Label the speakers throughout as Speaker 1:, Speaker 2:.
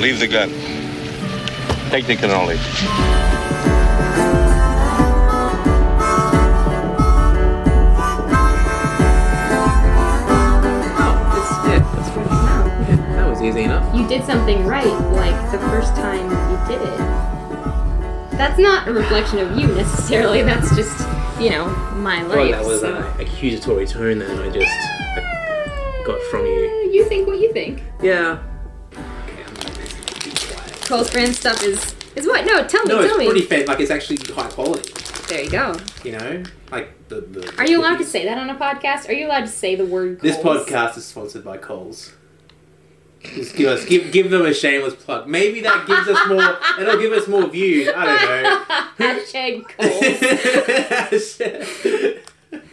Speaker 1: Leave the gun. Take the cannoli.
Speaker 2: Oh, just stick. That's what you know. Yeah, that was easy enough.
Speaker 3: You did something right, like the first time you did it. That's not a reflection of you necessarily. That's just, you know, my life.
Speaker 2: Well, that was
Speaker 3: so-
Speaker 2: an accusatory tone that I just uh, got from you.
Speaker 3: You think what you think.
Speaker 2: Yeah. Okay, I'm gonna be quiet.
Speaker 3: Cole's brand stuff is is what? No, tell me,
Speaker 2: No, it's
Speaker 3: tell me.
Speaker 2: pretty fair. Like it's actually high quality.
Speaker 3: There you go.
Speaker 2: You know, like the. the
Speaker 3: Are you allowed to say that on a podcast? Are you allowed to say the word?
Speaker 2: This
Speaker 3: Coles?
Speaker 2: podcast is sponsored by Coles. Just give us give give them a shameless plug. Maybe that gives us more. It'll give us more views. I don't know.
Speaker 3: Hashtag Coles.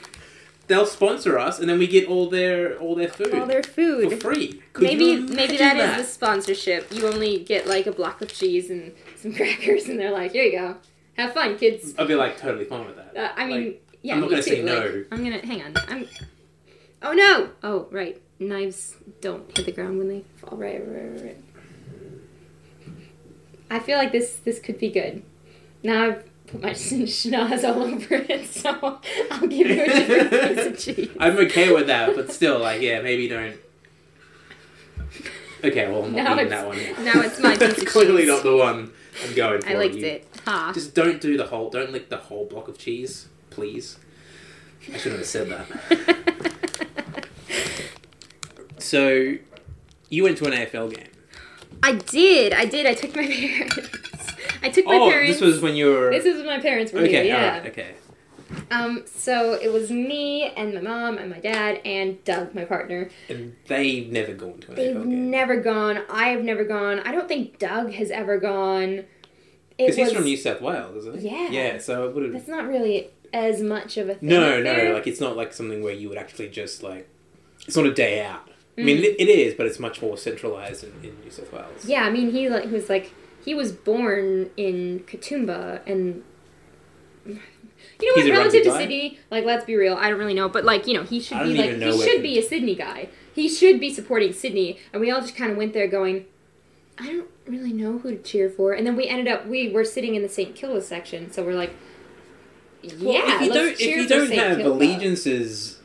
Speaker 2: They'll sponsor us, and then we get all their all their food
Speaker 3: All their
Speaker 2: for
Speaker 3: food.
Speaker 2: free. Could
Speaker 3: Maybe
Speaker 2: you
Speaker 3: maybe
Speaker 2: imagine
Speaker 3: that is the sponsorship. You only get like a block of cheese and some crackers, and they're like, "Here you go, have fun, kids."
Speaker 2: I'd be like totally fine with that.
Speaker 3: Uh, I mean,
Speaker 2: Like,
Speaker 3: yeah,
Speaker 2: I'm not
Speaker 3: me
Speaker 2: gonna
Speaker 3: too.
Speaker 2: say
Speaker 3: like,
Speaker 2: no.
Speaker 3: I'm gonna hang on. I'm. Oh no! Oh right, knives don't hit the ground when they fall. Right, right, right, right. I feel like this this could be good. Now I've put my schnoz all over it, so I'll give you a different piece of cheese.
Speaker 2: I'm okay with that, but still, like, yeah, maybe don't. Okay, well, I'm not
Speaker 3: Now
Speaker 2: eating
Speaker 3: it's-
Speaker 2: that one.
Speaker 3: now it's my piece of
Speaker 2: Clearly
Speaker 3: cheese.
Speaker 2: not the one I'm going for.
Speaker 3: I liked
Speaker 2: You-
Speaker 3: it. Ha.
Speaker 2: Just don't do the whole. Don't lick the whole block of cheese, please. I shouldn't have said that. So, you went to an AFL game.
Speaker 3: I did. I did. I took my parents. I took my
Speaker 2: oh,
Speaker 3: parents.
Speaker 2: this was when you were.
Speaker 3: This is when my parents were here.
Speaker 2: okay,
Speaker 3: Yeah.
Speaker 2: alright, okay.
Speaker 3: Um, so it was me and my mom and my dad and Doug, my partner.
Speaker 2: And they've never gone to an
Speaker 3: They've
Speaker 2: AFL game
Speaker 3: never gone. I have never gone. I don't think Doug has ever gone. It
Speaker 2: because he's
Speaker 3: was-
Speaker 2: from New South Wales, isn't he?
Speaker 3: Yeah.
Speaker 2: Yeah. So it would have.
Speaker 3: That's not really as much of a thing.
Speaker 2: No,
Speaker 3: up
Speaker 2: no.
Speaker 3: there.
Speaker 2: Like it's not like something where you would actually just like. It's not a day out. I mean, it, it is, but it's much more centralized in, in New South Wales.
Speaker 3: Mm. yeah, I mean, he like he was like he was born in Katoomba and. You know
Speaker 2: He's
Speaker 3: what?
Speaker 2: a
Speaker 3: Relative
Speaker 2: rugby
Speaker 3: to
Speaker 2: guy?
Speaker 3: Sydney, like let's be real, I don't really know, but like you know, he should
Speaker 2: I
Speaker 3: be
Speaker 2: don't
Speaker 3: like
Speaker 2: even know
Speaker 3: he
Speaker 2: where
Speaker 3: should
Speaker 2: Katoomba-
Speaker 3: be a Sydney guy. He should be supporting Sydney, and we all just kind of went there going, I don't really know who to cheer for, and then we ended up we were sitting in the St Kilda section, so we're like, yeah,
Speaker 2: Well, if you
Speaker 3: let's
Speaker 2: don't, if
Speaker 3: cheer
Speaker 2: you
Speaker 3: for
Speaker 2: don't
Speaker 3: St.
Speaker 2: have
Speaker 3: Kilda.
Speaker 2: allegiances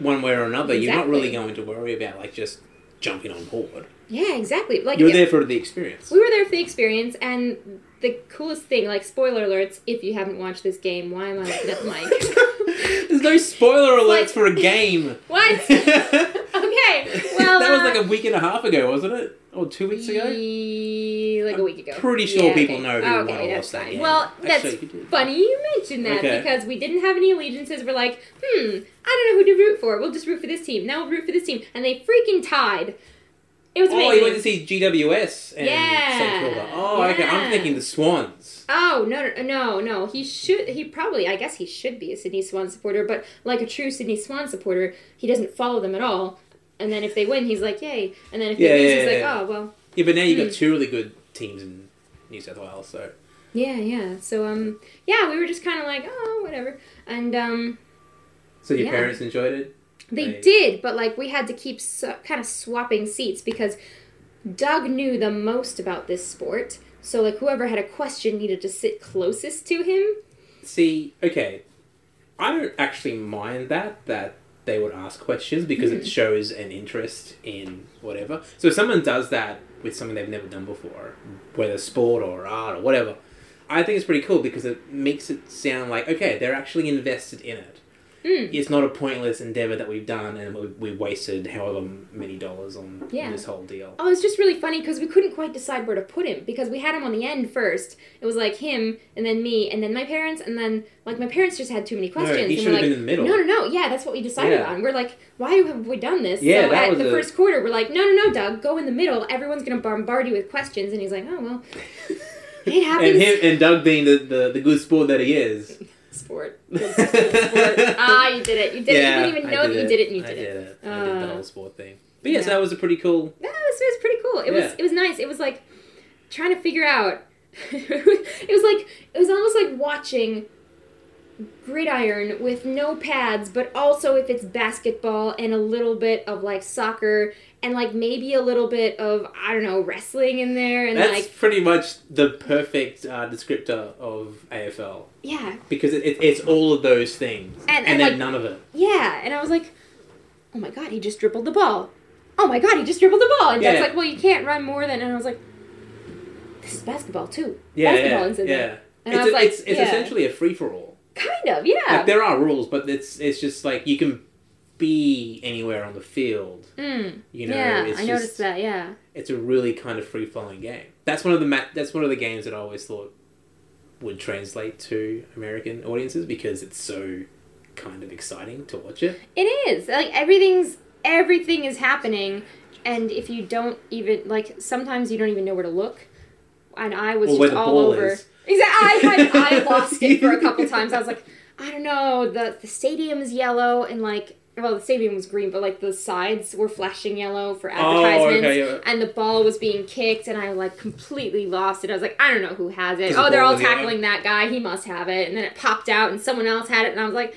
Speaker 2: one way or another, you're not really
Speaker 3: Exactly.
Speaker 2: going to worry about like just jumping on board.
Speaker 3: yeah, exactly. Like
Speaker 2: You're
Speaker 3: yeah,
Speaker 2: there for the experience.
Speaker 3: We were there for the experience, and the coolest thing, like spoiler alerts, if you haven't watched this game, why am I looking at the mic?
Speaker 2: There's no spoiler alerts
Speaker 3: like-
Speaker 2: for a game.
Speaker 3: What?
Speaker 2: that
Speaker 3: Okay. Well,
Speaker 2: was
Speaker 3: uh,
Speaker 2: like a week and a half ago, wasn't it? Or two weeks ago?
Speaker 3: ye- like a week ago.
Speaker 2: Pretty sure
Speaker 3: Yeah,
Speaker 2: people
Speaker 3: okay.
Speaker 2: know who
Speaker 3: Oh,
Speaker 2: won or
Speaker 3: okay, that's
Speaker 2: lost that
Speaker 3: fine.
Speaker 2: game.
Speaker 3: Well, that's
Speaker 2: Actually, you did.
Speaker 3: funny you mentioned that
Speaker 2: Okay.
Speaker 3: because we didn't have any allegiances. We're like, hmm, I don't know who to root for. We'll just root for this team. Now we'll root for this team, and they freaking tied. It was
Speaker 2: Oh, you went to
Speaker 3: amazing.
Speaker 2: see GWS and
Speaker 3: Yeah.
Speaker 2: St Kilda. Oh, okay.
Speaker 3: Yeah.
Speaker 2: I'm thinking the Swans.
Speaker 3: Oh no no no no! He should he probably I guess he should be a Sydney Swan supporter, but like a true Sydney Swan supporter, he doesn't follow them at all. And then if they win, he's like yay. And then if
Speaker 2: Yeah,
Speaker 3: they lose,
Speaker 2: yeah,
Speaker 3: he's
Speaker 2: yeah.
Speaker 3: like oh well
Speaker 2: Yeah, but now you've
Speaker 3: Hmm.
Speaker 2: got two really good teams in New South Wales, so
Speaker 3: yeah yeah. So um yeah we were just kind of like oh whatever. And um
Speaker 2: so your
Speaker 3: Yeah.
Speaker 2: parents enjoyed it.
Speaker 3: they
Speaker 2: Right.
Speaker 3: did, but like we had to keep so, kind of swapping seats because Doug knew the most about this sport. So like whoever had a question needed to sit closest to him.
Speaker 2: See, okay, I don't actually mind that that they would ask questions because
Speaker 3: Hmm.
Speaker 2: it shows an interest in whatever. So if someone does that with something they've never done before, whether sport or art or whatever, I think it's pretty cool because it makes it sound like okay, they're actually invested in it.
Speaker 3: Hmm.
Speaker 2: It's not a pointless endeavor that we've done and we, we wasted however many dollars on
Speaker 3: Yeah.
Speaker 2: this whole deal.
Speaker 3: Oh, it's just really funny because we couldn't quite decide where to put him because we had him on the end first. It was like him and then me and then my parents and then like my parents just had too many questions.
Speaker 2: he
Speaker 3: and
Speaker 2: should
Speaker 3: we're
Speaker 2: have
Speaker 3: like,
Speaker 2: been in the middle.
Speaker 3: No, no, no. Yeah, that's what we decided
Speaker 2: Yeah.
Speaker 3: on. We're like, why have we done this?
Speaker 2: Yeah,
Speaker 3: so
Speaker 2: that
Speaker 3: at
Speaker 2: was
Speaker 3: the
Speaker 2: a-
Speaker 3: first quarter, we're like, no, no, no, Doug, go in the middle. Everyone's gonna bombard you with questions, and he's like, oh well, it happens.
Speaker 2: And him and Doug being the, the, the good sport that he is.
Speaker 3: Sport. ah, you did it. You did it. You didn't even know
Speaker 2: I
Speaker 3: that you did it, and you did,
Speaker 2: I
Speaker 3: it.
Speaker 2: did it. I did
Speaker 3: Uh,
Speaker 2: the whole sport thing. But yes,
Speaker 3: yeah.
Speaker 2: that was a pretty cool.
Speaker 3: No, it was, it was pretty cool. It was
Speaker 2: Yeah.
Speaker 3: it was nice. It was like trying to figure out. it was like it was almost like watching gridiron with no pads, but also if it's basketball and a little bit of like soccer and like maybe a little bit of I don't know wrestling in there and
Speaker 2: That's
Speaker 3: like
Speaker 2: pretty much the perfect uh, descriptor of AFL
Speaker 3: yeah
Speaker 2: because it, it, it's all of those things
Speaker 3: And-
Speaker 2: and,
Speaker 3: and,
Speaker 2: then
Speaker 3: like-
Speaker 2: none of it.
Speaker 3: yeah and I was like oh my god he just dribbled the ball oh my god he just dribbled the ball and Dad's
Speaker 2: Yeah.
Speaker 3: like well you can't run more than and I was like this is basketball too
Speaker 2: Yeah,
Speaker 3: basketball
Speaker 2: yeah,
Speaker 3: is in
Speaker 2: yeah.
Speaker 3: there and
Speaker 2: it's
Speaker 3: I was
Speaker 2: a-
Speaker 3: like
Speaker 2: it's, it's
Speaker 3: yeah.
Speaker 2: essentially a free for all.
Speaker 3: kind of yeah
Speaker 2: Like there are rules, but it's it's just like you can be anywhere on the field.
Speaker 3: Mm,
Speaker 2: You know,
Speaker 3: yeah
Speaker 2: it's
Speaker 3: I
Speaker 2: just,
Speaker 3: noticed that yeah
Speaker 2: It's a really kind of free flowing game. That's one of the ma- that's one of the games that I always thought would translate to American audiences because it's so kind of exciting to watch it.
Speaker 3: It is. Like everything's everything is happening and if you don't even like sometimes you don't even know where to look. And I was
Speaker 2: Or
Speaker 3: just
Speaker 2: where the
Speaker 3: all
Speaker 2: ball
Speaker 3: over.
Speaker 2: is.
Speaker 3: Exactly. I, I, I lost it for a couple times. I was like, I don't know, the the stadium is yellow and like well, the stadium was green, but like the sides were flashing yellow for advertisements,
Speaker 2: Oh, yeah.
Speaker 3: and the ball was being kicked, and I like completely lost it. I was like, I don't know who has it.
Speaker 2: Is the
Speaker 3: Oh, they're
Speaker 2: ball
Speaker 3: all
Speaker 2: in the air?
Speaker 3: tackling that guy. He must have it. And then it popped out, and someone else had it, and I was like,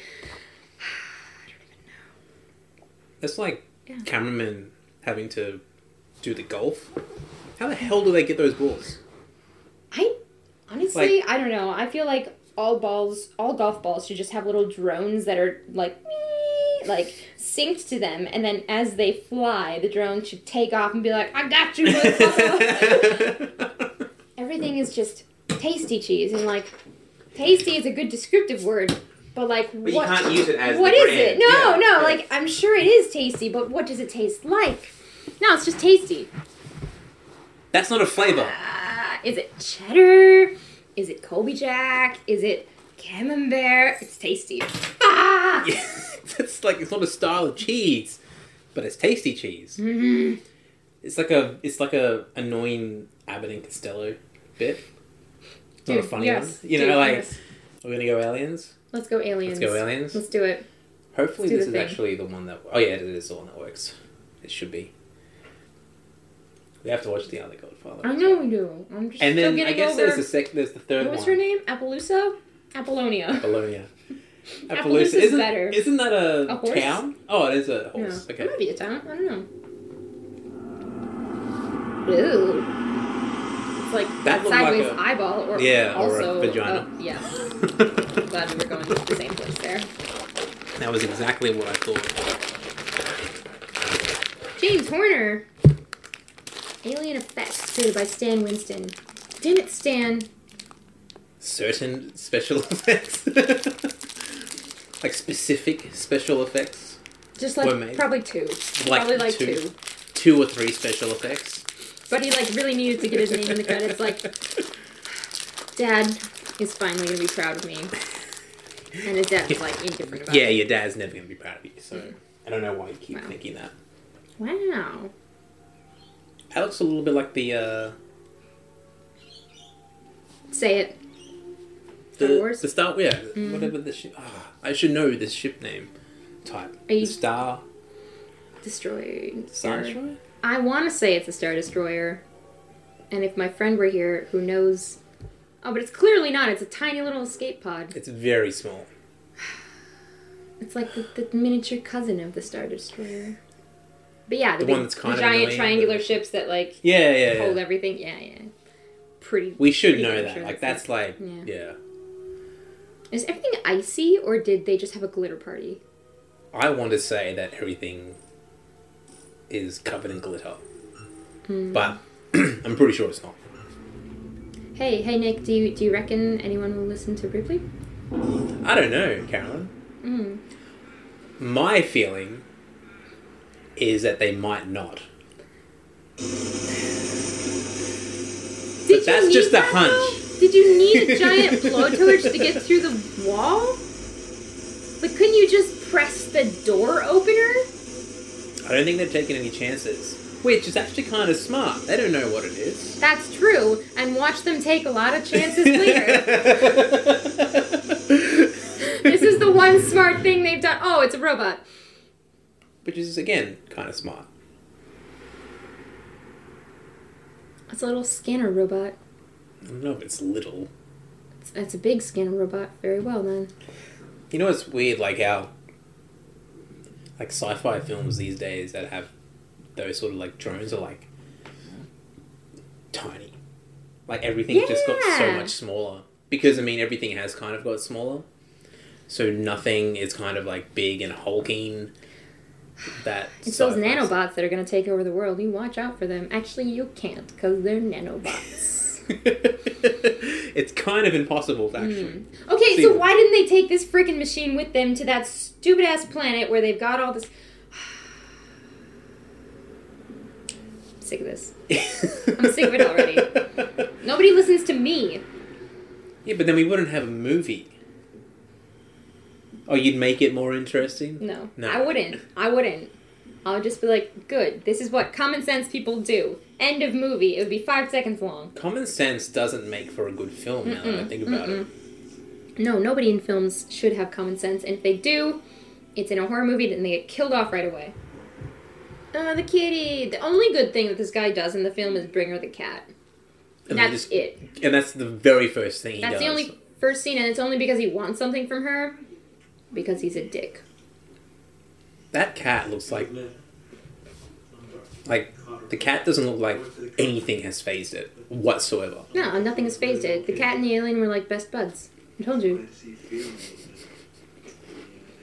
Speaker 2: That's like
Speaker 3: Yeah.
Speaker 2: cameramen having to do the golf. How the hell do they get those balls?
Speaker 3: I honestly, I don't know. I feel like all balls, all golf balls, should just have little drones that are like, "Meep," like synced to them, and then as they fly, the drone should take off and be like, "I got you." motherfucker." Everything is just tasty cheese, and like, tasty is a good descriptive word, but like,
Speaker 2: But
Speaker 3: what?
Speaker 2: you can't use it as
Speaker 3: what
Speaker 2: the
Speaker 3: is
Speaker 2: brand.
Speaker 3: it? No,
Speaker 2: Yeah,
Speaker 3: no.
Speaker 2: yeah.
Speaker 3: Like, I'm sure it is tasty, but what does it taste like? No, it's just tasty.
Speaker 2: that's not a flavor.
Speaker 3: Uh, is it cheddar? Is it Colby Jack? Is it camembert? It's tasty. Ah!
Speaker 2: it's like it's not a style of cheese, but it's tasty cheese.
Speaker 3: Mhm.
Speaker 2: It's like a it's like a annoying Abbott and Costello bit. It's not a
Speaker 3: Dude,
Speaker 2: funny
Speaker 3: yes.
Speaker 2: one. You
Speaker 3: Dude,
Speaker 2: know, like
Speaker 3: yes.
Speaker 2: we're gonna go aliens.
Speaker 3: Let's go aliens.
Speaker 2: Let's go aliens.
Speaker 3: Let's do it.
Speaker 2: Hopefully,
Speaker 3: do
Speaker 2: this
Speaker 3: the
Speaker 2: is
Speaker 3: thing.
Speaker 2: actually the one that. Oh yeah, it is the one that works. It should be. We have to watch the other Godfather.
Speaker 3: I know we do. I'm just
Speaker 2: And
Speaker 3: still
Speaker 2: then
Speaker 3: getting
Speaker 2: I guess
Speaker 3: over.
Speaker 2: there's the sec. There's the third
Speaker 3: what was
Speaker 2: one.
Speaker 3: her name? Appaloosa? Apollonia.
Speaker 2: Bologna.
Speaker 3: Appaloosa's
Speaker 2: isn't,
Speaker 3: better.
Speaker 2: Isn't that a,
Speaker 3: A horse?
Speaker 2: town? Oh, it is a horse.
Speaker 3: Yeah.
Speaker 2: Okay.
Speaker 3: It might be a town. I don't know. Ooh. It's like
Speaker 2: That looked like
Speaker 3: sideways
Speaker 2: a-
Speaker 3: eyeball or
Speaker 2: Yeah, or a
Speaker 3: also
Speaker 2: vagina.
Speaker 3: uh, yeah. Glad we were going to the same place there.
Speaker 2: that was exactly what I thought.
Speaker 3: James Horner. Alien Effects, created by Stan Winston. Damn it, Stan.
Speaker 2: Certain special effects, like specific special effects,
Speaker 3: Just
Speaker 2: Were
Speaker 3: like
Speaker 2: made.
Speaker 3: probably two.
Speaker 2: Like
Speaker 3: probably like two.
Speaker 2: two. two or three special effects.
Speaker 3: But he like really needed to get his name in the credits. Like, Dad is finally gonna be proud of me. And his dad was like indifferent about
Speaker 2: yeah,
Speaker 3: it. Mm-hmm.
Speaker 2: your dad's never gonna be proud of you. So I don't know why you keep
Speaker 3: Wow.
Speaker 2: thinking that.
Speaker 3: Wow.
Speaker 2: That looks a little bit like the uh,
Speaker 3: Say it.
Speaker 2: the
Speaker 3: Star Wars? Mm.
Speaker 2: the Star. Yeah, whatever the ship. ah, I should know the ship name type.
Speaker 3: Are you-
Speaker 2: The Star
Speaker 3: Destroyed.
Speaker 2: Star
Speaker 3: Sorry.
Speaker 2: Destroyer?
Speaker 3: I want to say it's a Star Destroyer. And if my friend were here, who knows? Oh, but it's clearly not. It's a tiny little escape pod.
Speaker 2: It's very small.
Speaker 3: It's like the, the miniature cousin of the Star Destroyer. But yeah, the,
Speaker 2: The
Speaker 3: big,
Speaker 2: one that's kinda
Speaker 3: the giant
Speaker 2: annoying,
Speaker 3: triangular
Speaker 2: but-
Speaker 3: ships that like
Speaker 2: Yeah, yeah, yeah.
Speaker 3: hold everything. Yeah, yeah. Pretty.
Speaker 2: We should
Speaker 3: pretty
Speaker 2: know
Speaker 3: damn
Speaker 2: that.
Speaker 3: sure
Speaker 2: like that's like
Speaker 3: Yeah.
Speaker 2: yeah.
Speaker 3: Is everything icy, or did they just have a glitter party?
Speaker 2: I want to say that everything is covered in glitter, but I'm pretty sure it's not.
Speaker 3: Hey, hey, Nick. Do you do you reckon anyone will listen to Ripley?
Speaker 2: I don't know, Carolyn.
Speaker 3: Mm.
Speaker 2: My feeling is that they might not.
Speaker 3: Did
Speaker 2: that's
Speaker 3: need
Speaker 2: just a
Speaker 3: that,
Speaker 2: hunch.
Speaker 3: though? Did you need a giant blowtorch to get through the wall? Like, couldn't you just press the door opener?
Speaker 2: I don't think they've taken any chances, which is actually kind of smart. They don't know what it is.
Speaker 3: That's true. And watch them take a lot of chances later. this is the one smart thing they've done. Oh, it's a robot.
Speaker 2: which is again kind of smart.
Speaker 3: It's a little scanner robot.
Speaker 2: I don't know if it's little.
Speaker 3: It's, it's a big skin robot. Very well then.
Speaker 2: You know what's weird? Like how, like sci-fi films these days that have those sort of like drones are like tiny. Like everything just got so
Speaker 3: Yeah.
Speaker 2: much smaller because I mean everything has kind of got smaller, so nothing is kind of like big and hulking. That
Speaker 3: It's those
Speaker 2: sci-fi-
Speaker 3: nanobots that are going to take over the world. You watch out for them. Actually, you can't because they're nanobots.
Speaker 2: it's kind of impossible to actually.
Speaker 3: Hmm. Okay,
Speaker 2: See
Speaker 3: so
Speaker 2: them.
Speaker 3: why didn't they take this freaking machine with them to that stupid ass planet where they've got all this? sick of this. I'm sick of it already. Nobody listens to me.
Speaker 2: Yeah, but then we wouldn't have a movie. Oh, you'd make it more interesting.
Speaker 3: No,
Speaker 2: No.
Speaker 3: I wouldn't. I wouldn't. I would just be like, good. This is what common sense people do. End of movie. It would be five seconds long.
Speaker 2: Common sense doesn't make for a good film. Now that I
Speaker 3: Mm-mm,
Speaker 2: think about it,
Speaker 3: No, nobody in films should have common sense, and if they do, it's in a horror movie, then they get killed off right away. Oh, the kitty. The only good thing that this guy does in the film is bring her the cat.
Speaker 2: And they
Speaker 3: That's
Speaker 2: just-
Speaker 3: it.
Speaker 2: and that's the very first thing he
Speaker 3: That's
Speaker 2: does.
Speaker 3: the only first scene, and it's only because he wants something from her, because he's a dick.
Speaker 2: That cat looks like like the cat doesn't look like anything has phased it whatsoever.
Speaker 3: No, nothing has phased it. The cat and the alien were like best buds. I told you.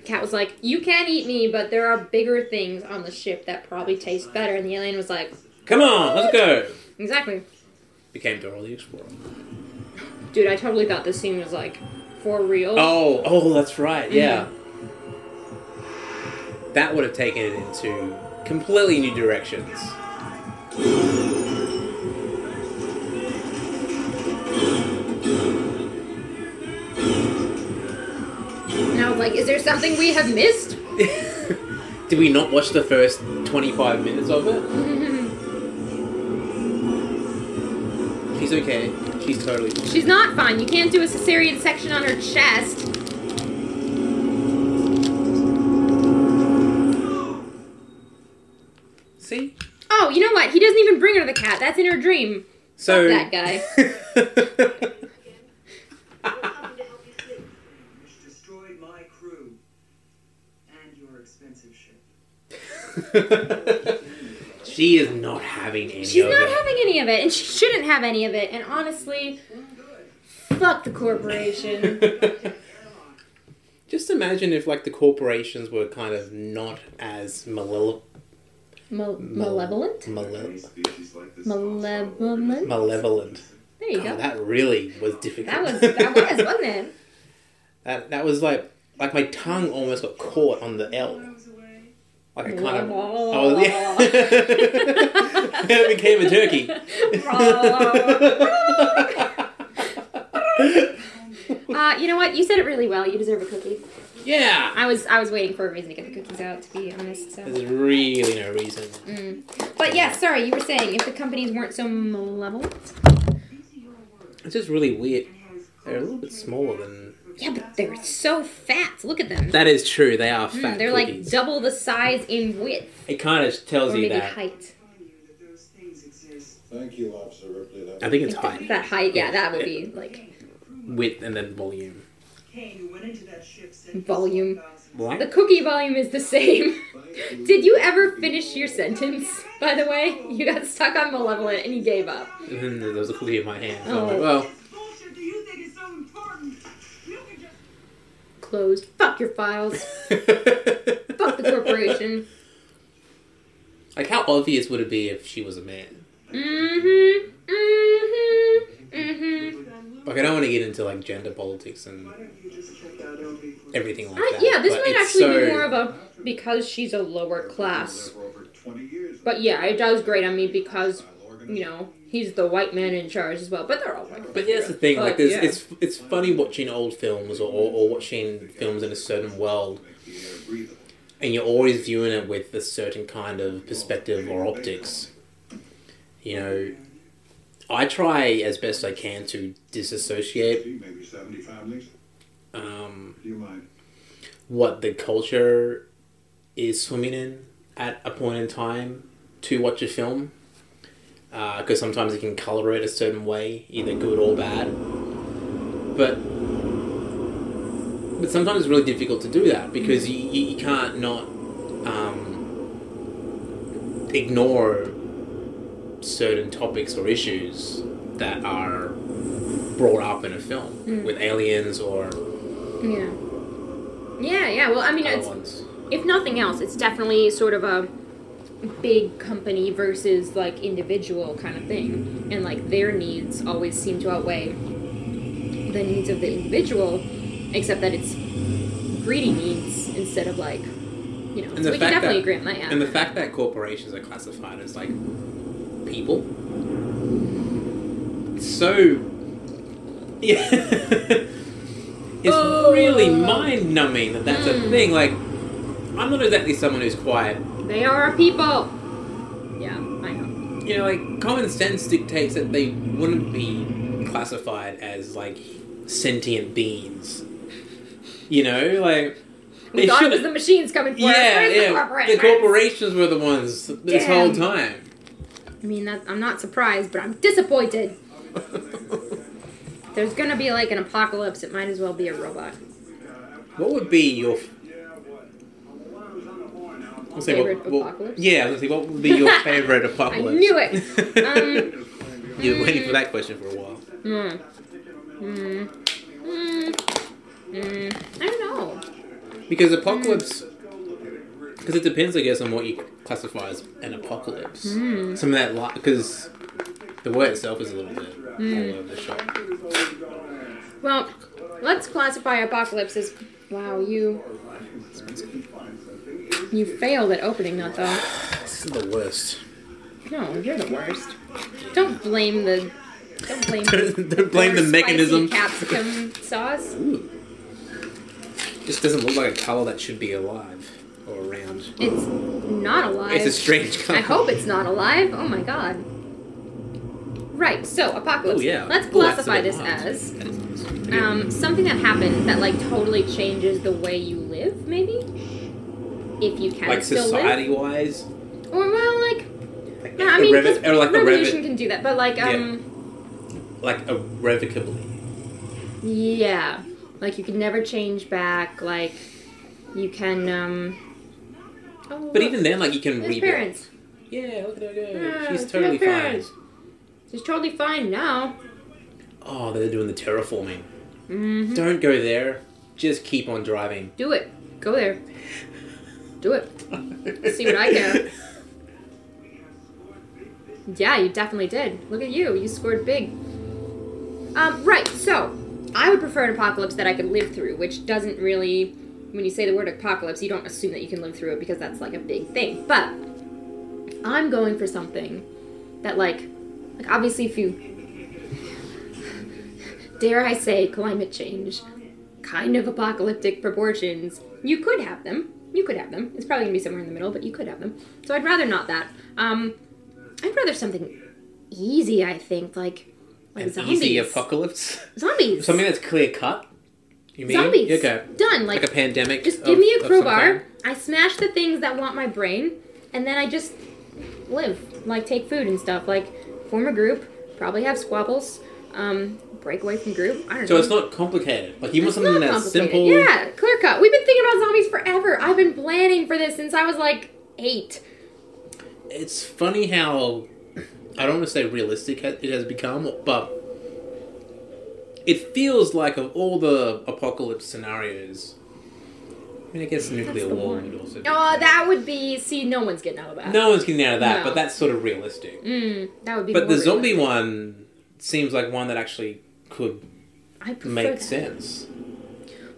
Speaker 3: Cat was like, "You can eat me, but there are bigger things on the ship that probably taste better." And the alien was like,
Speaker 2: Come on, let's go.
Speaker 3: "Exactly."
Speaker 2: Became Dora the Explorer.
Speaker 3: Dude, I totally thought this scene was like for real.
Speaker 2: Oh, oh, that's right. Yeah,
Speaker 3: Mm-hmm.
Speaker 2: that would have taken it into completely new directions.
Speaker 3: And I was like, is there something we have missed?
Speaker 2: Did we not watch the first 25 minutes of it? She's okay. She's totally fine.
Speaker 3: She's not fine. You can't do a cesarean section on her chest.
Speaker 2: See?
Speaker 3: Oh, you know what? He doesn't even bring her the cat. That's in her dream.
Speaker 2: So.
Speaker 3: Fuck that guy.
Speaker 4: which destroyed my crew and your expensive ship.
Speaker 2: she is not having any
Speaker 3: She's
Speaker 2: of
Speaker 3: not
Speaker 2: it.
Speaker 3: having any of it, and she shouldn't have any of it. And honestly, fuck the corporation.
Speaker 2: Just imagine if, like, the corporations were kind of not as malil-
Speaker 3: Mal- malevolent?
Speaker 2: male-
Speaker 3: Malevolent?
Speaker 2: malevolent.
Speaker 3: There you
Speaker 2: God,
Speaker 3: go.
Speaker 2: that really was difficult.
Speaker 3: That was, that was, wasn't it?
Speaker 2: that, that was like, like my tongue almost got caught on the L.
Speaker 4: I was away.
Speaker 2: Like I kind of. Oh
Speaker 3: Oh,
Speaker 2: yeah. and it became a turkey.
Speaker 3: Uh, you know what? You said it really well. You deserve a cookie.
Speaker 2: yeah.
Speaker 3: I was I was waiting for a reason to get the cookies out, to be honest. So.
Speaker 2: There's really no reason.
Speaker 3: But yeah, sorry, you were saying if the companies weren't so malevolent.
Speaker 4: These are your words.
Speaker 2: It's just really weird.
Speaker 4: And has
Speaker 2: They're a little bit smaller than.
Speaker 3: Yeah, but they're so fat. Look at them.
Speaker 2: That is true. They are
Speaker 3: Mm,
Speaker 2: fat.
Speaker 3: they're like
Speaker 2: cookies.
Speaker 3: double the size in width,
Speaker 2: It kind of tells
Speaker 3: or
Speaker 2: you
Speaker 3: maybe
Speaker 2: that.
Speaker 3: height.
Speaker 5: Thank you, Officer Ripley. That
Speaker 2: I think it's
Speaker 3: If
Speaker 2: height,
Speaker 3: that's that height, yeah, that would
Speaker 2: Yeah.
Speaker 3: be like
Speaker 2: width, and then volume.
Speaker 3: Volume.
Speaker 2: What?
Speaker 3: the cookie volume is the same.
Speaker 5: Thank
Speaker 3: Did you ever finish your sentence? By the way, you got stuck on malevolent and you gave up.
Speaker 2: And then there was a cookie in my hand. So I'm
Speaker 3: Oh.
Speaker 2: like, well,
Speaker 4: Bullshit, do you think it's so important? You can just
Speaker 3: Closed. Fuck your files. Fuck the corporation.
Speaker 2: Like, how obvious would it be if she was a man?
Speaker 3: Mm-hmm. Mm-hmm. Mm-hmm.
Speaker 2: Like, I don't want to get into like gender politics and
Speaker 4: why don't you just check out Obi for
Speaker 2: everything like
Speaker 3: I,
Speaker 2: that.
Speaker 3: yeah, this
Speaker 2: but
Speaker 3: might
Speaker 2: it's
Speaker 3: actually
Speaker 2: so-
Speaker 3: be more of a because she's a lower class.
Speaker 5: For over 20 years.
Speaker 3: But yeah, it does grate on me because you know he's the white man in charge as well. But they're all white.
Speaker 2: But yeah, that's the thing. Like,
Speaker 3: But,
Speaker 2: there's,
Speaker 3: yeah.
Speaker 2: it's it's funny watching old films or, or, or watching films in a certain world, and you're always viewing it with a certain kind of perspective or optics. You know, I try as best I can to disassociate
Speaker 5: Maybe 75 links.
Speaker 2: um,
Speaker 5: Do you mind?
Speaker 2: what the culture is swimming in at a point in time to watch a film, uh, because sometimes it can color it a certain way, either good or bad. but but sometimes it's really difficult to do that because you, you, you can't not um, ignore certain topics or issues that are brought up in a film
Speaker 3: Mm.
Speaker 2: with aliens or
Speaker 3: Yeah. Yeah, yeah. Well, I mean,
Speaker 2: other
Speaker 3: it's,
Speaker 2: ones.
Speaker 3: if nothing else, it's definitely sort of a big company versus like individual kind of thing. And like their needs always seem to outweigh the needs of the individual, except that it's greedy needs instead of like, you know,
Speaker 2: And
Speaker 3: so
Speaker 2: the
Speaker 3: we can
Speaker 2: fact
Speaker 3: definitely
Speaker 2: that-
Speaker 3: agree on that. Yeah.
Speaker 2: And the fact that corporations are classified as like people, it's so yeah, it's
Speaker 3: Oh.
Speaker 2: really mind numbing that that's
Speaker 3: Mm.
Speaker 2: a thing. Like, I'm not exactly someone who's quiet.
Speaker 3: they are a people. Yeah, I know.
Speaker 2: You know, like common sense dictates that they wouldn't be classified as like sentient beings. You know, like
Speaker 3: We
Speaker 2: They
Speaker 3: thought it
Speaker 2: should've-
Speaker 3: was the machines coming for us.
Speaker 2: yeah,
Speaker 3: Where's the
Speaker 2: yeah. The
Speaker 3: corporations?
Speaker 2: corporations were the ones this whole time.
Speaker 3: I mean, that, I'm not surprised, but I'm disappointed. If There's gonna be like an apocalypse. It might as well be a robot.
Speaker 2: What would be your I'll say what-
Speaker 3: Favorite
Speaker 2: what-
Speaker 3: apocalypse?
Speaker 2: Yeah, I was gonna say, what would be your favorite apocalypse?
Speaker 3: knew it. Um,
Speaker 2: you were waiting for that question for a while.
Speaker 3: Mm. Mm. Mm. Mm. I don't know.
Speaker 2: Because apocalypse, because it depends, I guess, on what you classify as an apocalypse.
Speaker 3: Mm.
Speaker 2: Some of that, because the word itself is a little bit all over the shop.
Speaker 3: Hmm. Well, let's classify apocalypse as. Wow, you you failed at opening that though.
Speaker 2: This is the worst.
Speaker 3: No, you're the worst. Don't blame the. Don't blame.
Speaker 2: Don't blame the
Speaker 3: your spicy
Speaker 2: mechanism.
Speaker 3: Capsicum sauce.
Speaker 2: Ooh. Just doesn't look like a color that should be alive or around.
Speaker 3: It's not alive.
Speaker 2: It's a strange color.
Speaker 3: I hope it's not alive. Oh my god. Right, so apocalypse.
Speaker 2: Oh yeah.
Speaker 3: Let's
Speaker 2: Ooh, that's a
Speaker 3: classify
Speaker 2: bit
Speaker 3: this
Speaker 2: mild.
Speaker 3: as
Speaker 2: That is nice.
Speaker 3: um, something that happens that like totally changes the way you live, maybe. If you can
Speaker 2: like
Speaker 3: still
Speaker 2: society wise,
Speaker 3: live, or well, like
Speaker 2: like,
Speaker 3: no, I mean, 'cause
Speaker 2: irrevo- or like a
Speaker 3: revolution
Speaker 2: revo-
Speaker 3: can do that, but like
Speaker 2: Yeah.
Speaker 3: um,
Speaker 2: like irrevocably.
Speaker 3: yeah. like you can never change back. Like you can um. Oh,
Speaker 2: But
Speaker 3: look,
Speaker 2: even then, like you can
Speaker 3: there's
Speaker 2: rebuild.
Speaker 3: parents.
Speaker 2: Yeah, look at her go.
Speaker 3: Yeah,
Speaker 2: She's
Speaker 3: look at
Speaker 2: totally
Speaker 3: her
Speaker 2: fine.
Speaker 3: parents. She's totally fine now.
Speaker 2: Oh, they're doing the terraforming.
Speaker 3: hmm
Speaker 2: Don't go there. Just keep on driving.
Speaker 3: Do it. Go there. Do it. See what I can. Yeah, you definitely did. Look at you. You scored big. Um, right, so I would prefer an apocalypse that I could live through, which doesn't really. When you say the word apocalypse, you don't assume that you can live through it because that's like a big thing. But I'm going for something that, like, like obviously, if you dare I say climate change, kind of apocalyptic proportions. You could have them. You could have them. It's probably gonna be somewhere in the middle, but you could have them. So I'd rather not that. Um, I'd rather something easy. I think like like
Speaker 2: An
Speaker 3: zombies.
Speaker 2: easy apocalypse.
Speaker 3: zombies.
Speaker 2: Something that's clear cut. You mean?
Speaker 3: zombies.
Speaker 2: Okay.
Speaker 3: Done.
Speaker 2: Like,
Speaker 3: Like,
Speaker 2: a oh, pandemic.
Speaker 3: just
Speaker 2: of-
Speaker 3: give me
Speaker 2: of
Speaker 3: a
Speaker 2: some
Speaker 3: crowbar.
Speaker 2: kind.
Speaker 3: I smash the things that want my brain, and then I just live. Like take food and stuff. Like form a group. Probably have squabbles. Um, break away from group. I don't know.
Speaker 2: So it's not complicated. Like you want
Speaker 3: It's
Speaker 2: something
Speaker 3: not
Speaker 2: that's
Speaker 3: complicated.
Speaker 2: simple.
Speaker 3: Yeah, clear cut. We've been thinking about zombies forever. I've been planning for this since I was like eight.
Speaker 2: It's funny how I don't want to say realistic ha- it has become, but it feels like of all the apocalypse scenarios. I mean, I guess nuclear
Speaker 3: the
Speaker 2: war
Speaker 3: one.
Speaker 2: would also. Be
Speaker 3: Oh, that would be. See, no one's getting out of that.
Speaker 2: No one's getting out of that,
Speaker 3: No.
Speaker 2: but that's sort of realistic.
Speaker 3: Mm, that would be.
Speaker 2: But the
Speaker 3: more
Speaker 2: zombie
Speaker 3: realistic.
Speaker 2: one seems like one that actually could
Speaker 3: I prefer
Speaker 2: make
Speaker 3: that.
Speaker 2: sense.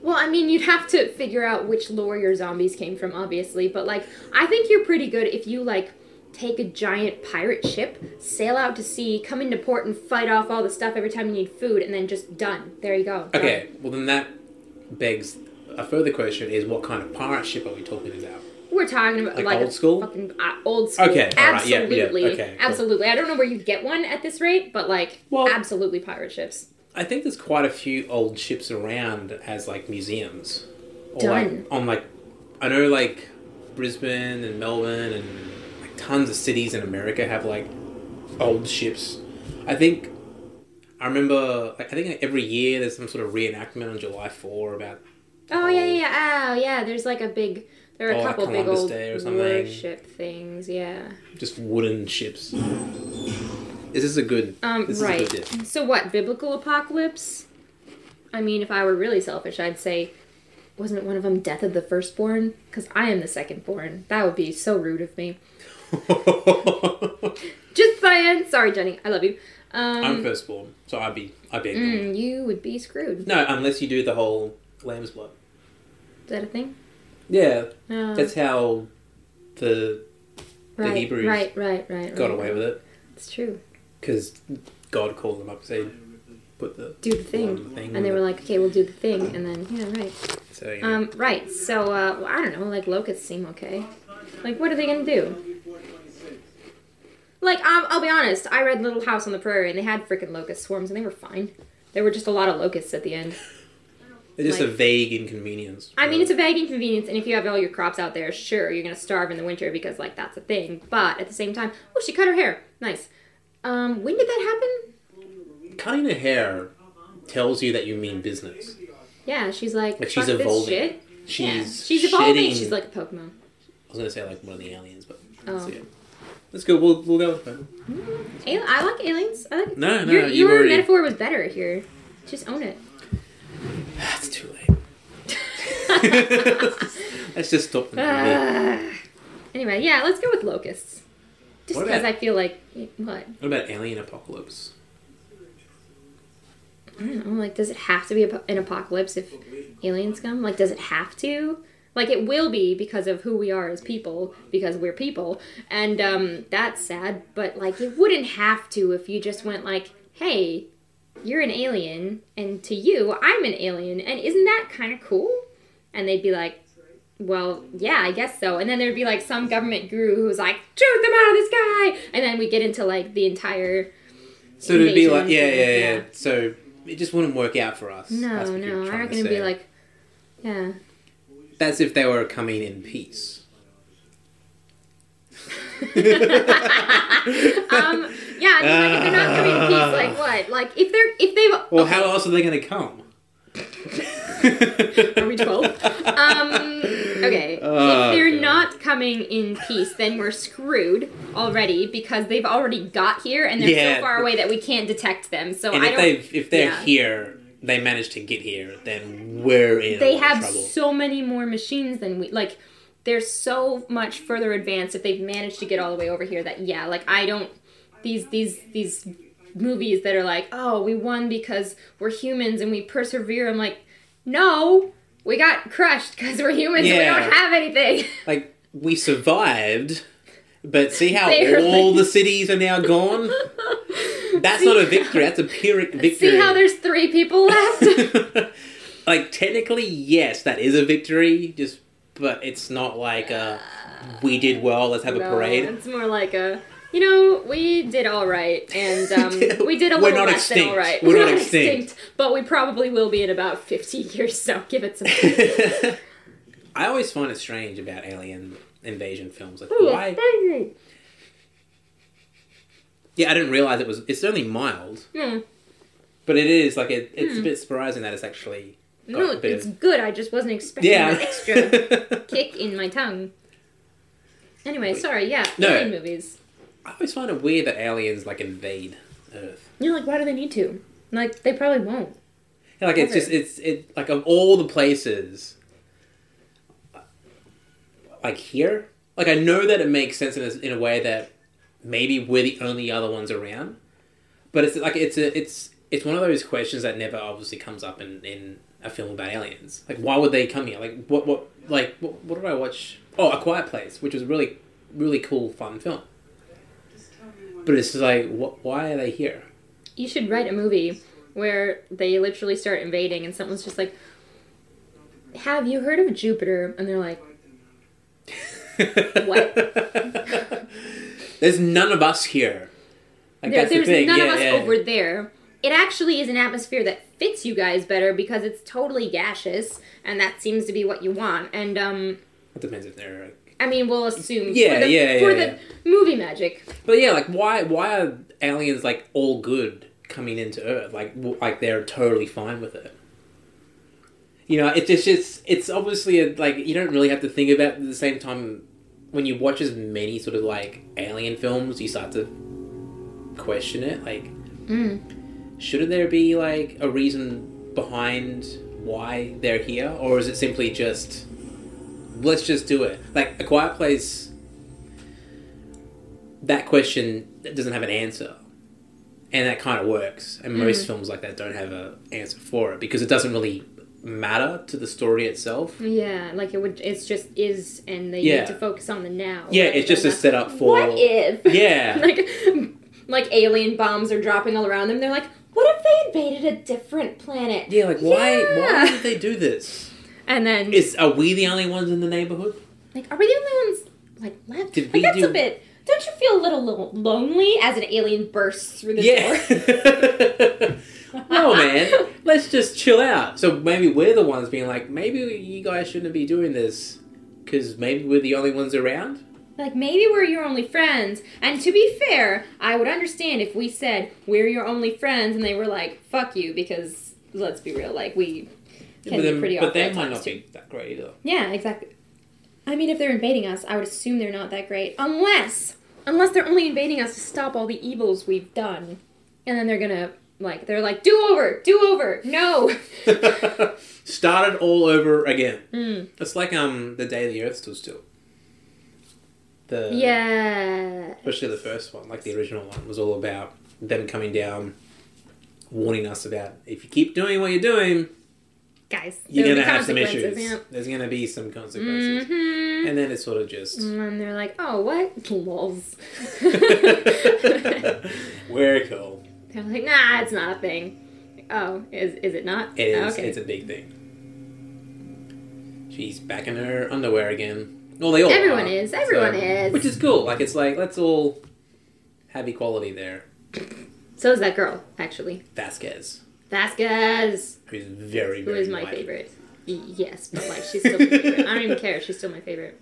Speaker 3: Well, I mean, you'd have to figure out which lore your zombies came from, obviously. But like, I think you're pretty good if you like take a giant pirate ship, sail out to sea, come into port, and fight off all the stuff every time you need food, and then just done. There you go. Done.
Speaker 2: Okay, well then that begs a further question: Is what kind of pirate ship are we talking about?
Speaker 3: We're talking about
Speaker 2: Like
Speaker 3: like,
Speaker 2: old
Speaker 3: a
Speaker 2: school?
Speaker 3: fucking uh, old school.
Speaker 2: Okay, all right, yeah, yeah,
Speaker 3: absolutely,
Speaker 2: okay, cool.
Speaker 3: absolutely. I don't know where you'd get one at this rate, but like,
Speaker 2: Well-
Speaker 3: absolutely pirate ships.
Speaker 2: I think there's quite a few old ships around as like museums, or
Speaker 3: Done.
Speaker 2: like on like I know like Brisbane and Melbourne and like tons of cities in America have like old ships. I think I remember, like, I think every year there's some sort of reenactment on July 4 about.
Speaker 3: Oh yeah, yeah, yeah. Oh yeah. There's like a big. There are
Speaker 2: Oh,
Speaker 3: a
Speaker 2: like
Speaker 3: couple big
Speaker 2: Columbus
Speaker 3: old
Speaker 2: Day or something.
Speaker 3: worship things. Yeah.
Speaker 2: Just wooden ships. This is a good.
Speaker 3: Um.
Speaker 2: this
Speaker 3: right.
Speaker 2: Is a good dip.
Speaker 3: So what? Biblical apocalypse. I mean, if I were really selfish, I'd say, wasn't one of them death of the firstborn? Because I am the secondborn. That would be so rude of me. Just saying. Sorry, Jenny. I love you. Um.
Speaker 2: I'm firstborn, so I'd be. I'd be. ignorant.
Speaker 3: mm, you would be screwed.
Speaker 2: No, unless you do the whole lamb's blood.
Speaker 3: Is that a thing?
Speaker 2: Yeah,
Speaker 3: No.
Speaker 2: that's how the
Speaker 3: right,
Speaker 2: Hebrews
Speaker 3: Right. Right. Right.
Speaker 2: got
Speaker 3: right.
Speaker 2: away with it
Speaker 3: It's true.
Speaker 2: because God called them up and said, "Put the
Speaker 3: Do the thing.
Speaker 2: um, thing."
Speaker 3: And they
Speaker 2: on
Speaker 3: were
Speaker 2: it."
Speaker 3: like, okay, we'll do the thing, and then yeah, right.
Speaker 2: so, you know.
Speaker 3: Um, right. So, uh, well, I don't know. Like locusts seem okay. Like, what are they gonna do? Like, um, I'll be honest. I read Little House on the Prairie, and they had freaking locust swarms, and they were fine. There were just a lot of locusts at the end.
Speaker 2: it's just a
Speaker 3: like-
Speaker 2: vague inconvenience.
Speaker 3: I mean, it's a vague inconvenience, and if you have all your crops out there, sure, you're gonna starve in the winter because like that's a thing. But at the same time, oh, she cut her hair. Nice. Um, when did that happen?
Speaker 2: cutting a hair tells you that you mean business.
Speaker 3: Yeah, she's like,
Speaker 2: Like she's
Speaker 3: "Fuck this
Speaker 2: evolving.
Speaker 3: shit."
Speaker 2: She's
Speaker 3: Yeah, she's evolving.
Speaker 2: shedding-
Speaker 3: She's like a Pokemon.
Speaker 2: I was gonna say like one of the aliens, but
Speaker 3: Oh.
Speaker 2: so, yeah. let's go. We'll we'll go. with that.
Speaker 3: Al- I like aliens. I like.
Speaker 2: No, no,
Speaker 3: your,
Speaker 2: you
Speaker 3: your
Speaker 2: already-
Speaker 3: metaphor was better here. Just own it.
Speaker 2: That's too late. let's just stop. them from there.
Speaker 3: Ah. anyway, yeah, let's go with locusts. Just
Speaker 2: What
Speaker 3: because
Speaker 2: about-
Speaker 3: I feel like what
Speaker 2: what about alien apocalypse?
Speaker 3: I don't know. Like, does it have to be a, an apocalypse if aliens come? Like, does it have to? Like, it will be because of who we are as people, because we're people, and um, that's sad. But like, it wouldn't have to if you just went like, "Hey, you're an alien, and to you, I'm an alien, and isn't that kind of cool?" And they'd be like, "Well, yeah, I guess so." And then there'd be like some government guru who's like, "Shoot them out of the sky!" And then we get into like the entire
Speaker 2: So it'd be like yeah,
Speaker 3: Invasion.
Speaker 2: yeah, yeah,
Speaker 3: Yeah.
Speaker 2: So it just wouldn't work out for us.
Speaker 3: no,
Speaker 2: That's what you're
Speaker 3: no, I'm
Speaker 2: trying
Speaker 3: not
Speaker 2: to
Speaker 3: gonna
Speaker 2: say.
Speaker 3: be like, yeah.
Speaker 2: That's if they were coming in peace.
Speaker 3: um, yeah, I mean, like, if they're not coming in peace, like what? Like if they're if they've
Speaker 2: Ah. Well, how else are they going to come?
Speaker 3: are we twelve? Um, okay,
Speaker 2: Oh,
Speaker 3: if they're
Speaker 2: God.
Speaker 3: not coming in peace, then we're screwed already because they've already got here and they're
Speaker 2: Yeah.
Speaker 3: so far away that we can't detect them. So
Speaker 2: And
Speaker 3: I
Speaker 2: if
Speaker 3: don't.
Speaker 2: they if they're
Speaker 3: yeah.
Speaker 2: here, they manage to get here, then we're in. a
Speaker 3: They
Speaker 2: lot of
Speaker 3: have
Speaker 2: trouble.
Speaker 3: so many more machines than we like. They're so much further advanced if they've managed to get all the way over here. That yeah, like I don't these these these movies that are like, oh, we won because we're humans and we persevere. I'm like, no, we got crushed because we're humans and
Speaker 2: Yeah.
Speaker 3: we don't have anything.
Speaker 2: like we survived, but see how
Speaker 3: They are
Speaker 2: all
Speaker 3: like-
Speaker 2: the cities are now gone. That's not a victory. That's a Pyrrhic victory.
Speaker 3: See how there's three people left?
Speaker 2: like technically, yes, that is a victory. Just, but it's not like a we did well. Let's have a
Speaker 3: No,
Speaker 2: parade.
Speaker 3: It's more like a. You know, we did all right, and um, we did a
Speaker 2: We're
Speaker 3: little
Speaker 2: not
Speaker 3: less than
Speaker 2: extinct.
Speaker 3: all right.
Speaker 2: We're not extinct.
Speaker 3: but we probably will be in about fifty years. So give it some. time.
Speaker 2: I always find it strange about alien invasion films. Like, why?
Speaker 3: Why?
Speaker 2: Yeah, I didn't realize it was. It's only mild,
Speaker 3: Yeah.
Speaker 2: but it is like it, it's
Speaker 3: Hmm.
Speaker 2: a bit surprising that it's actually. Got
Speaker 3: No,
Speaker 2: a bit
Speaker 3: it's
Speaker 2: of-
Speaker 3: good. I just wasn't expecting
Speaker 2: Yeah.
Speaker 3: an extra kick in my tongue. Anyway, sorry. Yeah,
Speaker 2: No.
Speaker 3: alien movies.
Speaker 2: I always find it weird that aliens like invade Earth.
Speaker 3: You're like, why do they need to? Like, they probably won't.
Speaker 2: Yeah, Like it's
Speaker 3: Ever.
Speaker 2: just it's it like of all the places, like here, like I know that it makes sense in a, in a way that maybe we're the only other ones around, but it's like it's a it's it's one of those questions that never obviously comes up in in a film about aliens. Like why would they come here? Like what what like what, what did I watch? Oh, A Quiet Place, which was a really really cool fun film. But it's just like what, why are they here?
Speaker 3: You should write a movie where they literally start invading, and someone's just like, "Have you heard of Jupiter?" And they're like,
Speaker 2: what? There's none of us here. Like,
Speaker 3: There,
Speaker 2: that's the
Speaker 3: there's
Speaker 2: thing.
Speaker 3: none of
Speaker 2: Yeah,
Speaker 3: us
Speaker 2: yeah.
Speaker 3: over there. It actually is an atmosphere that fits you guys better because it's totally gaseous, and that seems to be what you want. And um,
Speaker 2: It depends if they're. Like,
Speaker 3: I mean, we'll assume
Speaker 2: Yeah,
Speaker 3: for the,
Speaker 2: yeah,
Speaker 3: for
Speaker 2: yeah,
Speaker 3: the movie magic.
Speaker 2: but yeah, like why? Why are aliens like all good? coming into Earth. Like, w- like they're totally fine with it. You know, it's just it's it's obviously a, like you don't really have to think about it at the same time when you watch as many sort of like alien films, you start to question it. Like,
Speaker 3: Mm.
Speaker 2: shouldn't there be like a reason behind why they're here or is it simply just let's just do it like a quiet place that question doesn't have an answer and that kind of works and
Speaker 3: Mm-hmm.
Speaker 2: most films like that don't have an answer for it because it doesn't really matter to the story itself
Speaker 3: Yeah, like it would. It's just is, and they
Speaker 2: Yeah.
Speaker 3: need to focus on the now.
Speaker 2: yeah
Speaker 3: rather
Speaker 2: it's just
Speaker 3: than
Speaker 2: a setup
Speaker 3: the-
Speaker 2: for
Speaker 3: What if?
Speaker 2: Yeah.
Speaker 3: like, like alien bombs are dropping all around them. They're like, what if they invaded a different planet?
Speaker 2: yeah like why why
Speaker 3: Yeah.
Speaker 2: did they do this
Speaker 3: And then
Speaker 2: is are we the only ones in the neighborhood
Speaker 3: Like, are we the only ones like left?
Speaker 2: Did
Speaker 3: like,
Speaker 2: we
Speaker 3: that's
Speaker 2: do-
Speaker 3: a bit. Don't you feel a little lo- lonely as an alien bursts through the door?
Speaker 2: yeah. no, man. Let's just chill out. So maybe we're the ones being like, maybe you guys shouldn't be doing this because maybe we're the only ones around.
Speaker 3: like maybe we're your only friends. And to be fair, I would understand if we said we're your only friends, and they were like, "Fuck you," because let's be real, like we
Speaker 2: but
Speaker 3: can be
Speaker 2: then,
Speaker 3: pretty
Speaker 2: but
Speaker 3: awful
Speaker 2: they
Speaker 3: at
Speaker 2: might
Speaker 3: times,
Speaker 2: not
Speaker 3: too.
Speaker 2: be that great either.
Speaker 3: Yeah, exactly. I mean, if they're invading us, I would assume they're not that great, unless unless they're only invading us to stop all the evils we've done, and then they're gonna like they're like, "Do over, do over, no."
Speaker 2: Started all over again.
Speaker 3: Mm.
Speaker 2: It's like um the day the Earth stood still. The
Speaker 3: Yeah.
Speaker 2: especially the first one, like the original one, was all about them coming down, warning us about if you keep doing what you're doing,
Speaker 3: Guys,
Speaker 2: you're
Speaker 3: there
Speaker 2: gonna
Speaker 3: will be
Speaker 2: have some
Speaker 3: consequences,
Speaker 2: issues.
Speaker 3: yeah.
Speaker 2: There's gonna be some consequences,
Speaker 3: Mhm.
Speaker 2: and then it's sort of just
Speaker 3: And then they're like, oh, what? Lols. Mm.
Speaker 2: we're cool.
Speaker 3: they're like, nah, it's not a thing. Oh, is, is it not?
Speaker 2: It is.
Speaker 3: okay.
Speaker 2: It's a big thing. She's back in her underwear again. Well, they all
Speaker 3: Everyone
Speaker 2: are,
Speaker 3: is, everyone is.
Speaker 2: which is cool. Like it's like let's all have equality there.
Speaker 3: so is that girl, actually.
Speaker 2: Vasquez,
Speaker 3: Vasquez,
Speaker 2: who's very
Speaker 3: who
Speaker 2: very
Speaker 3: is my
Speaker 2: white.
Speaker 3: favorite. Y- yes, but like, she's still my favorite. I don't even care. She's still my favorite.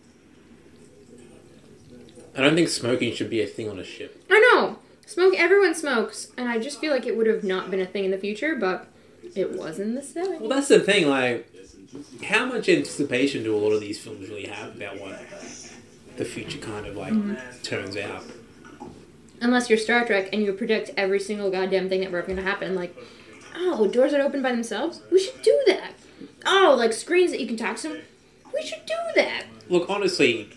Speaker 2: I don't think smoking should be a thing on a ship.
Speaker 3: I know. Smoke, everyone smokes. And I just feel like it would have not been a thing in the future, but it was in the 70s.
Speaker 2: Well, that's the thing. Like, how much anticipation do a lot of these films really have about what the future kind of like
Speaker 3: Mm-hmm.
Speaker 2: turns out?
Speaker 3: Unless you're Star Trek and you predict every single goddamn thing that were ever gonna happen, like, oh, doors that open by themselves? We should do that. Oh, like screens that you can talk to? We should do that.
Speaker 2: Look, honestly,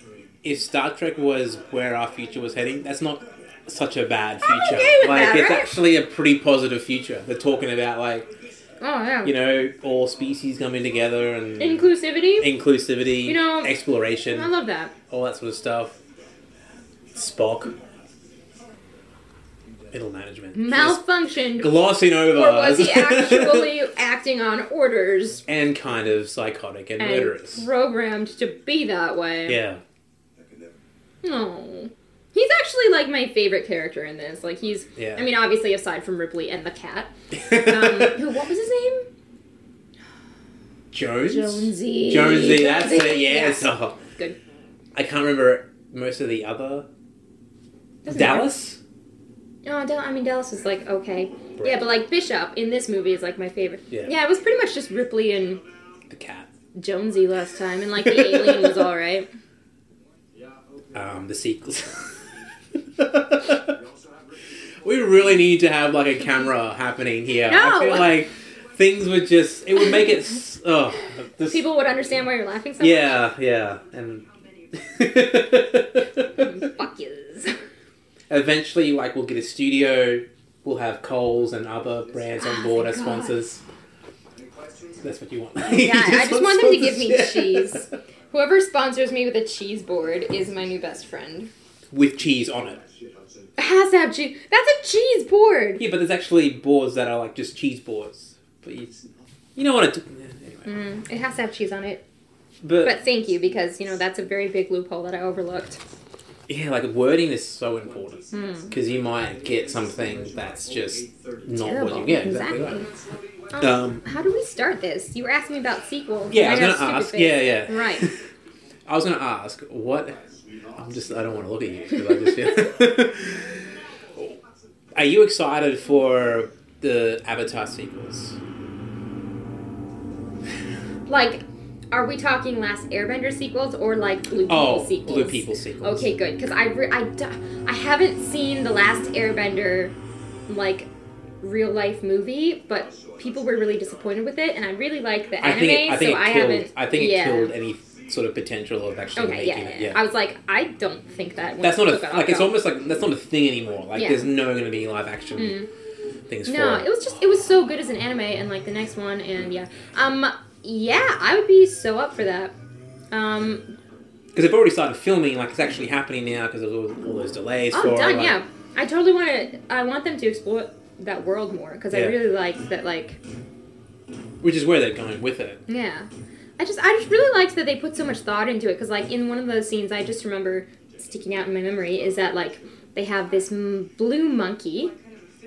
Speaker 2: if Star Trek was where our future was heading, that's not such a bad future.
Speaker 3: okay with
Speaker 2: like,
Speaker 3: that,
Speaker 2: it's
Speaker 3: right?
Speaker 2: actually a pretty positive future. They're talking about like
Speaker 3: Oh yeah.
Speaker 2: you know all species coming together and
Speaker 3: Inclusivity?
Speaker 2: inclusivity,
Speaker 3: You know,
Speaker 2: exploration,
Speaker 3: I love that.
Speaker 2: all that sort of stuff. Spock, middle management, Just
Speaker 3: Malfunctioned.
Speaker 2: glossing over.
Speaker 3: Or was he
Speaker 2: us.
Speaker 3: actually acting on orders
Speaker 2: and kind of psychotic and,
Speaker 3: and
Speaker 2: murderous?
Speaker 3: programmed to be that way?
Speaker 2: yeah,
Speaker 3: No. He's actually like my favorite character in this. Like he's
Speaker 2: Yeah.
Speaker 3: I mean obviously aside from Ripley and the cat. Um, who what was his name?
Speaker 2: Jones.
Speaker 3: Jonesy.
Speaker 2: Jonesy, that's it. Yes.
Speaker 3: Yeah.
Speaker 2: Oh,
Speaker 3: Good.
Speaker 2: I can't remember most of the other
Speaker 3: Doesn't
Speaker 2: Dallas.
Speaker 3: matter. No, Dal- I mean Dallas was like okay,
Speaker 2: Right.
Speaker 3: yeah, but like Bishop in this movie is like my favorite.
Speaker 2: Yeah.
Speaker 3: it was pretty much just Ripley and
Speaker 2: The cat.
Speaker 3: Jonesy last time, and like the alien was all right.
Speaker 2: Um, the sequels. we really need to have like a camera happening here. I
Speaker 3: No.
Speaker 2: feel like things would just it would make it. s- Oh, this,
Speaker 3: People would understand why you're laughing. So
Speaker 2: Yeah, yeah, and.
Speaker 4: How many
Speaker 3: much. fuck yous.
Speaker 2: Eventually, like we'll get a studio. We'll have Coles and other brands on
Speaker 3: Ah,
Speaker 2: board
Speaker 3: thank
Speaker 2: as
Speaker 3: God.
Speaker 2: sponsors.
Speaker 4: questions?
Speaker 2: That's what you want.
Speaker 3: Yeah, I just want them to give me
Speaker 2: sponsors.
Speaker 3: cheese. Whoever sponsors me with a cheese board is my new best friend.
Speaker 2: with cheese on it.
Speaker 3: It has to have cheese. That's a cheese board.
Speaker 2: Yeah, but there's actually boards that are like just cheese boards. But you, you know what? It, anyway,
Speaker 3: Mm, it has to have cheese on it.
Speaker 2: but,
Speaker 3: But thank you because you know that's a very big loophole that I overlooked.
Speaker 2: yeah, like wording is so important
Speaker 3: Hmm.
Speaker 2: because you might get something that's just not
Speaker 3: Terrible.
Speaker 2: what you get. Exactly.
Speaker 3: Exactly.
Speaker 2: right.
Speaker 3: Um,
Speaker 2: Um,
Speaker 3: how do we start this? You were asking me about sequels.
Speaker 2: Yeah, I was
Speaker 3: got
Speaker 2: gonna
Speaker 3: a stupid
Speaker 2: ask.
Speaker 3: face.
Speaker 2: Yeah, yeah.
Speaker 3: Right.
Speaker 2: I was gonna ask what. I'm just. I don't want to look at you because I just feel. Are you excited for the Avatar sequels.
Speaker 3: Like, are we talking Last Airbender sequels or like Blue People
Speaker 2: Oh,
Speaker 3: sequels?
Speaker 2: Blue People sequels.
Speaker 3: Okay, good. Because I, re- I, d- I haven't seen the Last Airbender, like, real life movie, but people were really disappointed with it, and I really like the
Speaker 2: I
Speaker 3: anime,
Speaker 2: think it, I think
Speaker 3: so
Speaker 2: it
Speaker 3: I
Speaker 2: killed.
Speaker 3: haven't.
Speaker 2: I think it
Speaker 3: yeah.
Speaker 2: killed any sort of potential of actually
Speaker 3: Okay, yeah,
Speaker 2: making
Speaker 3: yeah,
Speaker 2: it.
Speaker 3: yeah. I was like, I don't think that.
Speaker 2: that's not a
Speaker 3: took
Speaker 2: like. It's
Speaker 3: off.
Speaker 2: almost like that's not a thing anymore. Like
Speaker 3: Yeah.
Speaker 2: there's no going to be live action
Speaker 3: Mm.
Speaker 2: things
Speaker 3: No,
Speaker 2: for
Speaker 3: it was just it was so good as an anime and like the next one and yeah. Um yeah, I would be so up for that. Um
Speaker 2: because they've already started filming. Like it's actually happening now because of all, all those delays.
Speaker 3: Oh, I'm
Speaker 2: for
Speaker 3: done,
Speaker 2: like,
Speaker 3: yeah. I totally want to I want them to explore that world more cuz I
Speaker 2: Yeah.
Speaker 3: really like that like
Speaker 2: Which is where they're going with it.
Speaker 3: yeah. I just I just really liked that they put so much thought into it cuz like in one of those scenes I just remember sticking out in my memory is that like they have this m- blue monkey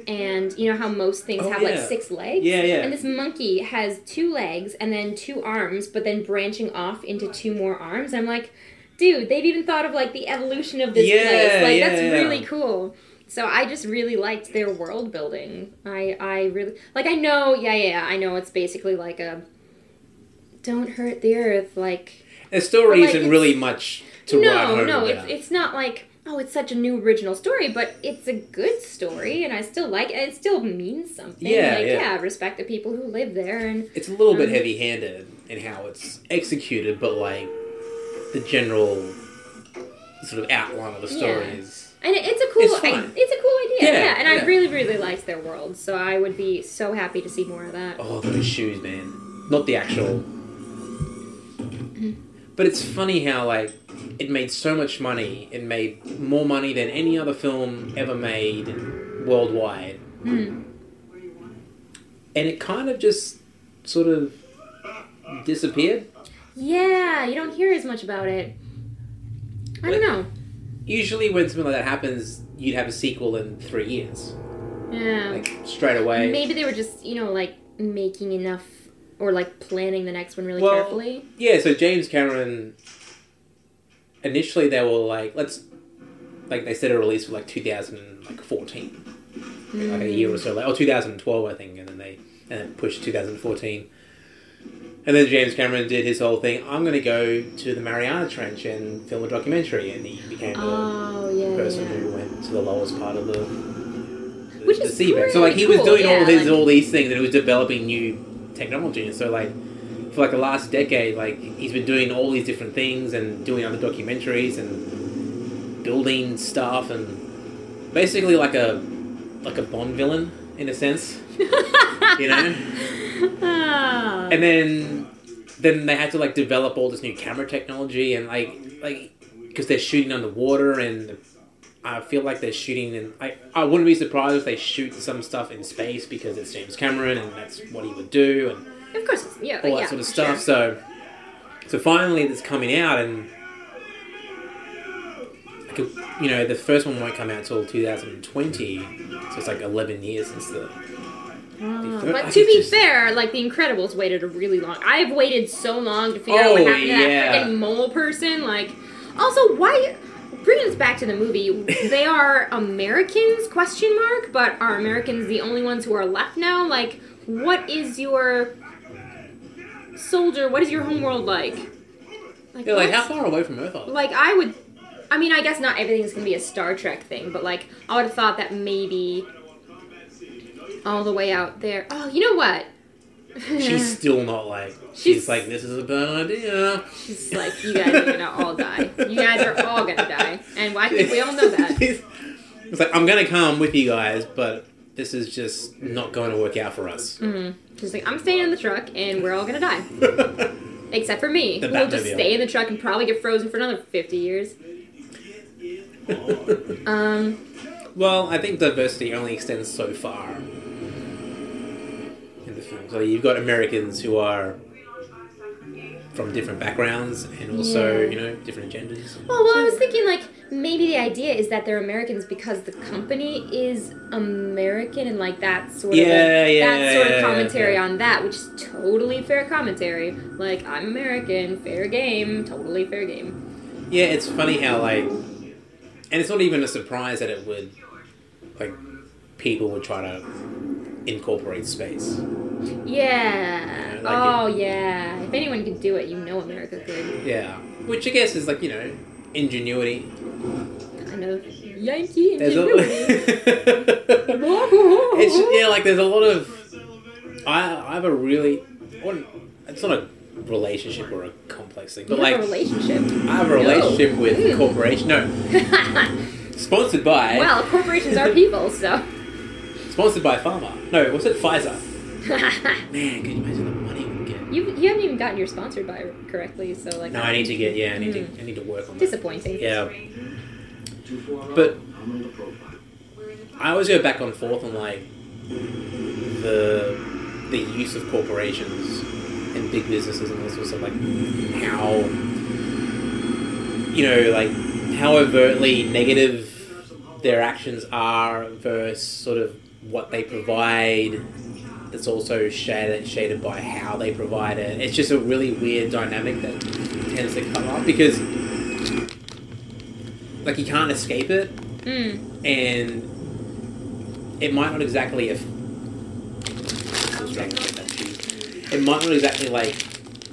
Speaker 3: and you know how most things
Speaker 2: Oh,
Speaker 3: have like
Speaker 2: yeah.
Speaker 3: six legs
Speaker 2: Yeah, yeah.
Speaker 3: and this monkey has two legs and then two arms but then branching off into two more arms i'm like dude they've even thought of like the evolution of this
Speaker 2: Yeah,
Speaker 3: place like
Speaker 2: yeah,
Speaker 3: that's
Speaker 2: yeah.
Speaker 3: really cool so i just really liked their world building i i really like i know yeah yeah yeah, i know it's basically like a don't hurt the earth like
Speaker 2: The story
Speaker 3: like,
Speaker 2: isn't
Speaker 3: it's-
Speaker 2: really much to
Speaker 3: no,
Speaker 2: write home
Speaker 3: no,
Speaker 2: about.
Speaker 3: it's, it's not like oh, it's such a new original story, but it's a good story, and I still like it. It still means something.
Speaker 2: Yeah,
Speaker 3: like,
Speaker 2: yeah.
Speaker 3: Respect the people who live there, and
Speaker 2: It's a little bit
Speaker 3: Um,
Speaker 2: heavy-handed in how it's executed, but like the general sort of outline of the story
Speaker 3: Yeah.
Speaker 2: is.
Speaker 3: and it, it's a cool,
Speaker 2: It's fine.
Speaker 3: I- it's a cool idea.
Speaker 2: Yeah,
Speaker 3: Yeah, and I
Speaker 2: yeah.
Speaker 3: really, really liked their world, so I would be so happy to see more of that.
Speaker 2: Oh, those shoes, man! Not the actual.
Speaker 3: Mm-hmm.
Speaker 2: But it's funny how like it made so much money. It made more money than any other film ever made worldwide,
Speaker 3: Mm.
Speaker 4: Where do you want it?
Speaker 2: and it kind of just sort of disappeared.
Speaker 3: Yeah, you don't hear as much about it. I don't know.
Speaker 2: Usually, when something like that happens, you'd have a sequel in three years,
Speaker 3: Yeah.
Speaker 2: like straight away.
Speaker 3: Maybe they were just, you know, like making enough or like planning the next one really
Speaker 2: Well,
Speaker 3: carefully.
Speaker 2: Yeah, so James Cameron. Initially, they were like, let's, like they said a release for like 2014, like a year or so, like oh, or 2012, I think, and then they and then pushed 2014. And then James Cameron did his whole thing. I'm going to go to the Mariana Trench and film a documentary, and he became the
Speaker 3: Oh yeah,
Speaker 2: person
Speaker 3: yeah.
Speaker 2: who went to the lowest part of the, the,
Speaker 3: Which
Speaker 2: the
Speaker 3: is
Speaker 2: seabed. So like he was
Speaker 3: pretty
Speaker 2: doing
Speaker 3: cool,
Speaker 2: all
Speaker 3: yeah,
Speaker 2: his
Speaker 3: like-
Speaker 2: all these things, and he was developing new technology. And so like for like the last decade, like he's been doing all these different things and doing other documentaries and building stuff and basically like a like a Bond villain in a sense, you know.
Speaker 3: Ah.
Speaker 2: and then then they had to like develop all this new camera technology and like like because they're shooting underwater and I feel like they're shooting and I I wouldn't be surprised if they shoot some stuff in space because it's James Cameron and that's what he would do and
Speaker 3: of course, it's- yeah,
Speaker 2: all
Speaker 3: Oh, yeah,
Speaker 2: that sort of
Speaker 3: sure.
Speaker 2: stuff. So, so finally, it's coming out, and like, you know, the first one won't come out till 2020, so it's like 11 years since the.
Speaker 3: Ah,
Speaker 2: They- I
Speaker 3: but to
Speaker 2: could
Speaker 3: be
Speaker 2: just-
Speaker 3: fair, like The Incredibles waited a really long. I've waited so long to figure out what
Speaker 2: Oh,
Speaker 3: happened to
Speaker 2: yeah.
Speaker 3: that freaking mole person. Like, also why? Bringing us back to the movie, they are Americans? Question mark. But are Americans the only ones who are left now? Like, what is your soldier? What is your homeworld like? Like,
Speaker 2: Yeah, like
Speaker 3: what?
Speaker 2: how far away from Earth are they?
Speaker 3: like I would I mean I guess not everything's gonna be a Star Trek thing, but like I would have thought that maybe all the way out there. Oh, you know what?
Speaker 2: She's still not like. She's,
Speaker 3: She's-
Speaker 2: like, this is a bad idea.
Speaker 3: She's like, you guys are gonna all die. You guys are all gonna die, and I think we all know that.
Speaker 2: it's like I'm gonna come with you guys, but this is just not going to work out for us.
Speaker 3: Mm. She's like, I'm staying in the truck, and we're all gonna die, except for me.
Speaker 2: The
Speaker 3: We'll just
Speaker 2: Batmobile.
Speaker 3: stay in the truck and probably get frozen for another fifty years. Um,
Speaker 2: Well, I think diversity only extends so far in the film. So you've got Americans who are from different backgrounds and also,
Speaker 3: Yeah.
Speaker 2: you know, different genders.
Speaker 3: well, well, I was thinking like maybe the idea is that they're Americans because the company is American, and like that's sort of a-
Speaker 2: Yeah, yeah.
Speaker 3: that sort
Speaker 2: yeah,
Speaker 3: of
Speaker 2: yeah,
Speaker 3: commentary
Speaker 2: yeah.
Speaker 3: on that, which is totally fair commentary. Like, I'm American, fair game, totally fair game.
Speaker 2: Yeah, it's funny how like, and it's not even a surprise that it would, like, people would try to incorporate space.
Speaker 3: Yeah.
Speaker 2: I
Speaker 3: oh,
Speaker 2: like
Speaker 3: yeah. If anyone could do it, you know America could.
Speaker 2: Yeah, which I guess is like you know ingenuity.
Speaker 3: Kind of Yankee
Speaker 2: There's a
Speaker 3: ingenuity.
Speaker 2: it's yeah, like there's a lot of. I I have a really, I wouldn't- it's not a relationship or a complex thing,
Speaker 3: You
Speaker 2: but
Speaker 3: have
Speaker 2: like
Speaker 3: a relationship.
Speaker 2: I have a relationship with
Speaker 3: Mm.
Speaker 2: corporation. No, sponsored by
Speaker 3: well, corporations are people, so.
Speaker 2: sponsored by pharma. No, what's it? Pfizer. Man, could you imagine the money we get?
Speaker 3: you, you haven't even gotten your sponsored by correctly, so like.
Speaker 2: No, I need to get yeah. I need to I need to work on that.
Speaker 3: Disappointing.
Speaker 2: Yeah, But-
Speaker 5: But I'm on the profile.
Speaker 2: I always go back and forth on like the the use of corporations and big businesses and all sorts of like how you know like how overtly negative their actions are versus sort of what they provide. That's also shaded shaded by how they provide it. It's just a really weird dynamic that tends to come up because like you can't escape it
Speaker 3: Mm.
Speaker 2: and it might not exactly if it might not exactly like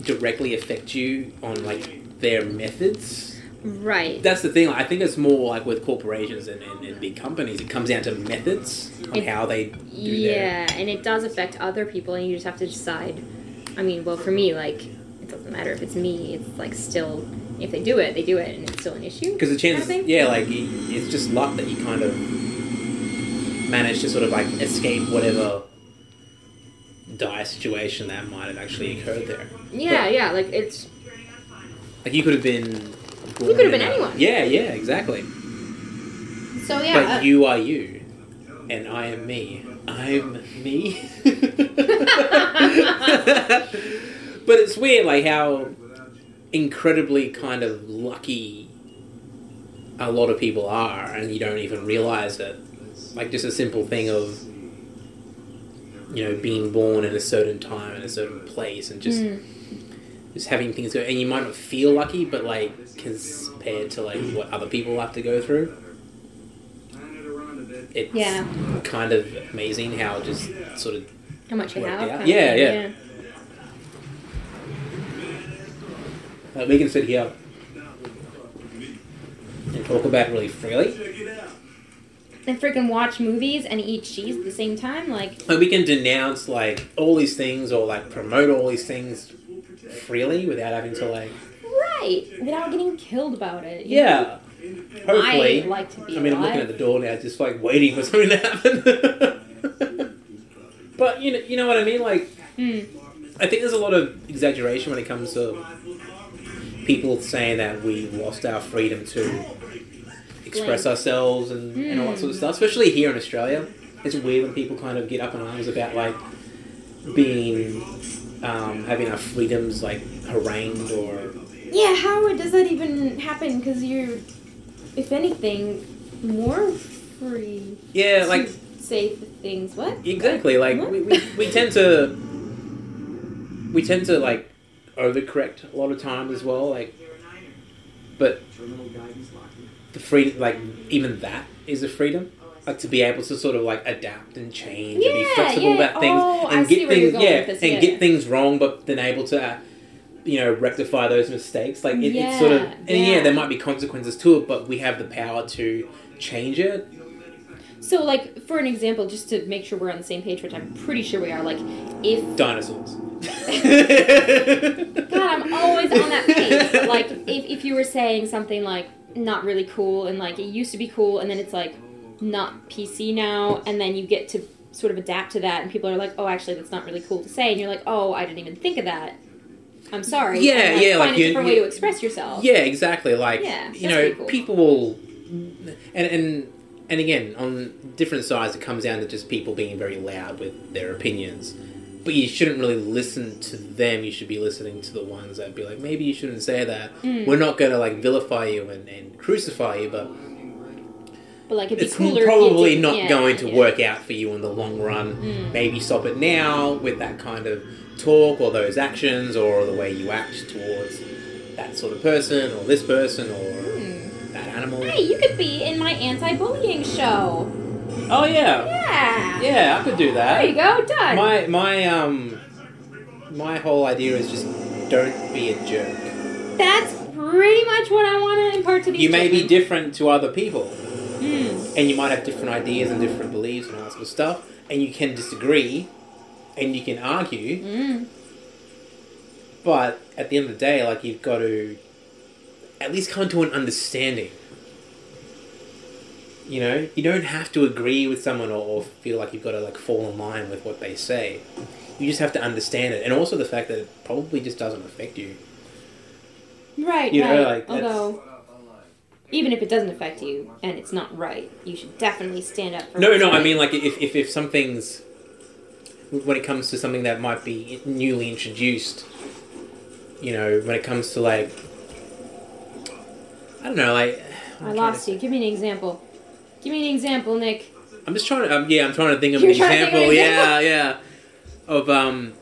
Speaker 2: directly affect you on like their methods
Speaker 3: Right.
Speaker 2: that's the thing i think it's more like with corporations and, and, and big companies it comes down to methods on
Speaker 3: It-
Speaker 2: how they do their
Speaker 3: Yeah, and it does affect other people, and you just have to decide. I mean, well, for me, like, it doesn't matter if it's me. It's like still, if they do it, they do it, and it's still an issue.
Speaker 2: because the chances
Speaker 3: Kind of thing?
Speaker 2: yeah like y- it's just luck that you kind of manage to sort of like escape whatever dire situation that might have actually occurred there
Speaker 3: Yeah, yeah. Like it's
Speaker 2: Like you could have been.
Speaker 3: You could have been anyone.
Speaker 2: Yeah, yeah, exactly.
Speaker 3: so yeah. uh,
Speaker 2: But you are you, and I am me. I'm me. but it's weird, like how incredibly kind of lucky a lot of people are, and you don't even realize it. Like just a simple thing of you know being born in a certain time in a certain place, and just
Speaker 3: Mm.
Speaker 2: just having things go and you might not feel lucky but like compared to like what other people have to go through it's
Speaker 3: Yeah.
Speaker 2: kind of amazing how it just sort of
Speaker 3: how much you
Speaker 2: worked
Speaker 3: have?
Speaker 2: out.
Speaker 3: kind of
Speaker 2: Yeah,
Speaker 3: thing,
Speaker 2: yeah. like, we can sit here and talk about it really freely
Speaker 3: And freaking watch movies and eat cheese at the same time. Like
Speaker 2: like we can denounce like all these things or like promote all these things freely without having to like
Speaker 3: right, without getting killed about it. you know?
Speaker 2: yeah
Speaker 3: I
Speaker 2: hopefully
Speaker 3: like to be.
Speaker 2: I mean, I'm
Speaker 3: alive.
Speaker 2: looking at the door now, just like waiting for something to happen. but you know, you know what I mean. Like,
Speaker 3: Mm.
Speaker 2: I think there's a lot of exaggeration when it comes to people saying that we lost our freedom to express
Speaker 3: Blame.
Speaker 2: ourselves and, and all that sort of stuff. Especially here in Australia, it's weird when people kind of get up in arms about like being um, having our freedoms like harangued or
Speaker 3: Yeah, how does that even happen? Because you're, if anything, more free.
Speaker 2: yeah, like
Speaker 3: to say the things. What?
Speaker 2: Exactly. Like
Speaker 3: What?
Speaker 2: we, we, we tend to we tend to like overcorrect a lot of times as well. Like, but the freedom, like even that is a freedom. Like to be able to sort of like adapt and change and
Speaker 3: Yeah,
Speaker 2: be flexible
Speaker 3: yeah.
Speaker 2: about things
Speaker 3: Oh,
Speaker 2: and
Speaker 3: I
Speaker 2: get
Speaker 3: see where you're
Speaker 2: things
Speaker 3: going
Speaker 2: yeah
Speaker 3: with this,
Speaker 2: and
Speaker 3: yeah.
Speaker 2: get things wrong, but then able to. Uh, you know, rectify those mistakes. Like it, it's sort of,
Speaker 3: Yeah,
Speaker 2: and yeah,
Speaker 3: yeah.
Speaker 2: there might be consequences to it, but we have the power to change it.
Speaker 3: So, like, for an example, just to make sure we're on the same page, which I'm pretty sure we are. Like, if
Speaker 2: Dinosaurs.
Speaker 3: God,
Speaker 2: God,
Speaker 3: I'm always on that page. But, like, if if you were saying something like not really cool and like it used to be cool, and then it's like not PC now, and then you get to sort of adapt to that, and people are like, oh, actually, that's not really cool to say, and you're like, oh, I didn't even think of that. I'm sorry.
Speaker 2: Yeah,
Speaker 3: And,
Speaker 2: yeah,
Speaker 3: Find
Speaker 2: like,
Speaker 3: a
Speaker 2: you-
Speaker 3: different
Speaker 2: you-
Speaker 3: way to express yourself.
Speaker 2: Yeah, exactly. Like
Speaker 3: Yeah,
Speaker 2: you
Speaker 3: that's
Speaker 2: know,
Speaker 3: pretty cool.
Speaker 2: people will, and and and again, on different sides, it comes down to just people being very loud with their opinions. But you shouldn't really listen to them. You should be listening to the ones that be like, maybe you shouldn't say that.
Speaker 3: Hmm.
Speaker 2: We're not going to like vilify you and, and crucify you, but
Speaker 3: But like, it'd be
Speaker 2: it's
Speaker 3: cooler. if you
Speaker 2: probably
Speaker 3: didn't-
Speaker 2: not
Speaker 3: yeah,
Speaker 2: going to
Speaker 3: yeah. Mm.
Speaker 2: work out for you in the long run. Maybe stop it now with that kind of talk or those actions or the way you act towards that sort of person or this
Speaker 3: Hmm.
Speaker 2: person or that animal.
Speaker 3: Hey, you could be in my anti-bullying show.
Speaker 2: Oh yeah,
Speaker 3: Yeah.
Speaker 2: yeah, I could do that.
Speaker 3: There you go. Done.
Speaker 2: My my um my whole idea is just don't be a jerk.
Speaker 3: That's pretty much what I want to impart to these.
Speaker 2: You may be
Speaker 3: gentlemen.
Speaker 2: different to other people,
Speaker 3: Mm.
Speaker 2: and you might have different ideas and different beliefs and all that sort of stuff, and you can disagree, and you can argue,
Speaker 3: Mm.
Speaker 2: but at the end of the day, like you've got to at least come to an understanding. You know, you don't have to agree with someone or, or feel like you've got to like fall in line with what they say. You just have to understand it, and also the fact that it probably just doesn't affect you.
Speaker 3: Right.
Speaker 2: You know,
Speaker 3: right.
Speaker 2: like, that's-
Speaker 3: Although, even if it doesn't affect you and it's not right, you should definitely stand up for.
Speaker 2: No,
Speaker 3: what's
Speaker 2: no, I
Speaker 3: right.
Speaker 2: mean like if, if, if something's when it comes to something that might be newly introduced, you know, when it comes to like I don't know, like
Speaker 3: I lost you. Give me an example. Give me an example, Nick.
Speaker 2: I'm just trying to um, yeah, I'm trying to think of
Speaker 3: You're
Speaker 2: an
Speaker 3: trying to think of
Speaker 2: example.
Speaker 3: an
Speaker 2: yeah, yeah. Of um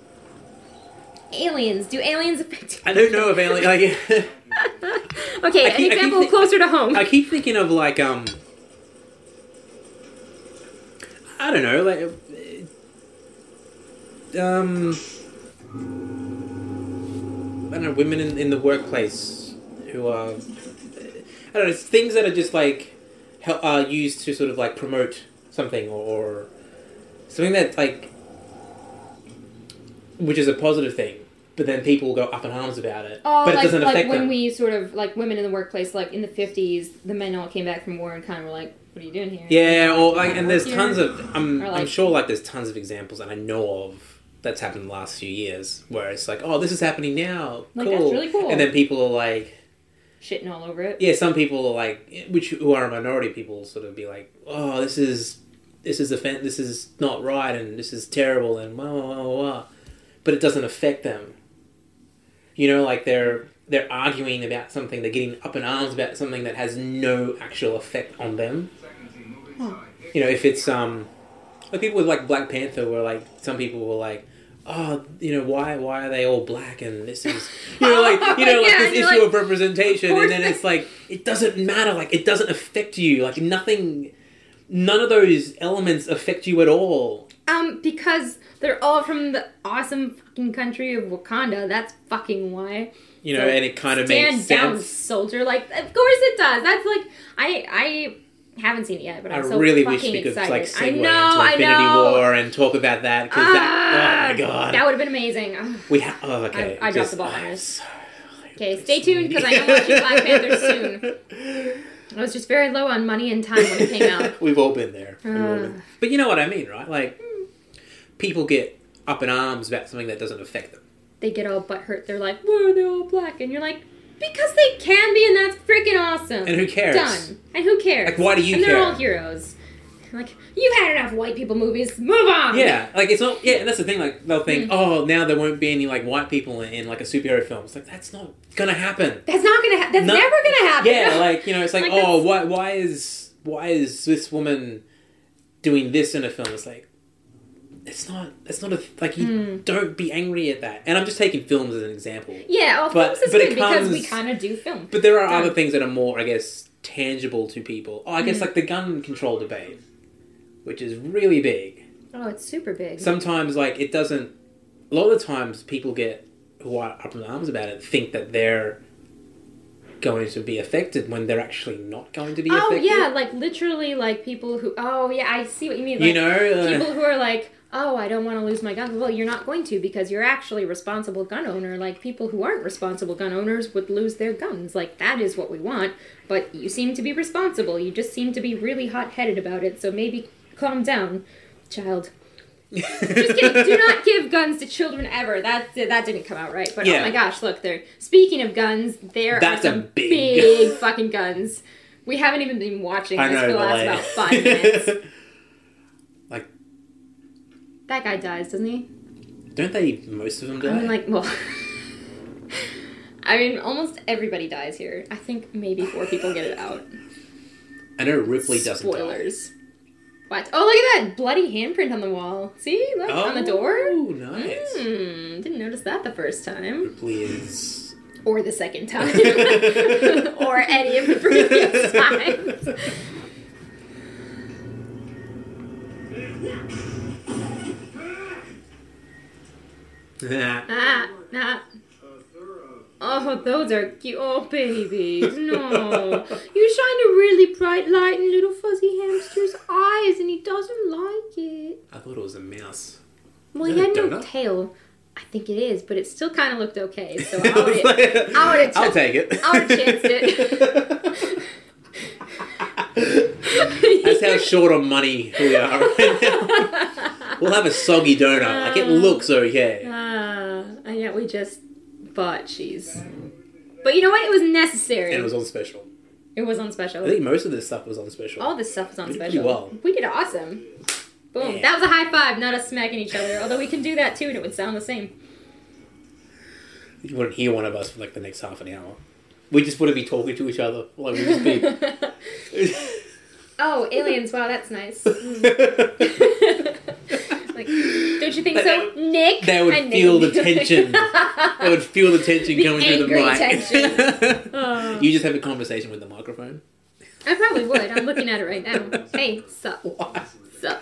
Speaker 3: Aliens. Do aliens affect?
Speaker 2: I don't know of alien like
Speaker 3: okay,
Speaker 2: I keep- I keep
Speaker 3: an example
Speaker 2: thi-
Speaker 3: closer to home.
Speaker 2: I keep thinking of like um I don't know, like uh, um I don't know, women in, in the workplace who are I don't know, it's things that are just like hel- are used to sort of like promote something or, or something that like which is a positive thing, but then people go up in arms about it.
Speaker 3: Oh,
Speaker 2: but it
Speaker 3: like,
Speaker 2: doesn't
Speaker 3: like
Speaker 2: affect
Speaker 3: when
Speaker 2: them.
Speaker 3: we sort of like women in the workplace, like in the fifties, the men all came back from war and kind of were like, "What are you doing here?"
Speaker 2: Yeah, or like,
Speaker 3: Yeah.
Speaker 2: and there's tons of I'm
Speaker 3: Or,
Speaker 2: I'm
Speaker 3: like-
Speaker 2: sure like there's tons of examples that I know of that's happened in the last few years where it's like, oh, this is happening now, cool,
Speaker 3: Like, that's really cool.
Speaker 2: and then people are like,
Speaker 3: shitting all over it.
Speaker 2: yeah, some people are like, which who are a minority, people sort of be like, oh, this is this is offend, this is not right, and this is terrible, and blah blah blah blah, blah, but it doesn't affect them. You know, like they're they're arguing about something, they're getting up in arms about something that has no actual effect on them you know, if it's um, like people with like Black Panther were like some people were like, oh, you know, why why are they all black and this is you know like you know like
Speaker 3: Yeah,
Speaker 2: this
Speaker 3: and you're
Speaker 2: issue
Speaker 3: like,
Speaker 2: of representation,
Speaker 3: "Of
Speaker 2: and then
Speaker 3: course
Speaker 2: it's like it doesn't matter, like it doesn't affect you, like nothing, none of those elements affect you at all.
Speaker 3: Um, because they're all from the awesome fucking country of Wakanda. That's fucking why.
Speaker 2: You know,
Speaker 3: So
Speaker 2: and it kind of
Speaker 3: Stand
Speaker 2: makes
Speaker 3: down,
Speaker 2: sense.
Speaker 3: soldier. Like, of course it does. That's like, I I haven't seen it yet, but
Speaker 2: I
Speaker 3: I'm so
Speaker 2: really
Speaker 3: fucking
Speaker 2: wish we could
Speaker 3: excited.
Speaker 2: like
Speaker 3: I
Speaker 2: segue
Speaker 3: know,
Speaker 2: into Infinity
Speaker 3: I know.
Speaker 2: War and talk about that because
Speaker 3: Ah,
Speaker 2: that oh my god
Speaker 3: that would have been amazing. Ugh.
Speaker 2: we ha- oh okay
Speaker 3: I- I dropped
Speaker 2: just-
Speaker 3: the ball on
Speaker 2: I'm
Speaker 3: this.
Speaker 2: so-
Speaker 3: Okay, stay tuned because I'm watching Black Panther soon. I was just very low on money and time when it came out. Uh.
Speaker 2: We've all been there. We've all
Speaker 3: Ugh.
Speaker 2: been. But you know what I mean, right? Like, people get up in arms about something that doesn't affect them.
Speaker 3: they get all butt hurt. They're like, "Why are they all black?" And you're like, "Because they can be, and that's freaking awesome."
Speaker 2: And who cares?
Speaker 3: Done. And who cares?
Speaker 2: Like, why do you
Speaker 3: And
Speaker 2: care?
Speaker 3: they're all heroes. Like, you've had enough white people movies. Move on.
Speaker 2: Yeah, like it's not. Yeah, and that's the thing. Like they'll
Speaker 3: Mm.
Speaker 2: think, oh, now there won't be any like white people in, in like a superhero film. It's like that's not gonna happen.
Speaker 3: That's not gonna. Ha- that's
Speaker 2: No-
Speaker 3: never gonna happen.
Speaker 2: Yeah, like you know, it's like,
Speaker 3: Like,
Speaker 2: oh, why, why is why is this woman doing this in a film? It's like it's not. It's not a like. You
Speaker 3: Mm.
Speaker 2: don't be angry at that. And I'm just taking films as an example.
Speaker 3: yeah. Well,
Speaker 2: But-
Speaker 3: films is
Speaker 2: but it
Speaker 3: good because we
Speaker 2: comes-
Speaker 3: kind of do film.
Speaker 2: But there are
Speaker 3: Done.
Speaker 2: other things that are more, I guess, tangible to people. Oh, I
Speaker 3: Mm.
Speaker 2: guess like the gun control debate, which is really big.
Speaker 3: Oh, it's super big.
Speaker 2: Sometimes, like, it doesn't. A lot of the times, people get who are up in arms about it think that they're going to be affected when they're actually not going to be
Speaker 3: oh
Speaker 2: affected.
Speaker 3: yeah, like literally, like people who. Oh yeah, I see what you mean. Like,
Speaker 2: you know, uh,
Speaker 3: people who are like oh i don't want to lose my gun well you're not going to because you're actually a responsible gun owner like people who aren't responsible gun owners would lose their guns like that is what we want but you seem to be responsible you just seem to be really hot-headed about it so maybe calm down child just kidding do not give guns to children ever that that didn't come out right but
Speaker 2: Yeah.
Speaker 3: oh my gosh look they're speaking of guns there
Speaker 2: That's a
Speaker 3: are some
Speaker 2: big-
Speaker 3: big fucking guns we haven't even been watching
Speaker 2: I
Speaker 3: this for
Speaker 2: know,
Speaker 3: the
Speaker 2: but
Speaker 3: last
Speaker 2: like-
Speaker 3: about five minutes
Speaker 2: like,
Speaker 3: that guy dies doesn't he
Speaker 2: don't they? Most of them die.
Speaker 3: I mean, like, well, I mean, almost everybody dies here. I think maybe four people get it out.
Speaker 2: I know Ripley doesn't. die.
Speaker 3: Spoilers. What? Oh, look at that bloody handprint on the wall. See, look on the door.
Speaker 2: Oh, nice.
Speaker 3: Hmm, didn't notice that the first time,
Speaker 2: Ripley is.
Speaker 3: or the second time, or any of the previous times.
Speaker 2: Nah.
Speaker 3: Ah, ah. Oh, those are cute. Oh, babies. No. you shine a really bright light in little fuzzy hamster's eyes, and he doesn't like it.
Speaker 2: I thought it was a mouse.
Speaker 3: Well,
Speaker 2: Is
Speaker 3: he
Speaker 2: that
Speaker 3: had
Speaker 2: a
Speaker 3: no
Speaker 2: donut?
Speaker 3: tail. I think it is, but it still kind of looked okay. So I would, I would've
Speaker 2: I'll
Speaker 3: ch-
Speaker 2: take it.
Speaker 3: I would've chanced
Speaker 2: That's how short on money we are right now. We'll have a soggy donut. Like it looks okay.
Speaker 3: Ah, and yet we just bought cheese. But you know what? It was necessary.
Speaker 2: And it was on special.
Speaker 3: It was on
Speaker 2: I
Speaker 3: special.
Speaker 2: think most of this stuff was on special.
Speaker 3: All this stuff was on
Speaker 2: We did
Speaker 3: special.
Speaker 2: pretty well.
Speaker 3: We did awesome. Boom.
Speaker 2: Yeah.
Speaker 3: That was a high five, not us smacking each other. Although we can do that too, and it would sound the same.
Speaker 2: You wouldn't hear one of us for like the next half an hour. We just wouldn't be talking to each other. Like we'd just be.
Speaker 3: oh, aliens! Wow, that's nice. like, don't you think
Speaker 2: But
Speaker 3: so,
Speaker 2: that
Speaker 3: Nick?
Speaker 2: that would
Speaker 3: I named
Speaker 2: feel the
Speaker 3: you.
Speaker 2: tension. I would feel the tension
Speaker 3: The
Speaker 2: going through the
Speaker 3: angry
Speaker 2: mic.
Speaker 3: tension. Oh.
Speaker 2: You just have a conversation with the microphone.
Speaker 3: I probably would. I'm looking at it right now. Hey, sup?
Speaker 2: Why?
Speaker 3: Sup?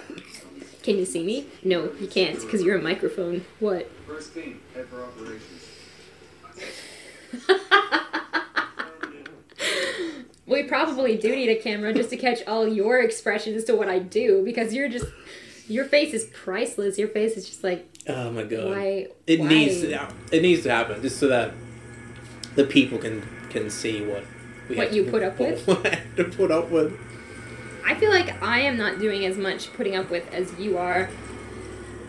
Speaker 3: Can you see me? No, you can't, because you're a microphone. What?
Speaker 5: First team, head for operations.
Speaker 3: We probably do need a camera just to catch all your expressions to what I do, because you're just. Your face is priceless. Your face is just like,
Speaker 2: Oh my god.
Speaker 3: why?
Speaker 2: It
Speaker 3: why?
Speaker 2: needs to, yeah, it needs to happen just so that the people can can see what we
Speaker 3: What
Speaker 2: have
Speaker 3: you
Speaker 2: to
Speaker 3: put up with?
Speaker 2: What I have to put up with.
Speaker 3: I feel like I am not doing as much putting up with as you are.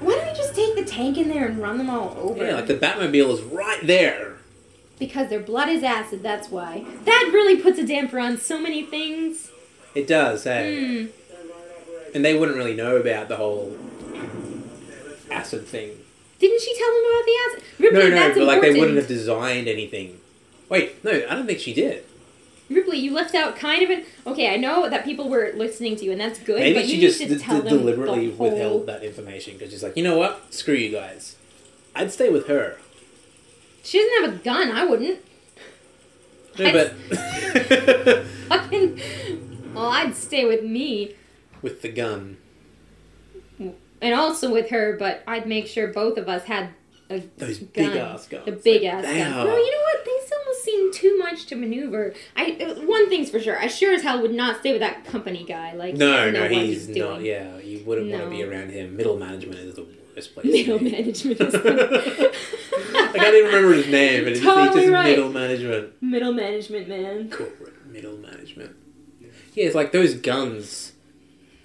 Speaker 3: Why don't we just take the tank in there and run them all over?
Speaker 2: Yeah, like the Batmobile is right there.
Speaker 3: because their blood is acid, that's why. That really puts a damper on so many things.
Speaker 2: It does, hey.
Speaker 3: Hmm.
Speaker 2: And they wouldn't really know about the whole acid thing.
Speaker 3: Didn't she tell them about the acid?
Speaker 2: No,
Speaker 3: Ripley,
Speaker 2: no,
Speaker 3: that's
Speaker 2: but like they
Speaker 3: important.
Speaker 2: wouldn't have designed anything. Wait, no, I don't think she did.
Speaker 3: Ripley, you left out kind of an. Okay, I know that people were listening to you, and that's good.
Speaker 2: Maybe
Speaker 3: but
Speaker 2: she
Speaker 3: you
Speaker 2: just
Speaker 3: need
Speaker 2: d-
Speaker 3: to
Speaker 2: d-
Speaker 3: tell them
Speaker 2: deliberately
Speaker 3: the whole...
Speaker 2: withheld that information because she's like, you know what? Screw you guys. I'd stay with her.
Speaker 3: She doesn't have a gun. I wouldn't.
Speaker 2: No, but
Speaker 3: Fucking. Well, I'd stay with me,
Speaker 2: with the gun.
Speaker 3: and also with her, but I'd make sure both of us had a
Speaker 2: Those
Speaker 3: gun.
Speaker 2: big ass guns.
Speaker 3: The big ass
Speaker 2: They
Speaker 3: gun.
Speaker 2: are-
Speaker 3: No, you know what? They almost seem too much to maneuver. I uh, one thing's for sure. I sure as hell would not stay with that company guy. Like
Speaker 2: No,
Speaker 3: I know
Speaker 2: no,
Speaker 3: what
Speaker 2: he's
Speaker 3: doing.
Speaker 2: not. Yeah, you wouldn't want to be
Speaker 3: No.
Speaker 2: around him. Middle management is the worst place. to be.
Speaker 3: Middle management. Is
Speaker 2: I can't even remember his name, but it's just, it's
Speaker 3: Totally
Speaker 2: just
Speaker 3: right.
Speaker 2: middle management.
Speaker 3: Middle management, man.
Speaker 2: Corporate middle management. Yeah, it's like those guns.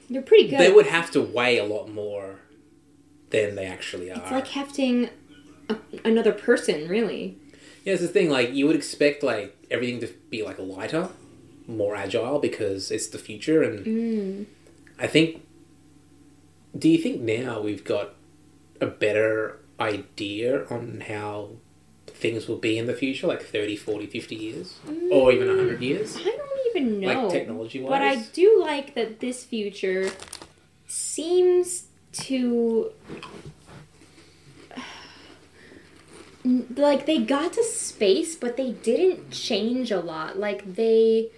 Speaker 3: They're pretty good.
Speaker 2: They would have to weigh a lot more than they actually are.
Speaker 3: It's like hefting a, another person, really.
Speaker 2: Yeah, it's the thing. Like you would expect, like everything to be like lighter, more agile because it's the future, and
Speaker 3: Mm.
Speaker 2: I think. Do you think now we've got a better idea on how things will be in the future, like 30, 40, 50 years, or even 100 years?
Speaker 3: I don't even know.
Speaker 2: Like technology wise?
Speaker 3: but I do like that this future seems to. Like they got to space, but they didn't change a lot. Like they,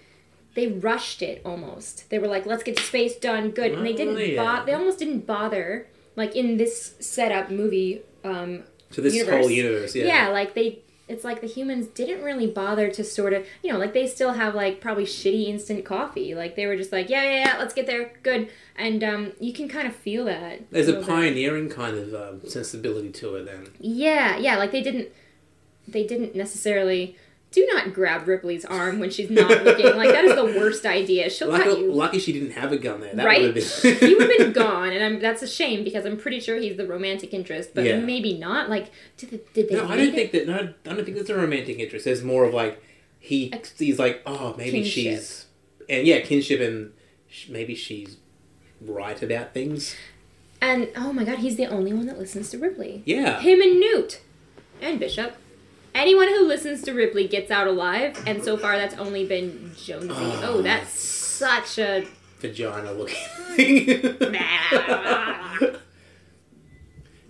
Speaker 3: they rushed it almost. They were like, "Let's get to space done, good," and they didn't.
Speaker 2: Oh,
Speaker 3: bother.
Speaker 2: yeah.
Speaker 3: they almost didn't bother. Like in this setup movie, um,
Speaker 2: So this
Speaker 3: universe.
Speaker 2: whole universe, yeah.
Speaker 3: yeah. like they it's like the humans didn't really bother to sort of you know like they still have like probably shitty instant coffee like they were just like yeah yeah yeah let's get there good and um you can kind of feel that
Speaker 2: There's a
Speaker 3: little bit.
Speaker 2: pioneering kind of um, sensibility to it. Then
Speaker 3: yeah yeah like they didn't they didn't necessarily do not grab Ripley's arm when she's not looking like that is the worst idea she'll
Speaker 2: lucky,
Speaker 3: cut you
Speaker 2: lucky she didn't have a gun there. That
Speaker 3: Right?
Speaker 2: would have been.
Speaker 3: he would have been gone and I'm, that's a shame because I'm pretty sure he's the romantic interest but
Speaker 2: Yeah.
Speaker 3: maybe not like did, the, did they
Speaker 2: No, I
Speaker 3: make
Speaker 2: don't
Speaker 3: it?
Speaker 2: think that. No, I don't think that's a romantic interest. There's more of like he. He's like, oh, maybe
Speaker 3: Kinship.
Speaker 2: she's, and yeah, kinship, and sh- maybe she's right about things.
Speaker 3: And oh my god, he's the only one that listens to Ripley.
Speaker 2: Yeah,
Speaker 3: Him and Newt. And Bishop. Anyone who listens to Ripley gets out alive, and so far that's only been Jonesy.
Speaker 2: Oh.
Speaker 3: Oh, that's such a.
Speaker 2: vagina looking thing.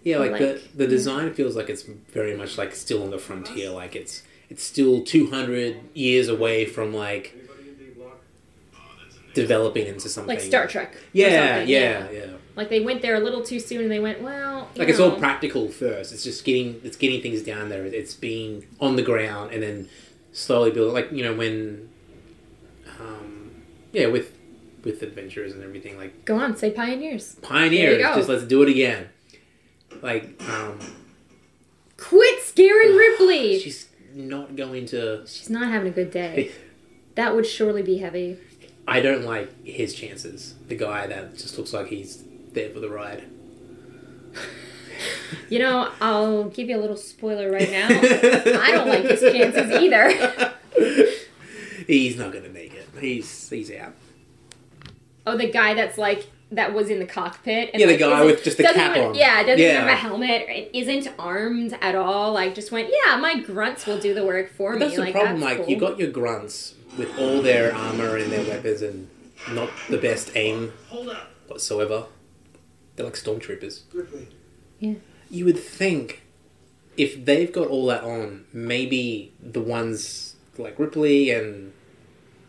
Speaker 2: yeah, like, the
Speaker 3: Like- hmm.
Speaker 2: the design feels like it's very much like still on the frontier. Like it's it's still two hundred years away from like
Speaker 5: Anybody in the block?
Speaker 2: Oh, developing into something
Speaker 3: like Star Trek. or
Speaker 2: Yeah,
Speaker 3: something,
Speaker 2: yeah, yeah,
Speaker 3: Like they went there a little too soon, and they went well. you
Speaker 2: Like it's all
Speaker 3: know.
Speaker 2: practical first. It's just getting it's getting things down there. It's being on the ground and then slowly building. Like you know when, um, yeah, with with adventures and everything. Like
Speaker 3: Go on, say pioneers.
Speaker 2: pioneers,
Speaker 3: go.
Speaker 2: just let's do it again. Like um,
Speaker 3: Quit scaring Ripley. she's,
Speaker 2: she's not going to.
Speaker 3: not having a good day. that would surely be heavy.
Speaker 2: I don't like his chances. The guy that just looks like he's there for the ride.
Speaker 3: You know, I'll give you a little spoiler right now. I don't like his chances either.
Speaker 2: he's not gonna make it. He's he's out.
Speaker 3: oh, the guy that's like that was in the cockpit. And
Speaker 2: Yeah, the
Speaker 3: like,
Speaker 2: guy
Speaker 3: isn't-
Speaker 2: with just the
Speaker 3: doesn't
Speaker 2: cap
Speaker 3: even,
Speaker 2: on.
Speaker 3: Yeah, doesn't
Speaker 2: Yeah.
Speaker 3: have a helmet. and Isn't armed at all. Like just went. Yeah, my grunts will do the work for
Speaker 2: But
Speaker 3: me.
Speaker 2: that's the
Speaker 3: like,
Speaker 2: problem.
Speaker 3: that's
Speaker 2: Like
Speaker 3: cool.
Speaker 2: you got your grunts with all their armor and their weapons and not the best aim
Speaker 5: Hold up.
Speaker 2: whatsoever. They're like stormtroopers.
Speaker 5: Ripley.
Speaker 2: You would think if they've got all that on, maybe the ones like Ripley and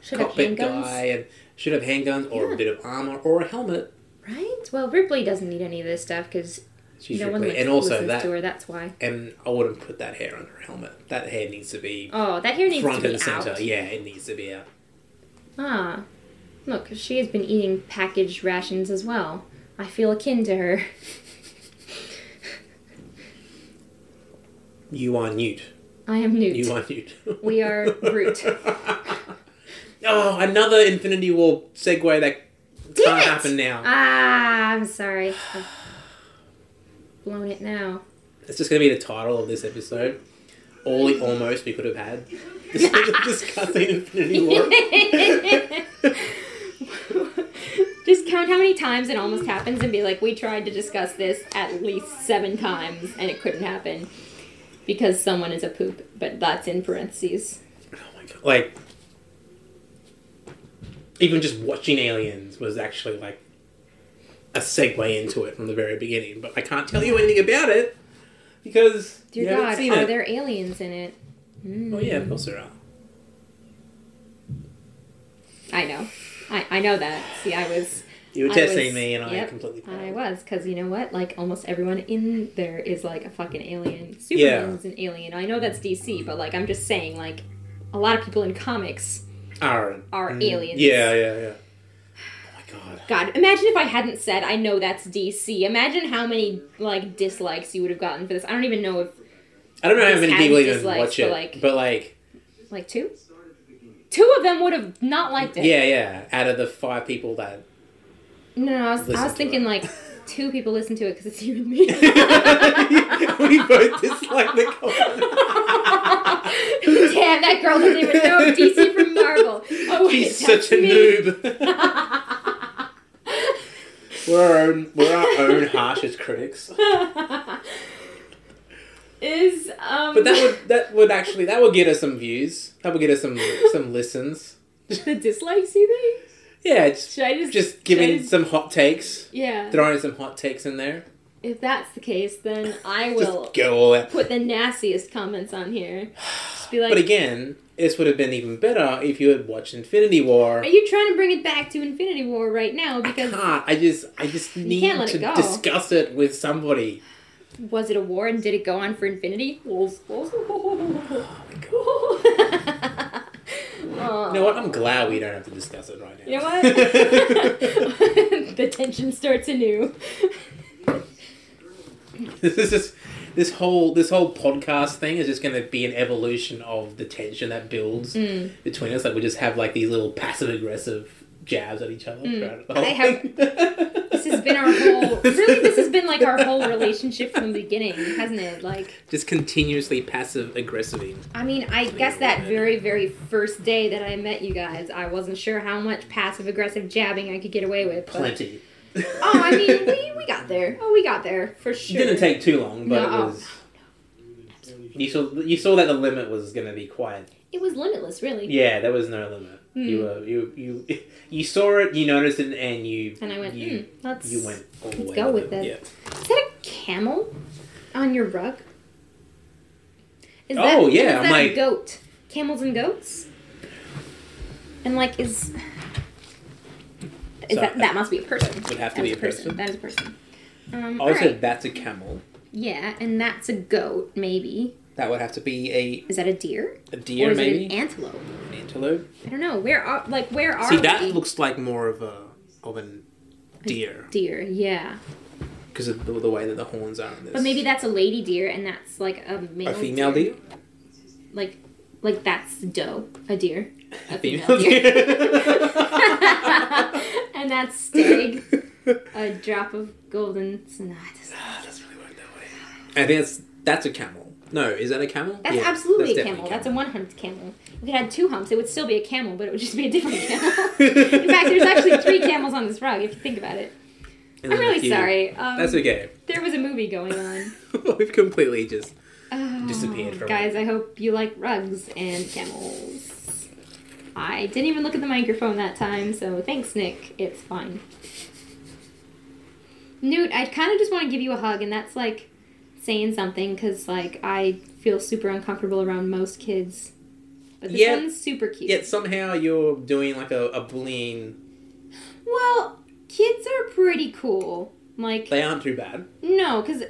Speaker 3: should have
Speaker 2: cockpit
Speaker 3: handguns,
Speaker 2: guy and should have handguns or
Speaker 3: Yeah.
Speaker 2: a bit of armor or a helmet.
Speaker 3: right? Well, Ripley doesn't need any of this stuff because
Speaker 2: She's
Speaker 3: no one
Speaker 2: Ripley,
Speaker 3: listens,
Speaker 2: and also
Speaker 3: listens
Speaker 2: that.
Speaker 3: to her. That's why.
Speaker 2: And I wouldn't put that hair on her helmet. That hair needs to be
Speaker 3: Oh, that hair needs
Speaker 2: front
Speaker 3: to be
Speaker 2: and center.
Speaker 3: out.
Speaker 2: Yeah, it needs to be out.
Speaker 3: Ah, look, she has been eating packaged rations as well. I feel akin to her.
Speaker 2: You are Newt.
Speaker 3: I am Newt.
Speaker 2: You are Newt.
Speaker 3: We are Groot.
Speaker 2: oh, another Infinity War segue that
Speaker 3: Damn
Speaker 2: can't
Speaker 3: it!
Speaker 2: happen now.
Speaker 3: Ah, I'm sorry. I've blown it now.
Speaker 2: It's just going to be the title of this episode. All the almost we could have had. Just discussing Infinity War. Oh
Speaker 3: Just count how many times it almost happens and be like, we tried to discuss this at least seven times and it couldn't happen because someone is a poop, but that's in parentheses.
Speaker 2: Oh my god! Like, even just watching Aliens was actually like a segue into it from the very beginning. But I can't tell you anything about it because
Speaker 3: Dear
Speaker 2: you haven't
Speaker 3: God,
Speaker 2: seen
Speaker 3: are
Speaker 2: it.
Speaker 3: there aliens in it? Mm.
Speaker 2: Oh yeah, of course there are.
Speaker 3: I know. I, I know that. See, I was.
Speaker 2: You were
Speaker 3: I
Speaker 2: testing
Speaker 3: was-
Speaker 2: me, and I
Speaker 3: yep,
Speaker 2: completely.
Speaker 3: I was, because you know what? Like, almost everyone in there is like a fucking alien.
Speaker 2: Yeah.
Speaker 3: Superman's an alien. I know that's DC, but like, I'm just saying, like, a lot of people in comics
Speaker 2: Aaron.
Speaker 3: are
Speaker 2: Mm.
Speaker 3: aliens.
Speaker 2: Yeah, yeah, yeah. Oh my god.
Speaker 3: God, imagine if I hadn't said, I know that's DC. Imagine how many, like, dislikes you would have gotten for this. I don't even know if,
Speaker 2: I don't know how
Speaker 3: Just
Speaker 2: many
Speaker 3: had
Speaker 2: people even
Speaker 3: dislikes
Speaker 2: watch
Speaker 3: for,
Speaker 2: it,
Speaker 3: like-
Speaker 2: but like,
Speaker 3: like, two?
Speaker 5: Start at the beginning.
Speaker 3: Two of them would have not liked it.
Speaker 2: yeah, yeah. Out of the five people that
Speaker 3: No, no, I was, I
Speaker 2: Listen
Speaker 3: was
Speaker 2: to
Speaker 3: thinking,
Speaker 2: it.
Speaker 3: like, two people listen to it because it's you and me.
Speaker 2: we both dislike the comment.
Speaker 3: Damn, that girl doesn't even know DC from Marvel. Oh, wait,
Speaker 2: She's such a
Speaker 3: that's me.
Speaker 2: noob. we're our own, we're our own harshest critics.
Speaker 3: Is um.
Speaker 2: But that would that would actually that would get us some views. That would get us some some listens.
Speaker 3: the dislikes you think?
Speaker 2: Yeah, just,
Speaker 3: Should I just
Speaker 2: just giving
Speaker 3: should I just-
Speaker 2: some hot takes.
Speaker 3: yeah.
Speaker 2: Throwing some hot takes in there.
Speaker 3: If that's the case, then I will
Speaker 2: Just go all out.
Speaker 3: put the nastiest comments on here. Just be like,
Speaker 2: But again, this would have been even better if you had watched Infinity War.
Speaker 3: are you trying to bring it back to Infinity War right now?
Speaker 2: I
Speaker 3: Because
Speaker 2: can't. I just I just
Speaker 3: can't
Speaker 2: need
Speaker 3: let it
Speaker 2: to
Speaker 3: go.
Speaker 2: discuss it with somebody.
Speaker 3: was it a war and did it go on for infinity?
Speaker 2: Oh You know what? I'm glad we don't have to discuss it right now.
Speaker 3: You know what? the tension starts anew.
Speaker 2: this is just this whole this whole podcast thing is just going to be an evolution of the tension that
Speaker 3: Mm.
Speaker 2: builds between us. Like we just have like these little passive aggressive jabs at each other. throughout the whole
Speaker 3: I Mm. have-
Speaker 2: thing.
Speaker 3: This has been our whole. Really, this has been like our whole relationship from the beginning, hasn't it? Like,
Speaker 2: just continuously passive aggressiving.
Speaker 3: I mean, I guess that very, very first day that I met you guys, I wasn't sure how much passive aggressive jabbing I could get away with. but-
Speaker 2: Plenty.
Speaker 3: Oh, I mean, we, we got there. Oh, we got there for sure.
Speaker 2: didn't take too long, but
Speaker 3: No.
Speaker 2: it was. You saw you saw that the limit was going to be quite
Speaker 3: It was limitless, really.
Speaker 2: Yeah, there was no limit.
Speaker 3: Hmm.
Speaker 2: You were you you you saw it, you noticed it, and you
Speaker 3: And I went,
Speaker 2: you,
Speaker 3: mm, let's.
Speaker 2: you went all the
Speaker 3: let's
Speaker 2: way
Speaker 3: go
Speaker 2: with
Speaker 3: with it. Is that a camel on your rug? Is
Speaker 2: Oh, yeah,
Speaker 3: Is
Speaker 2: I'm
Speaker 3: that a
Speaker 2: like-
Speaker 3: goat? Camels and goats. And like, is Is
Speaker 2: So-
Speaker 3: that, that must be a person.
Speaker 2: Would have to
Speaker 3: That's
Speaker 2: be a person.
Speaker 3: That is a person. Um,
Speaker 2: I would say
Speaker 3: alright.
Speaker 2: that's a camel.
Speaker 3: Yeah, and that's a goat, maybe.
Speaker 2: That would have to be a,
Speaker 3: Is that a deer?
Speaker 2: a
Speaker 3: or
Speaker 2: deer,
Speaker 3: is
Speaker 2: maybe
Speaker 3: it an antelope?
Speaker 2: an antelope.
Speaker 3: I don't know. Where are like where are
Speaker 2: See,
Speaker 3: we?
Speaker 2: that looks like more of a of an deer
Speaker 3: deer. Yeah,
Speaker 2: because of the, the way that the horns are. In this.
Speaker 3: but maybe that's a lady deer, and that's like a male.
Speaker 2: a female deer,
Speaker 3: Like, like that's doe, a deer, a
Speaker 2: female
Speaker 3: female deer,
Speaker 2: deer.
Speaker 3: and that's stag, a drop of golden. So, nah, it doesn't-
Speaker 2: Ah, it doesn't really work that way. I think that's that's a camel. No, is that a camel?
Speaker 3: That's
Speaker 2: Yeah,
Speaker 3: absolutely a camel.
Speaker 2: definitely
Speaker 3: That's a one humped camel. If it had two humps, it would still be a camel, but it would just be a different camel. In fact, there's actually three camels on this rug. If you think about it,
Speaker 2: And then
Speaker 3: I'm
Speaker 2: a
Speaker 3: really
Speaker 2: few-
Speaker 3: sorry. Um,
Speaker 2: That's okay.
Speaker 3: There was a movie going on.
Speaker 2: We've completely just
Speaker 3: Oh,
Speaker 2: Disappeared from
Speaker 3: guys, I hope you like rugs and camels. I didn't even look at the microphone that time, so thanks, Nick. It's fine. Newt, I kind of just want to give you a hug, and that's like saying something because like I feel super uncomfortable around most kids. But this
Speaker 2: Yeah.
Speaker 3: one's super cute.
Speaker 2: yet somehow you're doing like a, a bullying.
Speaker 3: Well, kids are pretty cool. Like
Speaker 2: They aren't too bad.
Speaker 3: no, uh, because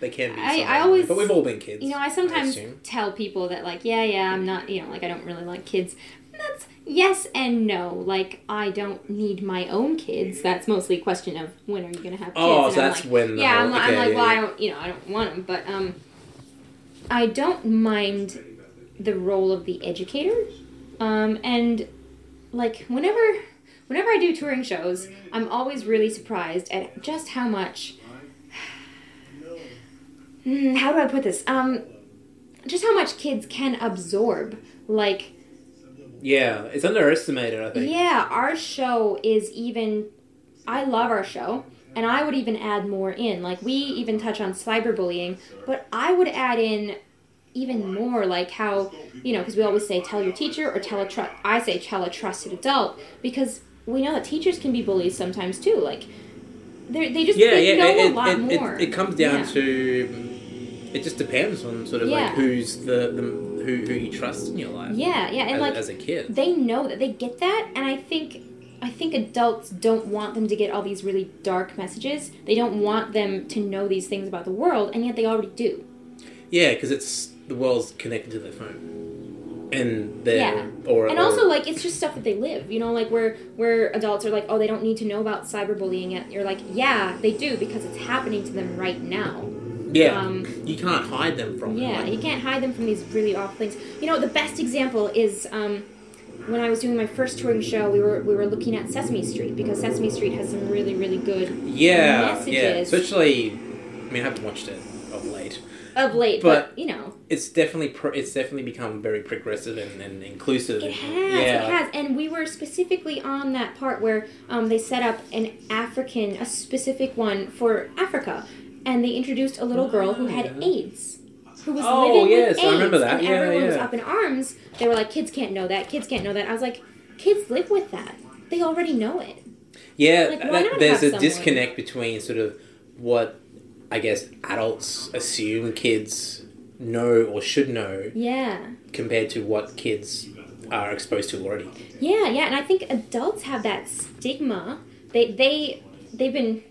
Speaker 2: They can be.
Speaker 3: I- I
Speaker 2: sometimes,
Speaker 3: always-
Speaker 2: But we've all been kids.
Speaker 3: You know, I sometimes
Speaker 2: assume.
Speaker 3: tell people that, like, yeah, yeah, I'm not, you know, like, I don't really like kids. And that's yes and no. Like, I don't need my own kids. That's mostly a question of when are you going to have kids.
Speaker 2: Oh,
Speaker 3: And
Speaker 2: so
Speaker 3: I'm
Speaker 2: that's
Speaker 3: like-
Speaker 2: when. The
Speaker 3: Yeah, I'm,
Speaker 2: whole,
Speaker 3: li- I'm
Speaker 2: okay,
Speaker 3: like,
Speaker 2: yeah,
Speaker 3: well, I
Speaker 2: yeah.
Speaker 3: don't, you know, I don't want them. But um, I don't mind
Speaker 5: Any method.
Speaker 3: the role of the educator. Um, and, like, whenever. Whenever I do touring shows, I'm always really surprised at just how much
Speaker 5: No.
Speaker 3: Mm, how do I put this? Um, just how much kids can absorb. Like,
Speaker 2: yeah, it's underestimated. I think.
Speaker 3: yeah, our show is even. I love our show, and I would even add more in. Like, we even touch on cyberbullying, but I would add in even more, like how you know, because we always say tell your teacher or tell a tru- I say tell a trusted adult because we know that teachers can be bullies sometimes too. Like, they they just
Speaker 2: Yeah,
Speaker 3: they
Speaker 2: yeah.
Speaker 3: know
Speaker 2: It,
Speaker 3: a lot
Speaker 2: it, it,
Speaker 3: more.
Speaker 2: it, it comes down
Speaker 3: Yeah.
Speaker 2: to. It just depends on sort of
Speaker 3: Yeah.
Speaker 2: like who's the, the who who you trust in your life.
Speaker 3: yeah, yeah, and
Speaker 2: as,
Speaker 3: like
Speaker 2: as a kid.
Speaker 3: they know that they get that and i think i think adults don't want them to get all these really dark messages they don't want them to know these things about the world and yet they already do
Speaker 2: Yeah, because it's the world's connected to their phone, and their
Speaker 3: Yeah.
Speaker 2: or
Speaker 3: and
Speaker 2: or-
Speaker 3: also like it's just stuff that they live you know like where where adults are like oh they don't need to know about cyberbullying yet you're like yeah they do because it's happening to them right now
Speaker 2: yeah,
Speaker 3: um,
Speaker 2: you can't hide them from
Speaker 3: Yeah,
Speaker 2: them.
Speaker 3: you can't hide them from these really awful things. You know, the best example is um, when I was doing my first touring show. We were we were looking at Sesame Street because Sesame Street has some really really good
Speaker 2: Like, yeah, yeah.
Speaker 3: messages.
Speaker 2: Especially, I mean, I haven't watched it of late.
Speaker 3: of late, but,
Speaker 2: But-
Speaker 3: you know
Speaker 2: It's definitely pro- it's definitely become very progressive and, and inclusive.
Speaker 3: it
Speaker 2: and-
Speaker 3: has
Speaker 2: yeah,
Speaker 3: it has. And we were specifically on that part where um, they set up an African, a specific one for Africa, and they introduced a little girl who had
Speaker 2: Oh, Yeah.
Speaker 3: AIDS. Who was
Speaker 2: Oh,
Speaker 3: living with
Speaker 2: yes,
Speaker 3: AIDS,
Speaker 2: I remember that.
Speaker 3: and
Speaker 2: Yeah,
Speaker 3: everyone was
Speaker 2: yeah.
Speaker 3: up in arms. They were like, "Kids can't know that. Kids can't know that." I was like, "Kids live with that. They already know it."
Speaker 2: yeah.
Speaker 3: Like, why
Speaker 2: that-
Speaker 3: not
Speaker 2: there's
Speaker 3: have
Speaker 2: a
Speaker 3: someone?
Speaker 2: disconnect between sort of what I guess adults assume kids know or should know
Speaker 3: Yeah.
Speaker 2: compared to what kids are exposed to already.
Speaker 3: Yeah, yeah, and I think adults have that stigma. They they they've been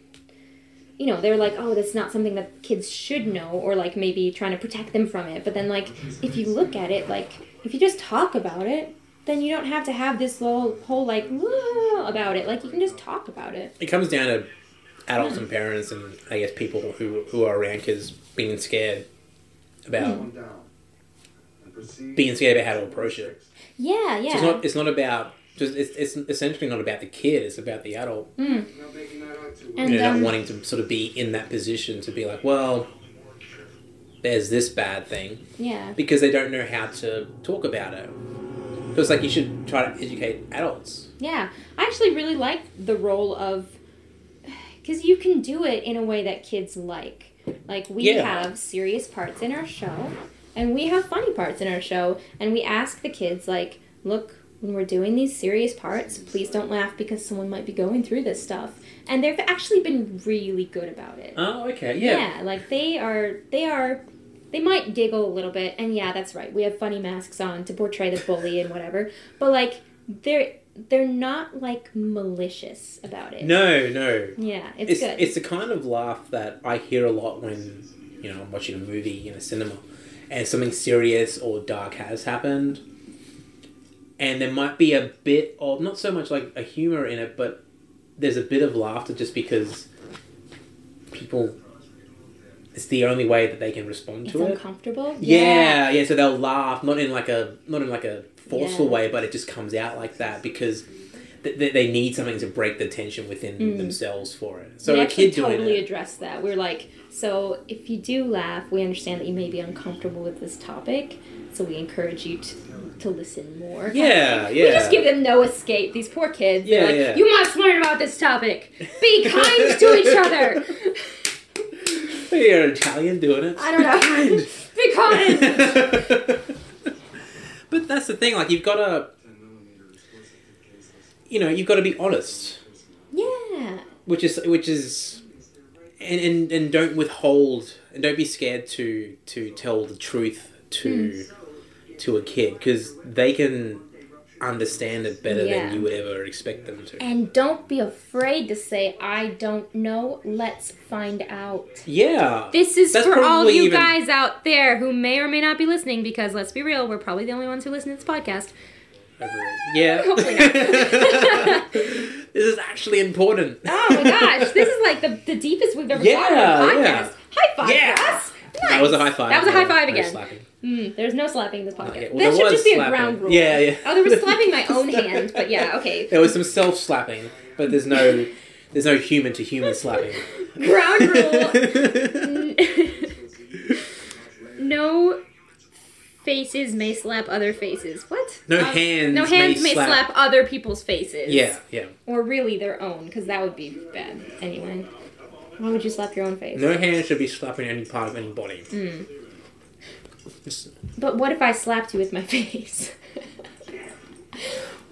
Speaker 3: you know, they're like, "Oh, that's not something that kids should know," or like maybe trying to protect them from it. But then like if you look at it, like if you just talk about it, then you don't have to have this little whole like "Whoa," about it. Like you can just talk about it.
Speaker 2: it comes down to adults and parents and I guess people who who are around kids being scared about
Speaker 5: Calm down. And proceed.
Speaker 2: being scared about how to approach it.
Speaker 3: Yeah, yeah.
Speaker 2: So it's not it's not about just it's, it's essentially not about the kid, it's about the adult.
Speaker 3: Mm.
Speaker 5: Now making that out to
Speaker 3: And-
Speaker 2: You know,
Speaker 3: um,
Speaker 2: not wanting to sort of be in that position to be like, well, there's this bad thing
Speaker 3: Yeah.
Speaker 2: because they don't know how to talk about it. So it's like you should try to educate adults.
Speaker 3: Yeah, I actually really like the role of because you can do it in a way that kids like. Like we
Speaker 2: Yeah.
Speaker 3: have serious parts in our show, and we have funny parts in our show, and we ask the kids like, look. When we're doing these serious parts, please don't laugh because someone might be going through this stuff. And they've actually been really good about it.
Speaker 2: Oh, okay,
Speaker 3: yeah, like they are, they are, they might giggle a little bit. And yeah, that's right. We have funny masks on to portray the bully and whatever. But like, they're they're not like malicious about it.
Speaker 2: No, no.
Speaker 3: Yeah, it's,
Speaker 2: It's
Speaker 3: good.
Speaker 2: it's the kind of laugh that I hear a lot when you know I'm watching a movie in a cinema, and something serious or dark has happened, and there might be a bit of not so much like a humor in it, but there's a bit of laughter just because people. It's the only way that they can respond
Speaker 3: it's
Speaker 2: to it.
Speaker 3: uncomfortable.
Speaker 2: Yeah, yeah. So they'll laugh, not in like a not in like a forceful
Speaker 3: Yeah.
Speaker 2: way, but it just comes out like that because th- th- they need something to break the tension within
Speaker 3: Mm.
Speaker 2: themselves for it. So
Speaker 3: we
Speaker 2: a
Speaker 3: actually
Speaker 2: kid
Speaker 3: totally
Speaker 2: doing it,
Speaker 3: addressed that. We're like, so if you do laugh, we understand that you may be uncomfortable with this topic, so we encourage you to, to listen more.
Speaker 2: yeah, yeah.
Speaker 3: We just give them no escape. These poor kids. They're
Speaker 2: Yeah,
Speaker 3: like,
Speaker 2: yeah.
Speaker 3: You must learn about this topic. Be kind to each other.
Speaker 2: You're Italian doing it.
Speaker 3: I don't know. Be kind.
Speaker 2: but that's the thing. Like you've got to, you know, you've got to be honest,
Speaker 3: Yeah.
Speaker 2: which is which is and, and and don't withhold and don't be scared to to tell the truth to
Speaker 3: Hmm.
Speaker 2: to a kid because they can understand it better
Speaker 3: Yeah.
Speaker 2: than you would ever expect them to.
Speaker 3: And don't be afraid to say, I don't know. Let's find out.
Speaker 2: Yeah,
Speaker 3: This is
Speaker 2: That's
Speaker 3: for all
Speaker 2: probably
Speaker 3: you
Speaker 2: even-
Speaker 3: guys out there who may or may not be listening because let's be real, we're probably the only ones who listen to this podcast.
Speaker 2: yeah.
Speaker 3: Hopefully not.
Speaker 2: this is actually important.
Speaker 3: Oh my gosh, this is like the, the deepest we've ever gotten on a
Speaker 2: Yeah,
Speaker 3: podcast.
Speaker 2: yeah.
Speaker 3: High five
Speaker 2: Yeah.
Speaker 3: for us. Nice.
Speaker 2: That was a high five.
Speaker 3: That was a high five
Speaker 2: No
Speaker 3: again.
Speaker 2: slapping.
Speaker 3: Mm, there's no slapping in this podcast.
Speaker 2: Okay, well,
Speaker 3: that
Speaker 2: there
Speaker 3: should
Speaker 2: was
Speaker 3: just be a
Speaker 2: slapping.
Speaker 3: ground rule.
Speaker 2: Yeah, yeah.
Speaker 3: Oh, there was slapping my own hand, but yeah, okay.
Speaker 2: There was some self slapping, but there's no there's no human to human slapping.
Speaker 3: Ground rule. no faces may slap other faces. What?
Speaker 2: No
Speaker 3: Um,
Speaker 2: hands
Speaker 3: No hands
Speaker 2: may
Speaker 3: may slap.
Speaker 2: slap.
Speaker 3: other people's faces.
Speaker 2: yeah, yeah.
Speaker 3: Or really their own, because that would be bad anyway. Why would you slap your own face?
Speaker 2: No hand should be slapping any part of any body.
Speaker 3: Hmm.
Speaker 2: It's,
Speaker 3: But what if I slapped you with my face?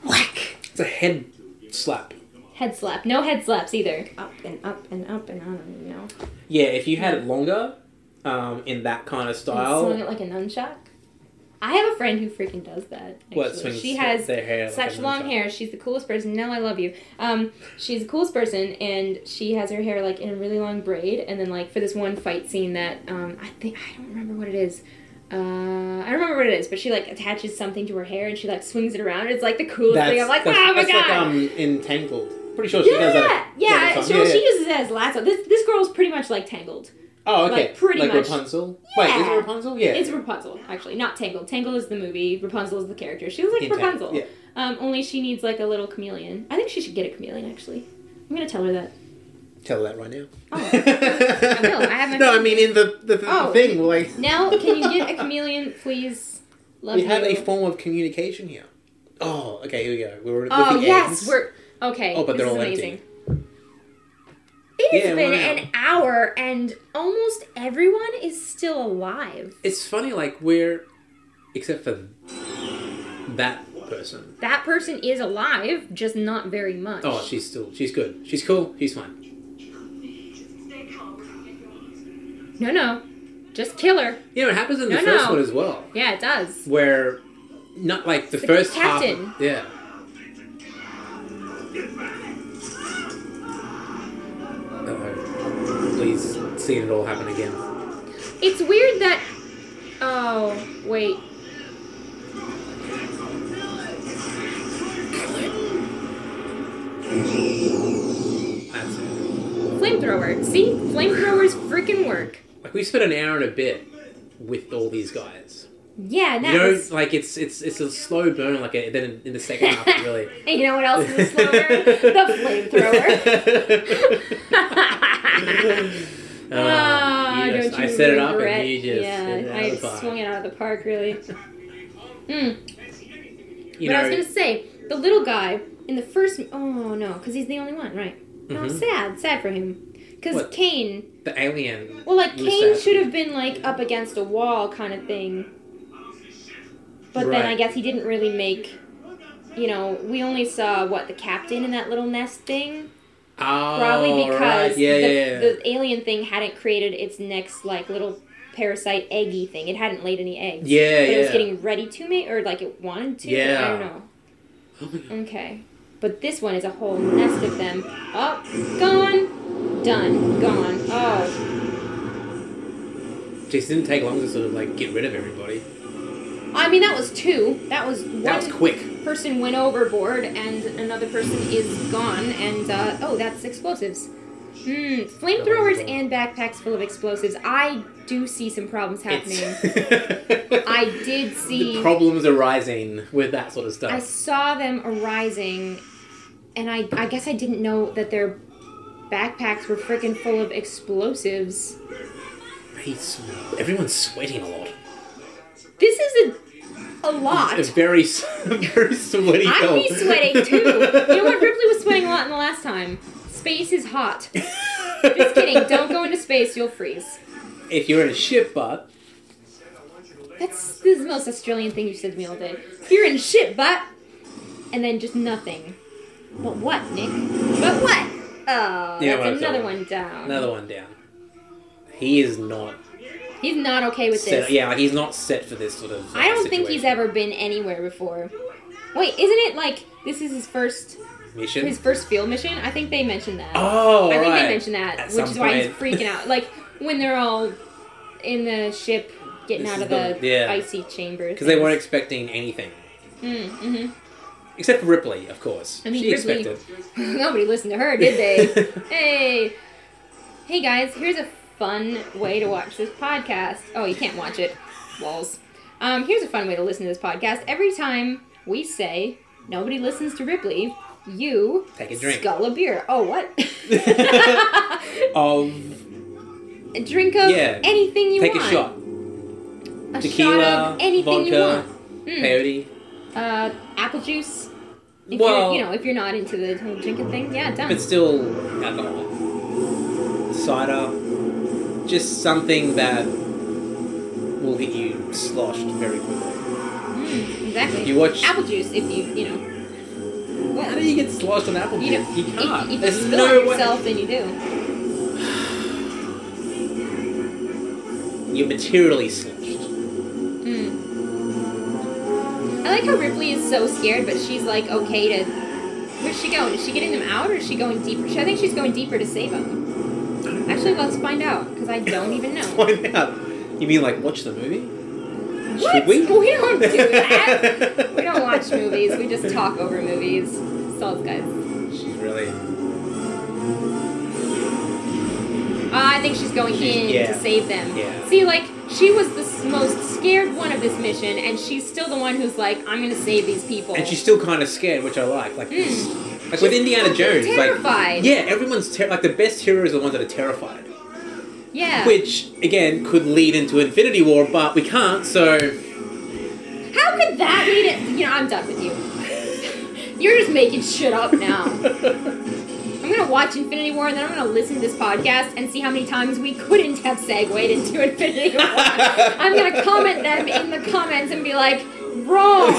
Speaker 3: Whack!
Speaker 2: it's a head slap.
Speaker 3: Head slap. No head slaps either. Up and up and up and on, you know.
Speaker 2: Yeah, if you had it longer, um, in that kind of
Speaker 3: Slung
Speaker 2: style,
Speaker 3: it like a nunchuck. I have a friend who freaking does that.
Speaker 2: what
Speaker 3: actually.
Speaker 2: swings
Speaker 3: she has
Speaker 2: their hair like
Speaker 3: such
Speaker 2: a
Speaker 3: long
Speaker 2: nunchuck.
Speaker 3: hair. She's the coolest person. Nell, I love you. Um, she's the coolest person, and she has her hair like in a really long braid. And then like for this one fight scene that um, I think I don't remember what it is. Uh, I don't remember what it is, but she like attaches something to her hair and she like swings it around. It's like the coolest
Speaker 2: That's,
Speaker 3: thing. I'm like,
Speaker 2: that's,
Speaker 3: oh my
Speaker 2: that's like,
Speaker 3: god!
Speaker 2: um, entangled. Pretty sure she does
Speaker 3: yeah,
Speaker 2: that.
Speaker 3: yeah.
Speaker 2: all the
Speaker 3: She,
Speaker 2: time.
Speaker 3: well, she uses it as lasso. This this girl's pretty much like Tangled.
Speaker 2: Oh, okay.
Speaker 3: like, pretty much.
Speaker 2: Rapunzel. Wait, is
Speaker 3: Yeah.
Speaker 2: it Rapunzel? Yeah.
Speaker 3: It's Rapunzel, actually, not Tangled. Tangled is the movie. Rapunzel is the character. She looks like
Speaker 2: Entangled,
Speaker 3: Rapunzel.
Speaker 2: yeah.
Speaker 3: Um, only she needs like a little chameleon. I think she should get a chameleon. Actually, I'm gonna tell her that.
Speaker 2: Tell her that right now.
Speaker 3: Oh.
Speaker 2: I
Speaker 3: will. I have my
Speaker 2: No, I
Speaker 3: phone.
Speaker 2: mean in the the, the
Speaker 3: Oh.
Speaker 2: thing. Like
Speaker 3: Now, can you get a chameleon, please? Love
Speaker 2: we have
Speaker 3: you.
Speaker 2: a form of communication here. Oh, okay. Here we go. We were
Speaker 3: oh
Speaker 2: with the
Speaker 3: yes,
Speaker 2: eggs.
Speaker 3: we're okay.
Speaker 2: Oh, but
Speaker 3: this
Speaker 2: they're
Speaker 3: is
Speaker 2: all
Speaker 3: amazing.
Speaker 2: empty.
Speaker 3: It has
Speaker 2: Yeah,
Speaker 3: been
Speaker 2: wow.
Speaker 3: an hour, and almost everyone is still alive.
Speaker 2: It's funny, like we're except for that person.
Speaker 3: That person is alive, just not very much.
Speaker 2: Oh, she's still she's good. She's cool. She's fine.
Speaker 3: no, no, just kill her.
Speaker 2: Yeah, it happens in the
Speaker 3: No,
Speaker 2: first
Speaker 3: no.
Speaker 2: one as well,
Speaker 3: Yeah, it does.
Speaker 2: where not like the, first
Speaker 3: captain.
Speaker 2: half. Yeah. Uh-oh. Please, seeing it all happen again.
Speaker 3: It's weird that. Oh wait,
Speaker 2: That's it.
Speaker 3: flamethrower. See, flamethrowers freaking work.
Speaker 2: Like we spent an hour and a bit with all these guys.
Speaker 3: Yeah, and that
Speaker 2: you know,
Speaker 3: was-
Speaker 2: like it's it's it's a slow burn. Like a, then in, in the second half, it really.
Speaker 3: And you know what else is slower? the flamethrower.
Speaker 2: Oh,
Speaker 3: Ah,
Speaker 2: Uh, you just- I
Speaker 3: don't you
Speaker 2: set it up
Speaker 3: regret-
Speaker 2: and you just
Speaker 3: yeah, I swung it out of the park, really. Mm.
Speaker 2: You
Speaker 3: but
Speaker 2: know,
Speaker 3: I was gonna say the little guy in the first. Oh no, because he's the only one, right? No,
Speaker 2: Mhm.
Speaker 3: sad, sad for him. Because
Speaker 2: What?
Speaker 3: Kane,
Speaker 2: the alien.
Speaker 3: well, like
Speaker 2: It was
Speaker 3: Kane
Speaker 2: sad.
Speaker 3: should have been like up against a wall, kind of thing. But then
Speaker 2: Right.
Speaker 3: I guess he didn't really make. You know, we only saw what the captain in that little nest thing.
Speaker 2: Oh,
Speaker 3: Probably because
Speaker 2: right. yeah,
Speaker 3: the,
Speaker 2: yeah, yeah.
Speaker 3: the alien thing hadn't created its next like little parasite eggy thing. It hadn't laid any eggs.
Speaker 2: yeah,
Speaker 3: But it was
Speaker 2: yeah.
Speaker 3: getting ready to mate, or like it wanted to. I
Speaker 2: Yeah.
Speaker 3: don't know. Okay. But this one is a whole nest of them. Up, gone, done, gone. Oh,
Speaker 2: Just didn't take long to sort of like get rid of everybody.
Speaker 3: I mean that was two. That was one
Speaker 2: That was quick.
Speaker 3: person went overboard and another person is gone. And uh, oh, that's explosives. Hmm, flamethrowers and backpacks full of explosives. I do see some problems happening.
Speaker 2: It's-
Speaker 3: I did see.
Speaker 2: the problems arising with that sort of stuff.
Speaker 3: I saw them arising, and I, I guess I didn't know that their backpacks were freaking full of explosives.
Speaker 2: They sw- everyone's sweating a lot.
Speaker 3: This is a, a lot.
Speaker 2: It's very, s- very sweaty.
Speaker 3: I'd be
Speaker 2: film.
Speaker 3: sweating too. you know what? Ripley was sweating a lot in the last time. Space is hot. Just kidding. Don't go into space. You'll freeze.
Speaker 2: If you're in a ship, but
Speaker 3: That's this is the most Australian thing you've said to me all day. You're in shit, but and then just nothing. But what, Nick? But what? Oh,
Speaker 2: You know what I'm
Speaker 3: that's another
Speaker 2: talking
Speaker 3: one down.
Speaker 2: another one down. He is not
Speaker 3: He's not okay with this.
Speaker 2: set. Yeah, like, he's not set for this sort of. uh,
Speaker 3: I don't think he's
Speaker 2: situation.
Speaker 3: ever been anywhere before. Wait, isn't it like this is his first
Speaker 2: mission.
Speaker 3: his first field mission? I think they mentioned that.
Speaker 2: oh,
Speaker 3: I think
Speaker 2: right.
Speaker 3: they mentioned that,
Speaker 2: At
Speaker 3: which
Speaker 2: some
Speaker 3: is why he's
Speaker 2: point.
Speaker 3: freaking out. Like when they're all in the ship getting
Speaker 2: This
Speaker 3: out
Speaker 2: is
Speaker 3: of the,
Speaker 2: the- yeah.
Speaker 3: icy chamber
Speaker 2: because they weren't expecting anything
Speaker 3: mm-hmm.
Speaker 2: except for Ripley, of course.
Speaker 3: I mean,
Speaker 2: she
Speaker 3: Ripley-
Speaker 2: expected.
Speaker 3: Nobody listened to her, did they? hey, hey guys, here's a fun way to watch this podcast. Oh, you can't watch it. Walls. Um, here's a fun way to listen to this podcast. Every time we say nobody listens to Ripley, you
Speaker 2: Take a drink.
Speaker 3: Scull a beer. Oh, what?
Speaker 2: Of
Speaker 3: A drink of
Speaker 2: Yeah.
Speaker 3: anything you
Speaker 2: take
Speaker 3: want.
Speaker 2: a shot.
Speaker 3: A
Speaker 2: Tequila,
Speaker 3: shot of anything you
Speaker 2: vodka,
Speaker 3: want. Mm.
Speaker 2: peyote.
Speaker 3: Uh, apple juice. If
Speaker 2: Well-
Speaker 3: you're, you know, if you're not into the whole drinking thing, yeah, done.
Speaker 2: but still alcohol, cider, just something that will get you sloshed very quickly.
Speaker 3: Mm, exactly.
Speaker 2: You watch-
Speaker 3: apple juice if you, you know.
Speaker 2: How do you get sloshed on apple
Speaker 3: You
Speaker 2: juice?
Speaker 3: know,
Speaker 2: You can't.
Speaker 3: If, if you
Speaker 2: There's
Speaker 3: spill
Speaker 2: no
Speaker 3: on yourself,
Speaker 2: way.
Speaker 3: then you do.
Speaker 2: You're materially sloshed.
Speaker 3: Mm. I like how Ripley is so scared, but she's like okay to. Where's she going? Is she getting them out, or is she going deeper? She- I think she's going deeper to save them. Actually, let's find out because I don't even know.
Speaker 2: Find out. You mean like watch the movie?
Speaker 3: What?
Speaker 2: Should we?
Speaker 3: don't do that. we don't watch movies. We just talk over movies. Salt guys.
Speaker 2: She's really.
Speaker 3: Ah, I think she's going
Speaker 2: She's-
Speaker 3: in
Speaker 2: yeah.
Speaker 3: to save them.
Speaker 2: Yeah.
Speaker 3: See, like, she was the s- most scared one of this mission, and she's still the one who's like, I'm gonna save these people.
Speaker 2: And she's still kind of scared, which I like. Like, this- like with Indiana Jones,
Speaker 3: Hmm. terrified.
Speaker 2: like yeah, everyone's ter- like the best heroes are the ones that are terrified.
Speaker 3: Yeah.
Speaker 2: Which again could lead into Infinity War, but we can't. So
Speaker 3: How could that lead it? You know, I'm done with you. You're just making shit up now. I'm gonna watch Infinity War and then I'm gonna listen to this podcast and see how many times we couldn't have segued into Infinity War. I'm gonna comment them in the comments and be like, wrong.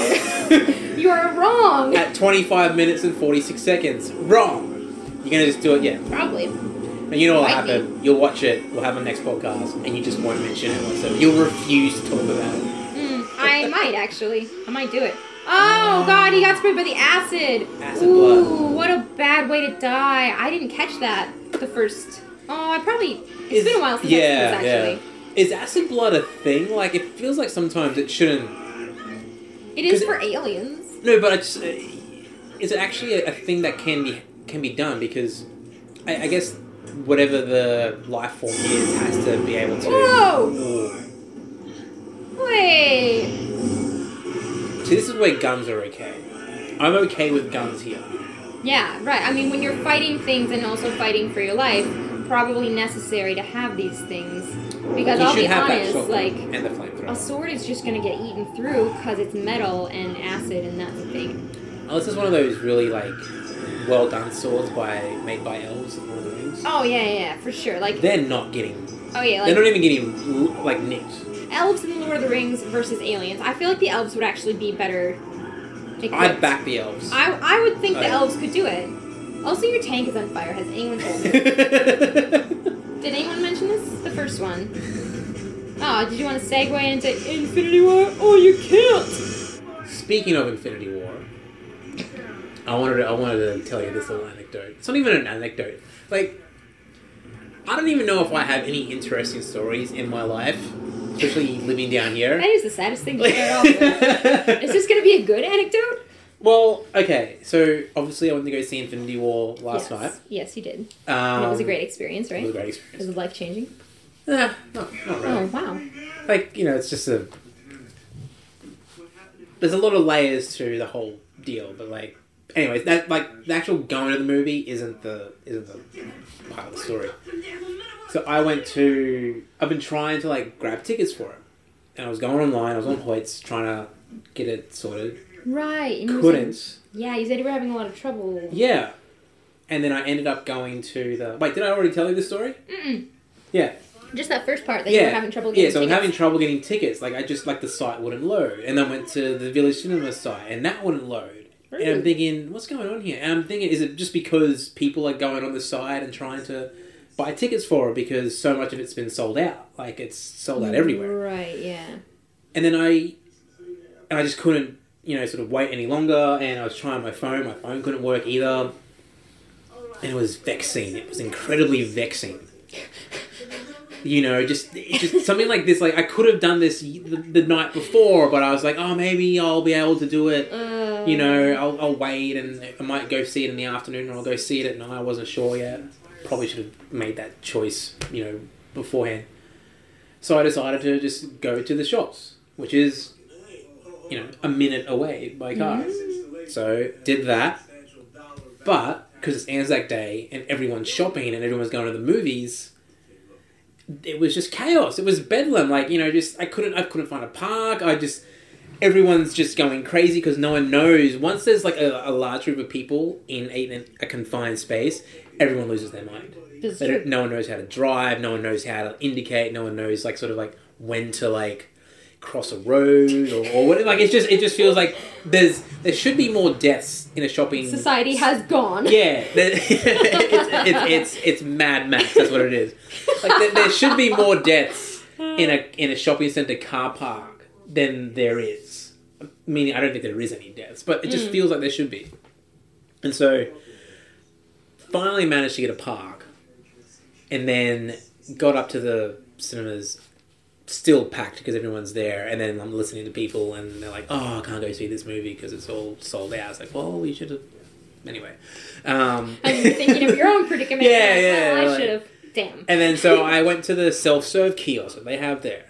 Speaker 3: You're wrong.
Speaker 2: at 25 minutes and 46 seconds, wrong. You're gonna just do it, yeah.
Speaker 3: Probably.
Speaker 2: And you know what'll
Speaker 3: Might be.
Speaker 2: happen? You'll watch it. We'll have a next podcast, and you just won't mention it whatsoever. You'll refuse to talk about it.
Speaker 3: Mm, I might actually. I might do it. Oh god, he got sprayed by the acid.
Speaker 2: Um, Acid
Speaker 3: Ooh,
Speaker 2: blood.
Speaker 3: what a bad way to die. I didn't catch that the first. Oh, I probably. It's been a while since
Speaker 2: yeah,
Speaker 3: I've seen this actually.
Speaker 2: Yeah. Is acid blood a thing? Like it feels like sometimes it shouldn't.
Speaker 3: It is
Speaker 2: 'Cause-
Speaker 3: for aliens.
Speaker 2: No, but it's uh, is it actually a, a thing that can be can be done because I, I guess whatever the life form is has to be able to.
Speaker 3: Whoa! Wait.
Speaker 2: See, this is where guns are okay. I'm okay with guns here.
Speaker 3: Yeah, right. I mean, when you're fighting things and also fighting for your life, probably necessary to have these things. Because
Speaker 2: you
Speaker 3: I'll
Speaker 2: should
Speaker 3: be
Speaker 2: have
Speaker 3: honest,
Speaker 2: that shotgun
Speaker 3: like.
Speaker 2: and the
Speaker 3: A
Speaker 2: flamethrower.
Speaker 3: sword is just gonna get eaten through because it's metal and acid, and that's the thing.
Speaker 2: Unless it's Oh, one of those really like well done swords by made by elves in Lord of the Rings.
Speaker 3: Oh yeah, yeah, yeah, for sure. Like,
Speaker 2: They're not getting.
Speaker 3: oh yeah,
Speaker 2: they're not
Speaker 3: like
Speaker 2: even getting like nicked.
Speaker 3: elves in Lord of the Rings versus aliens. I feel like the elves would actually be better. equipped.
Speaker 2: I back the elves.
Speaker 3: I, I would think
Speaker 2: Oh,
Speaker 3: the
Speaker 2: yeah.
Speaker 3: elves could do it. Also, your tank is on fire. Has anyone told me? Did anyone mention this? The first one. Oh, did you want to segue into Infinity War? Oh, you can't.
Speaker 2: Speaking of Infinity War, I wanted to, I wanted to tell you this little anecdote. It's not even an anecdote. Like, I don't even know if I have any interesting stories in my life, especially living down here.
Speaker 3: That is the saddest thing to start off with. Is this going to be a good anecdote?
Speaker 2: well, okay. So obviously, I went to go see Infinity War last
Speaker 3: yes. Yes, you did.
Speaker 2: night. Um,
Speaker 3: And it was a great experience,
Speaker 2: It was a
Speaker 3: right?
Speaker 2: great
Speaker 3: It
Speaker 2: experience.
Speaker 3: was life changing.
Speaker 2: Nah, not, not really.
Speaker 3: Oh wow!
Speaker 2: Like you know, it's just a.
Speaker 4: What happened if
Speaker 2: There's a lot of layers to the whole deal, but like, anyways, that like the actual going to the movie isn't the isn't the part of the story. So I went to. I've been trying to like grab tickets for it, and I was going online. I was on Hoyts trying to get it sorted.
Speaker 3: Right. And you said-
Speaker 2: Couldn't.
Speaker 3: yeah, you said you were having a lot of trouble.
Speaker 2: Yeah. And then I ended up going to the. Wait, did I already tell you this story?
Speaker 3: Mm-mm.
Speaker 2: Yeah.
Speaker 3: Just that first part that you
Speaker 2: yeah.
Speaker 3: were having trouble
Speaker 2: Yeah,
Speaker 3: getting.
Speaker 2: so I was
Speaker 3: tickets.
Speaker 2: having trouble getting tickets. Like I just like the site wouldn't load, and then went to the Village Cinema site, and that wouldn't load. And I'm
Speaker 3: Really?
Speaker 2: thinking, what's going on here? And I'm thinking, is it just because people are going on the site and trying to buy tickets for it because so much of it's been sold out? Like it's sold
Speaker 3: Mm.
Speaker 2: out everywhere.
Speaker 3: Right. Yeah.
Speaker 2: and then I and I just couldn't you know sort of wait any longer and I was trying my phone my phone couldn't work either and it was vexing it was incredibly vexing you know just it's just something like this like I could have done this the, the night before but I was like oh maybe I'll be able to do it
Speaker 3: Uh,
Speaker 2: you know I'll, I'll wait and I might go see it in the afternoon or I'll go see it at night I wasn't sure yet probably should have made that choice, you know, beforehand. So I decided to just go to the shops, which is, you know, a minute away by car. So did that, but because it's Anzac Day and everyone's shopping and everyone's going to the movies, it was just chaos. It was bedlam. Like you know, just I couldn't I couldn't find a park. I just everyone's just going crazy because no one knows. Once there's like a, a large group of people in a, in a confined space, everyone loses their mind.
Speaker 3: This is
Speaker 2: They
Speaker 3: true.
Speaker 2: don't, no one knows how to drive. No one knows how to indicate. No one knows like sort of like when to like cross a road or, or what. Like it's just it just feels like there's there should be more deaths in a shopping
Speaker 3: Society has gone.
Speaker 2: Yeah, there- it's, it's it's it's Mad Max. That's what it is. Like there, there should be more deaths in a in a shopping center car park than there is. Meaning, I don't think there is any deaths, but it just feels like there should be. And so, finally managed to get a park, and then got up to the cinemas. Still packed because everyone's there, and then I'm listening to people, and they're like, "Oh, I can't go see this movie because it's all sold out." It's like, "Well, you should have." Anyway, um,
Speaker 3: I'm thinking of your own predicament.
Speaker 2: Yeah,
Speaker 3: Like,
Speaker 2: yeah,
Speaker 3: well, I
Speaker 2: like-
Speaker 3: should have. Damn.
Speaker 2: And then so I went to the self serve kiosk that they have there,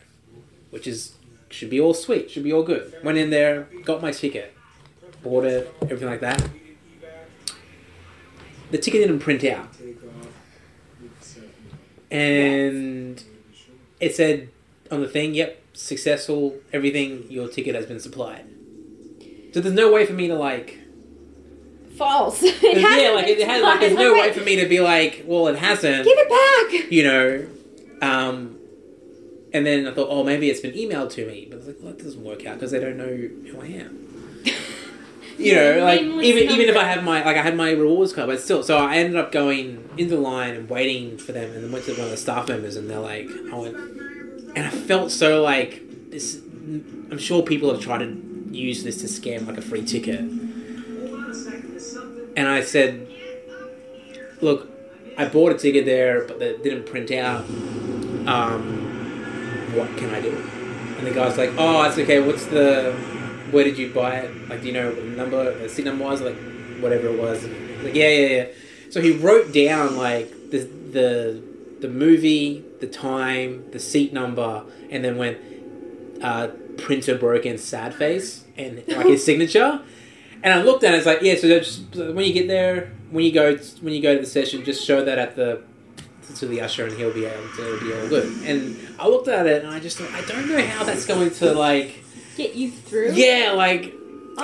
Speaker 2: which is should be all sweet, should be all good. Went in there, got my ticket, bought it, everything like that. The ticket didn't print out, and it said on the thing, "Yep, successful. Everything. Your ticket has been supplied." So there's no way for me to like.
Speaker 3: False. It hasn't
Speaker 2: yeah, like
Speaker 3: been
Speaker 2: it has. Like, there's
Speaker 3: supplied.
Speaker 2: no way for me to be like, well, it hasn't
Speaker 3: Give it back.
Speaker 2: you know, um, and then I thought, oh, maybe it's been emailed to me, but it's like, well, that doesn't work out because they don't know who I am. you know, like
Speaker 3: Nameless
Speaker 2: even even if I
Speaker 3: number.
Speaker 2: had my like I had my rewards card, but still, so I ended up going in the line and waiting for them, and then went to one of the staff members, and they're like, I went, and I felt so like this. I'm sure people have tried to use this to scam like a free ticket,
Speaker 4: Hold on a second, there's something.
Speaker 2: and I said, "Look, I bought a ticket there, but it didn't print out. Um, what can I do?" And the guy's like, "Oh, it's okay. What's the? Where did you buy it? Like, do you know what the number, the seat number was? Like, whatever it was." Like, yeah, yeah, yeah. So he wrote down like the the the movie, the time, the seat number, and then went uh, printer broken, sad face, and like his signature. And I looked at it, it's like, yeah, so that's, when you get there, when you go when you go to the session, just show that at the to the usher and he'll be able to it'll be all good. And I looked at it and I just thought, I don't know how that's going to like
Speaker 3: Get you through.
Speaker 2: Yeah, like like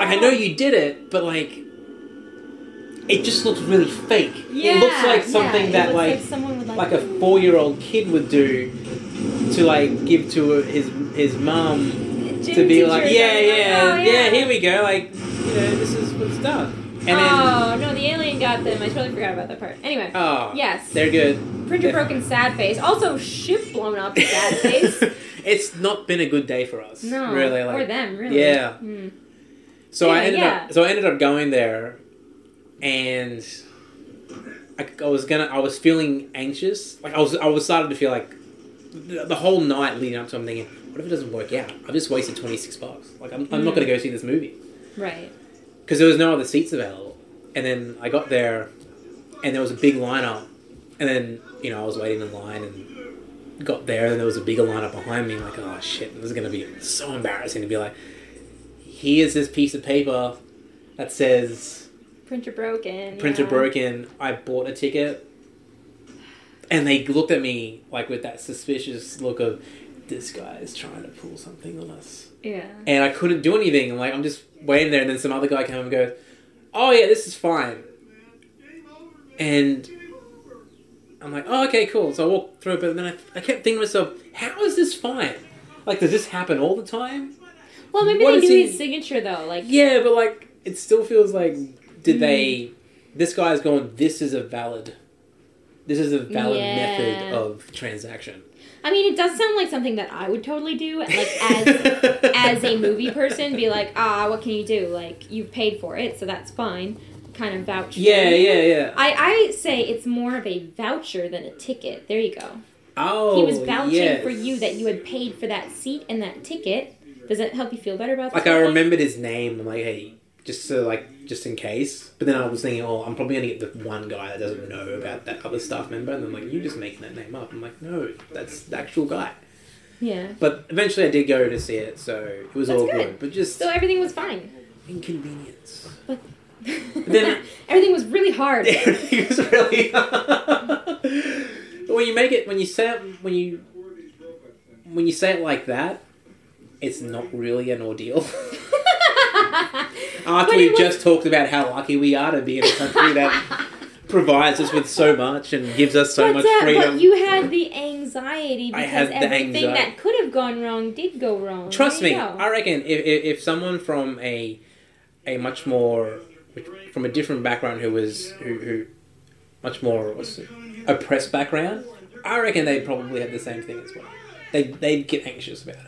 Speaker 3: Uh-huh.
Speaker 2: I know you did it, but like it just looks really fake.
Speaker 3: Yeah,
Speaker 2: it looks like
Speaker 3: yeah,
Speaker 2: something
Speaker 3: it
Speaker 2: that
Speaker 3: looks
Speaker 2: like
Speaker 3: someone would like,
Speaker 2: like a four year old kid would do to like give to his his mum
Speaker 3: gym
Speaker 2: to be
Speaker 3: teacher
Speaker 2: like,
Speaker 3: or
Speaker 2: yeah,
Speaker 3: something.
Speaker 2: yeah,
Speaker 3: Oh,
Speaker 2: yeah, Here we go. Like, you know, this is what's done. And then,
Speaker 3: oh no, the alien got them. I totally forgot about that part. Anyway,
Speaker 2: oh,
Speaker 3: yes,
Speaker 2: they're good.
Speaker 3: printer broken, sad face. Also, ship blown up, sad face.
Speaker 2: it's not been a good day for us.
Speaker 3: No,
Speaker 2: really,
Speaker 3: or
Speaker 2: like.
Speaker 3: them, really.
Speaker 2: Yeah.
Speaker 3: Mm.
Speaker 2: So I
Speaker 3: Yeah,
Speaker 2: ended
Speaker 3: yeah.
Speaker 2: up. So I ended up going there, and I, I was gonna, I was feeling anxious. Like I was, I was starting to feel like the, the whole night leading up to, it, I'm thinking, what if it doesn't work out? I've just wasted twenty six bucks. Like I'm, I'm not
Speaker 3: Mm.
Speaker 2: gonna go see this movie
Speaker 3: Right.
Speaker 2: because there was no other seats available. And then I got there, and there was a big lineup. And then you know I was waiting in line and got there, and there was a bigger lineup behind me. Like oh shit, this is gonna be so embarrassing to be like, here's this piece of paper that says
Speaker 3: Printer broken.
Speaker 2: printer
Speaker 3: yeah.
Speaker 2: broken. I bought a ticket, and they looked at me like with that suspicious look of this guy is trying to pull something on us
Speaker 3: Yeah.
Speaker 2: and I couldn't do anything. I'm like, I'm just waiting there, and then some other guy came and goes, "Oh yeah, this is fine." And I'm like, "Oh okay, cool." So I walked through, it, but then I, I kept thinking to myself, "How is this fine? Like, does this happen all the time?"
Speaker 3: Well, maybe
Speaker 2: What
Speaker 3: they
Speaker 2: is
Speaker 3: knew
Speaker 2: he-
Speaker 3: his signature though. Like,
Speaker 2: Yeah, but like, it still feels like, did
Speaker 3: Mm.
Speaker 2: they? This guy's going. This is a valid. This is a valid
Speaker 3: Yeah.
Speaker 2: method of transaction.
Speaker 3: I mean, it does sound like something that I would totally do. Like, as as a movie person, be like, ah, what can you do? Like, you've paid for it, so that's fine. Kind of vouch. for
Speaker 2: Yeah,
Speaker 3: it.
Speaker 2: yeah, yeah.
Speaker 3: I, I say it's more of a voucher than a ticket. There you go.
Speaker 2: Oh,
Speaker 3: he was vouching
Speaker 2: yes.
Speaker 3: for you that you had paid for that seat and that ticket. Does that help you feel better about
Speaker 2: like
Speaker 3: the
Speaker 2: I
Speaker 3: ticket?
Speaker 2: remembered his name. I'm like, hey, just so like just in case. But then I was thinking, oh, I'm probably gonna get the one guy that doesn't know about that other staff member, and I'm like, you just making that name up. I'm like, no, that's the actual guy.
Speaker 3: Yeah.
Speaker 2: But eventually, I did go to see it, so it was
Speaker 3: That's
Speaker 2: all
Speaker 3: good.
Speaker 2: good. But just
Speaker 3: So everything was fine.
Speaker 2: inconvenience. Then-
Speaker 3: everything was really hard.
Speaker 2: it was really. but when you make it, when you say it, when you when you say it like that, it's not really an ordeal. After
Speaker 3: But
Speaker 2: we
Speaker 3: it was-
Speaker 2: just talked about how lucky we are to be in a country that provides us with so much and gives us so
Speaker 3: but
Speaker 2: much
Speaker 3: that-
Speaker 2: freedom.
Speaker 3: But you had the anxiety
Speaker 2: I
Speaker 3: because
Speaker 2: had the
Speaker 3: everything
Speaker 2: anxieti-
Speaker 3: that could have gone wrong did go wrong.
Speaker 2: Trust
Speaker 3: There
Speaker 2: me,
Speaker 3: you go.
Speaker 2: I reckon if, if, if someone from a a much more from a different background who was who, who much more what's it, oppressed background, I reckon they probably had the same thing as well. They they'd get anxious about it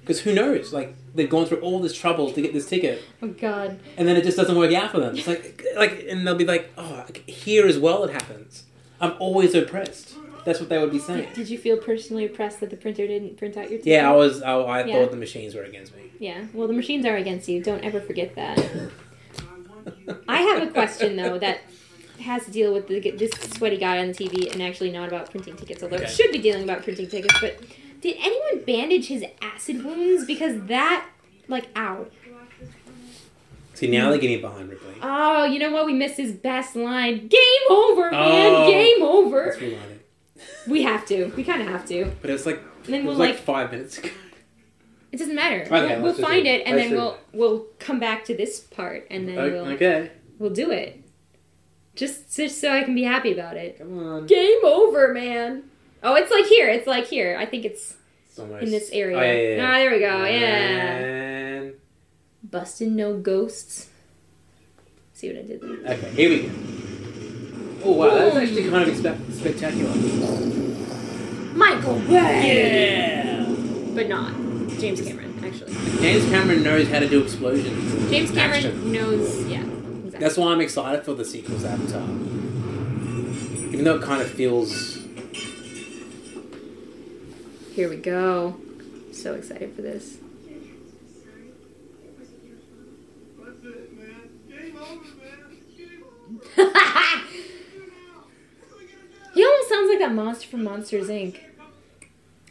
Speaker 2: because who knows? Like they've gone through all this trouble to get this ticket,
Speaker 3: Oh God.
Speaker 2: and then it just doesn't work out for them. It's like like and they'll be like, oh, here as well it happens. I'm always oppressed. That's what they would be saying.
Speaker 3: Did, did you feel personally oppressed that the printer didn't print out your ticket?
Speaker 2: Yeah, I was. I, I
Speaker 3: Yeah.
Speaker 2: thought the machines were against me.
Speaker 3: Yeah. Well, the machines are against you. Don't ever forget that.
Speaker 4: I want you
Speaker 3: I have a question though that has to deal with the, this sweaty guy on the TV and actually not about printing tickets, although
Speaker 2: Okay.
Speaker 3: it should be dealing about printing tickets. But did anyone bandage his acid wounds? Because that, like, ow.
Speaker 2: See, now they're getting behind Ripley.
Speaker 3: Oh, you know what? We missed his best line. Game over, man.
Speaker 2: Oh.
Speaker 3: Game over.
Speaker 2: Let's rewind it.
Speaker 3: We have to. We kind of have to.
Speaker 2: But it's like
Speaker 3: And then
Speaker 2: it
Speaker 3: we'll
Speaker 2: was
Speaker 3: like,
Speaker 2: like, five minutes ago.
Speaker 3: it doesn't matter.
Speaker 2: Okay,
Speaker 3: We'll-
Speaker 2: let's
Speaker 3: we'll
Speaker 2: just
Speaker 3: find
Speaker 2: do it.
Speaker 3: it and
Speaker 2: Let's
Speaker 3: then
Speaker 2: do
Speaker 3: we'll we'll come back to this part and then we'll
Speaker 2: Okay,
Speaker 3: we'll do it. Just just so I can be happy about it.
Speaker 2: come on.
Speaker 3: Game over, man. Oh, it's like here. It's like here. I think it's
Speaker 2: It's almost
Speaker 3: in this area.
Speaker 2: Oh, yeah, yeah, yeah.
Speaker 3: Ah, there we go. Yeah.
Speaker 2: And...
Speaker 3: Bustin' no ghosts. See what I did there?
Speaker 2: Okay, here we go. Oh wow, that was
Speaker 3: Boom.
Speaker 2: actually kind of expect- spectacular.
Speaker 3: Michael Bay.
Speaker 2: Yeah.
Speaker 3: But not James Cameron, actually.
Speaker 2: James Cameron knows how to do explosions.
Speaker 3: James Cameron
Speaker 2: Action.
Speaker 3: knows. Yeah. Exactly.
Speaker 2: That's why I'm excited for the sequel to Avatar. Even though it kind of feels
Speaker 3: Here we go. So excited for this.
Speaker 5: eh,
Speaker 3: he almost sounds like that monster from Monsters Inc.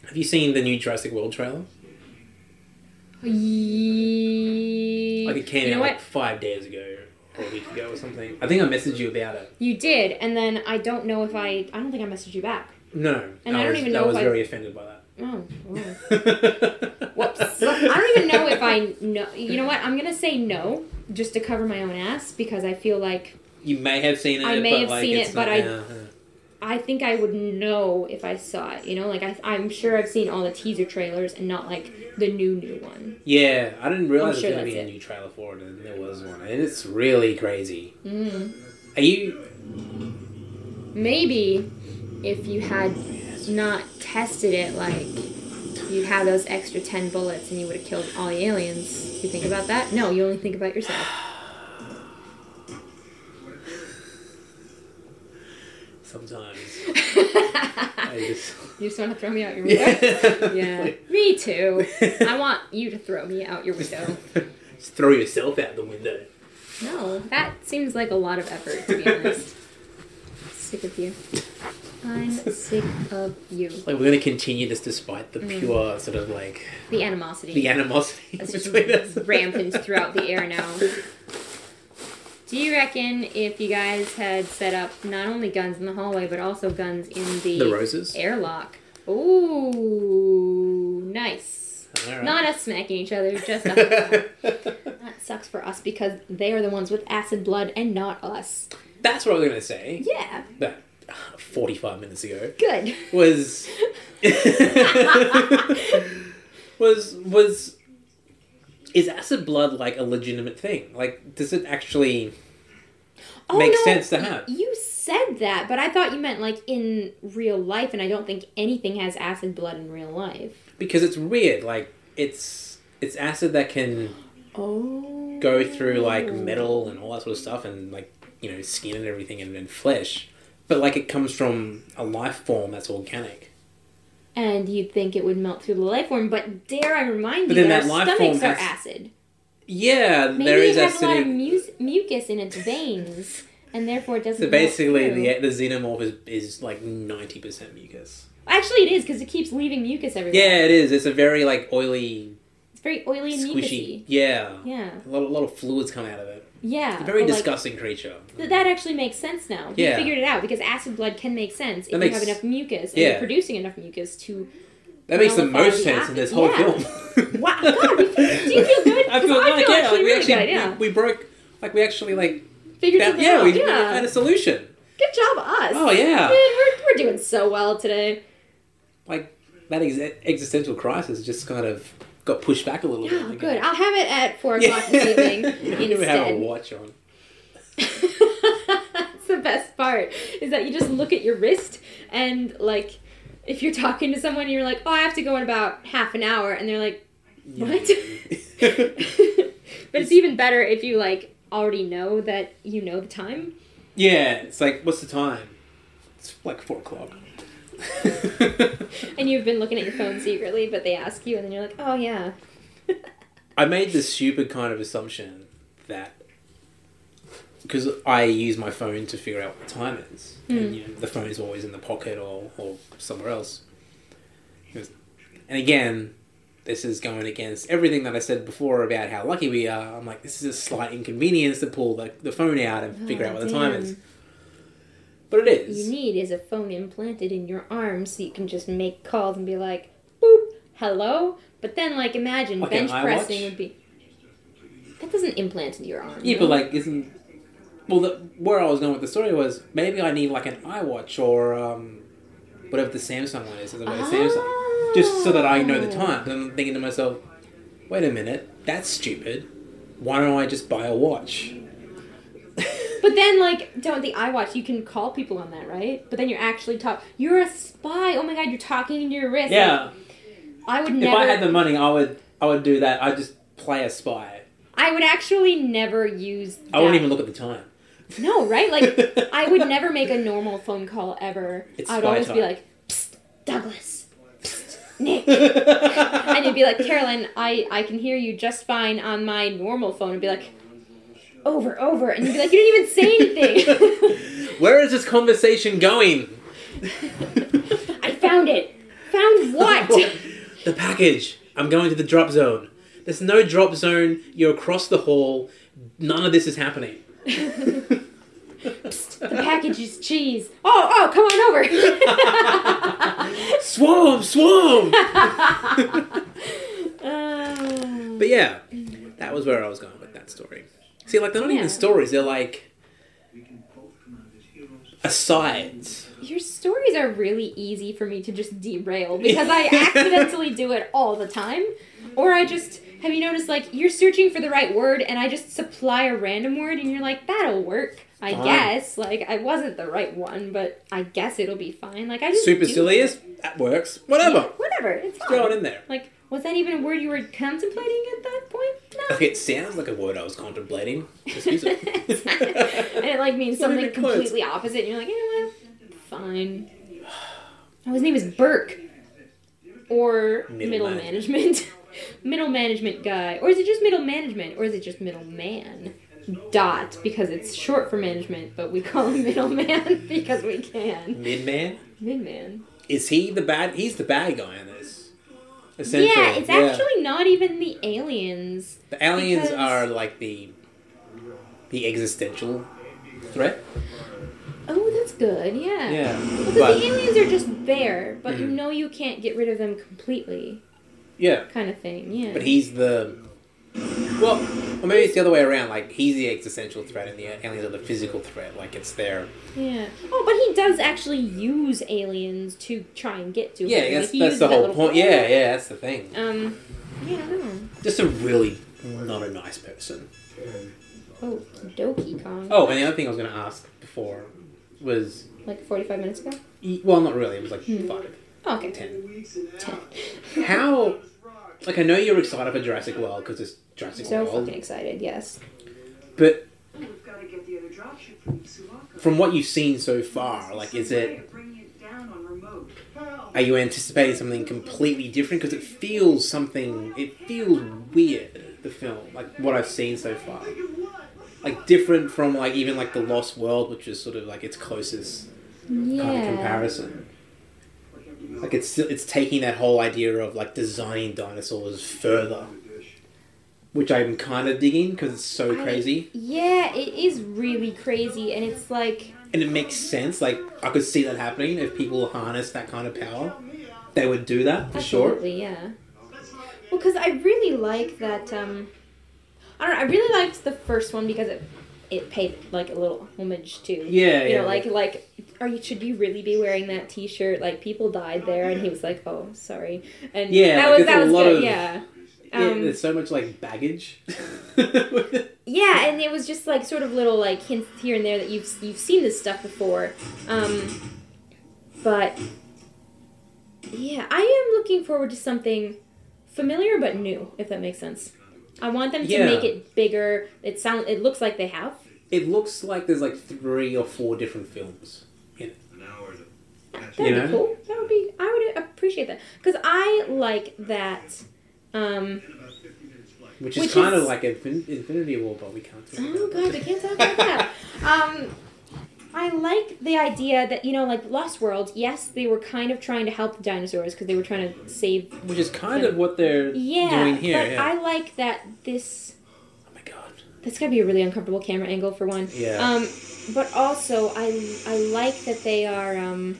Speaker 2: Have you seen the new Jurassic World trailer?
Speaker 3: Ye-
Speaker 2: Like it came
Speaker 3: you know
Speaker 2: out like
Speaker 3: what?
Speaker 2: five days ago or a week ago or something. I think I messaged you about it.
Speaker 3: You did, and then I don't know if I. I don't think I messaged you back.
Speaker 2: No,
Speaker 3: And
Speaker 2: I,
Speaker 3: I don't
Speaker 2: was,
Speaker 3: even
Speaker 2: I
Speaker 3: know
Speaker 2: was
Speaker 3: if I-
Speaker 2: very offended by that.
Speaker 3: Oh, wow.
Speaker 2: Whoops!
Speaker 3: I don't even know if I know. You know what? I'm gonna say no just to cover my own ass because I feel like
Speaker 2: You may have seen it.
Speaker 3: I may
Speaker 2: but,
Speaker 3: have
Speaker 2: like,
Speaker 3: seen
Speaker 2: it's
Speaker 3: it, but
Speaker 2: not-
Speaker 3: I-
Speaker 2: yeah, yeah.
Speaker 3: I think I would know if I saw it. You know, like I, I'm sure I've seen all the teaser trailers and not like the new new one.
Speaker 2: Yeah, I didn't realize
Speaker 3: sure
Speaker 2: there was going to be
Speaker 3: that's
Speaker 2: a
Speaker 3: it.
Speaker 2: new trailer for it, and there was one, and it's really crazy.
Speaker 3: Mm.
Speaker 2: Are you?
Speaker 3: Maybe if you had not tested it, like you'd have those extra ten bullets and you would have killed all the aliens. You think about that? No, you only think about yourself.
Speaker 2: sometimes. I
Speaker 3: you
Speaker 2: just
Speaker 3: just want to throw me out your window?
Speaker 2: yeah.
Speaker 3: yeah. Me too. I want you to throw me out your window.
Speaker 2: Just throw yourself out the window.
Speaker 3: No, that seems like a lot of effort, to be honest. sick of you. I'm sick of you.
Speaker 2: Like we're gonna continue this despite the
Speaker 3: Mm.
Speaker 2: pure sort of like
Speaker 3: The animosity.
Speaker 2: the animosity
Speaker 3: That's just
Speaker 2: between us.
Speaker 3: rampant throughout the air now. Do you reckon if you guys had set up not only guns in the hallway but also guns in the,
Speaker 2: The roses.
Speaker 3: airlock? Ooh, nice.
Speaker 2: All right.
Speaker 3: Not us smacking each other, just us. that sucks for us because they are the ones with acid blood and not us.
Speaker 2: That's what I was gonna say.
Speaker 3: Yeah,
Speaker 2: That uh, forty-five minutes ago
Speaker 3: good.
Speaker 2: was was was is acid blood like a legitimate thing? Like, does it actually? Makes sense to
Speaker 3: Oh, y-
Speaker 2: have.
Speaker 3: You said that, but I thought you meant like in real life, and I don't think anything has acid blood in real life.
Speaker 2: Because it's weird. Like, it's it's acid that can
Speaker 3: Oh.
Speaker 2: go through like metal and all that sort of stuff and like you know skin and everything and, and flesh but like it comes from a life form that's organic
Speaker 3: And you'd think it would melt through the life form, but dare I remind
Speaker 2: But
Speaker 3: you
Speaker 2: then
Speaker 3: that,
Speaker 2: that
Speaker 3: our
Speaker 2: life
Speaker 3: stomachs
Speaker 2: form
Speaker 3: are
Speaker 2: has-
Speaker 3: acid.
Speaker 2: yeah
Speaker 3: Maybe
Speaker 2: there is
Speaker 3: it has a lot of
Speaker 2: acidic
Speaker 3: mu- mucus in its veins, and therefore it doesn't.
Speaker 2: so
Speaker 3: melt
Speaker 2: basically
Speaker 3: through.
Speaker 2: the, the xenomorph is, is like 90% mucus
Speaker 3: actually it is because it keeps leaving mucus everywhere.
Speaker 2: yeah it is it's a very like oily
Speaker 3: it's very oily and
Speaker 2: squishy
Speaker 3: mucusy.
Speaker 2: yeah
Speaker 3: Yeah,
Speaker 2: a lot, a lot of fluids come out of it
Speaker 3: yeah.
Speaker 2: It's a very
Speaker 3: but, like,
Speaker 2: disgusting creature
Speaker 3: Th- that actually makes sense now. We
Speaker 2: Yeah.
Speaker 3: figured it out because acid blood can make sense
Speaker 2: That
Speaker 3: if you
Speaker 2: makes-
Speaker 3: have enough mucus and
Speaker 2: yeah.
Speaker 3: you're producing enough mucus to.
Speaker 2: that makes the
Speaker 3: Well,
Speaker 2: most
Speaker 3: the
Speaker 2: sense in this whole
Speaker 3: yeah.
Speaker 2: film
Speaker 3: Wow, God, we feel- do you feel good?
Speaker 2: I feel
Speaker 3: 'Cause I
Speaker 2: like
Speaker 3: feel
Speaker 2: yeah,
Speaker 3: actually
Speaker 2: like we
Speaker 3: really
Speaker 2: actually
Speaker 3: good, yeah.
Speaker 2: we, we broke like we actually like
Speaker 3: Figured
Speaker 2: found,
Speaker 3: something
Speaker 2: yeah
Speaker 3: out.
Speaker 2: we
Speaker 3: yeah.
Speaker 2: found a solution
Speaker 3: Good job, us.
Speaker 2: Oh yeah,
Speaker 3: Man, we're, we're doing so well today.
Speaker 2: like that ex- existential crisis just kind of got pushed back a little
Speaker 3: Oh,
Speaker 2: bit.
Speaker 3: good. I'll have it at four o'clock this evening
Speaker 2: you never have a
Speaker 3: instead.
Speaker 2: watch on.
Speaker 3: That's the best part is that you just look at your wrist and like, if you're talking to someone, you're like, oh, I have to go in about half an hour, and they're like, what? but it's even better if you like already know that you know the time.
Speaker 2: yeah, it's like what's the time? It's like four o'clock.
Speaker 3: And you've been looking at your phone secretly, but they ask you, and then you're like, oh, yeah.
Speaker 2: I made this stupid kind of assumption that because I use my phone to figure out what time it is,
Speaker 3: Hmm.
Speaker 2: and you know, the phone is always in the pocket or, or somewhere else. And again, this is going against everything that I said before about how lucky we are. I'm like, this is a slight inconvenience to pull the, the phone out and figure
Speaker 3: Oh,
Speaker 2: out what the time
Speaker 3: damn.
Speaker 2: is. But it
Speaker 3: What
Speaker 2: is.
Speaker 3: you need is a phone implanted in your arm so you can just make calls and be like, boop, hello. But then, like, imagine
Speaker 2: Like an
Speaker 3: bench
Speaker 2: iWatch?
Speaker 3: pressing would be. That doesn't implant into your arm.
Speaker 2: Yeah,
Speaker 3: no?
Speaker 2: but like, isn't well, the, where I was going with the story was maybe I need like an iWatch or um, whatever the Samsung one is, the way Samsung, just so that I know the
Speaker 3: Ah. Oh.
Speaker 2: time. 'Cause I'm thinking to myself, wait a minute, that's stupid. Why don't I just buy a watch?
Speaker 3: But then, like, don't the iWatch, you can call people on that, right? But then you're actually talk. You're a spy. Oh my god, you're talking into your wrist.
Speaker 2: yeah,
Speaker 3: Like, I would
Speaker 2: if
Speaker 3: never.
Speaker 2: I had the money, I would I would do that. I'd just play a spy.
Speaker 3: I would actually never use.
Speaker 2: I wouldn't
Speaker 3: that.
Speaker 2: even look at the time.
Speaker 3: No, right? Like, I would never make a normal phone call ever.
Speaker 2: It's
Speaker 3: I'd
Speaker 2: spy
Speaker 3: always be
Speaker 2: time.
Speaker 3: like, Psst, Douglas, Psst, Nick. And you'd be like, Carolyn, I, I can hear you just fine on my normal phone. And be like, over, over. And you'd be like, you didn't even say
Speaker 2: Where is this conversation going?
Speaker 3: anything. I found it. Found what?
Speaker 2: The package. I'm going to the drop zone. There's no drop zone. You're across the hall. None of this is happening.
Speaker 3: the package is cheese. Oh, oh, come on over.
Speaker 2: Swarm, swarm.
Speaker 3: Oh.
Speaker 2: but yeah, that was where I was going with that story. See, like they're not
Speaker 3: Yeah.
Speaker 2: even stories. They're like
Speaker 5: We can both come out as heroes.
Speaker 2: asides.
Speaker 3: Your stories are really easy for me to just derail because I accidentally do it all the time. Or I just have you noticed like you're searching for the right word and I just supply a random word and you're like that'll work. I
Speaker 2: Fine.
Speaker 3: guess like I wasn't the right one, but I guess it'll be fine. Like I just do-
Speaker 2: Supercilious. That works. Whatever.
Speaker 3: Whatever, it's fine.
Speaker 2: Throw it in there.
Speaker 3: Like was that even a word you were contemplating at that point? No.
Speaker 2: Like it sounds like a word I was contemplating. Just use
Speaker 3: and
Speaker 2: it.
Speaker 3: it like means
Speaker 2: Not
Speaker 3: something
Speaker 2: even close.
Speaker 3: completely opposite and you're like, you know what? fine. Oh, his name is Burke. Or
Speaker 2: Middle
Speaker 3: middle,
Speaker 2: management.
Speaker 3: management. middle management guy. Or is it just middle management? Or is it just middle man? Dot, because it's short for management, but we call him middle man because we can.
Speaker 2: Midman?
Speaker 3: Mid man.
Speaker 2: Is he the bad? He's the bad guy in this. Essentially,
Speaker 3: Yeah, it's actually not even the aliens.
Speaker 2: the aliens
Speaker 3: because-
Speaker 2: are like the the existential threat.
Speaker 3: Oh, that's good, yeah.
Speaker 2: Yeah,
Speaker 3: Because
Speaker 2: but Mm.
Speaker 3: the aliens are just there, but you know you can't get rid of them completely,
Speaker 2: yeah,
Speaker 3: kind of thing, yeah.
Speaker 2: but he's the well, or maybe it's the other way around. Like he's the existential threat, and the aliens are the physical threat. Like it's their
Speaker 3: Yeah. Oh, but he does actually use aliens to try and get to
Speaker 2: yeah.
Speaker 3: him.
Speaker 2: That's
Speaker 3: Like, he
Speaker 2: that's
Speaker 3: uses
Speaker 2: the
Speaker 3: that
Speaker 2: whole
Speaker 3: little-
Speaker 2: point. Yeah, yeah, that's the thing.
Speaker 3: Um. Yeah. I don't know.
Speaker 2: Just a really not a nice person.
Speaker 3: Oh, Donkey Kong.
Speaker 2: Oh, and the other thing I was going to ask before was
Speaker 3: Like forty-five minutes ago.
Speaker 2: well, not really. It was like
Speaker 3: Hmm.
Speaker 2: five,
Speaker 3: Oh, okay.
Speaker 2: ten.
Speaker 3: Ten.
Speaker 2: How? Like, I know you're excited for Jurassic World because it's Jurassic
Speaker 3: So
Speaker 2: World,
Speaker 3: fucking excited. Yes.
Speaker 2: but
Speaker 4: We've got to get the other dropship from Sulaco.
Speaker 2: from what you've seen so far, like, is it?
Speaker 4: Bringing it down on remote.
Speaker 2: Are you anticipating something completely different? Because it feels something. It feels weird. The film, like what I've seen so far, like different from like even like the Lost World, which is sort of like its closest
Speaker 3: Yeah.
Speaker 2: kind of comparison. Like it's still- it's taking that whole idea of like designing dinosaurs further, which I'm kind of digging because it's so
Speaker 3: I-
Speaker 2: crazy.
Speaker 3: Yeah, it is really crazy, and it's like
Speaker 2: and it makes sense. Like I could see that happening if people harness that kind of power, they would do that for sure.
Speaker 3: absolutely yeah. Well, because I really like that. Um, I don't know. I really liked the first one because it it paid like a little homage to
Speaker 2: Yeah,
Speaker 3: you
Speaker 2: yeah.
Speaker 3: know, like like are you should you really be wearing that T-shirt? Like people died there, and he was like, "Oh, sorry." And
Speaker 2: Yeah,
Speaker 3: that
Speaker 2: like, there's
Speaker 3: was that
Speaker 2: a
Speaker 3: was
Speaker 2: lot
Speaker 3: good.
Speaker 2: of-
Speaker 3: yeah,
Speaker 2: Yeah,
Speaker 3: um,
Speaker 2: there's so much like baggage. yeah,
Speaker 3: yeah, and it was just like sort of little like hints here and there that you've you've seen this stuff before, um, but yeah, I am looking forward to something familiar but new, if that makes sense. I want them to
Speaker 2: Yeah.
Speaker 3: make it bigger. It sound it looks like they have.
Speaker 2: it looks like there's like three or four different films.
Speaker 5: An hour to catch
Speaker 3: That'd
Speaker 2: You know?
Speaker 3: be cool. That would be. I would appreciate that because I like that. Um,
Speaker 5: in about 50 minutes flight.
Speaker 2: Which is
Speaker 3: Which
Speaker 2: kind of
Speaker 3: is-
Speaker 2: like Infin- Infinity War, but we can't talk
Speaker 3: oh
Speaker 2: about
Speaker 3: god, we can't talk about that. Um, I like the idea that you know, like Lost World. Yes, they were kind of trying to help the dinosaurs because they were trying to save.
Speaker 2: it. Which is kind of what they're
Speaker 3: Yeah,
Speaker 2: doing here.
Speaker 3: but
Speaker 2: yeah.
Speaker 3: I like that this.
Speaker 2: oh my god.
Speaker 3: That's gotta be a really uncomfortable camera angle for one.
Speaker 2: Yeah.
Speaker 3: Um, but also I I like that they are um.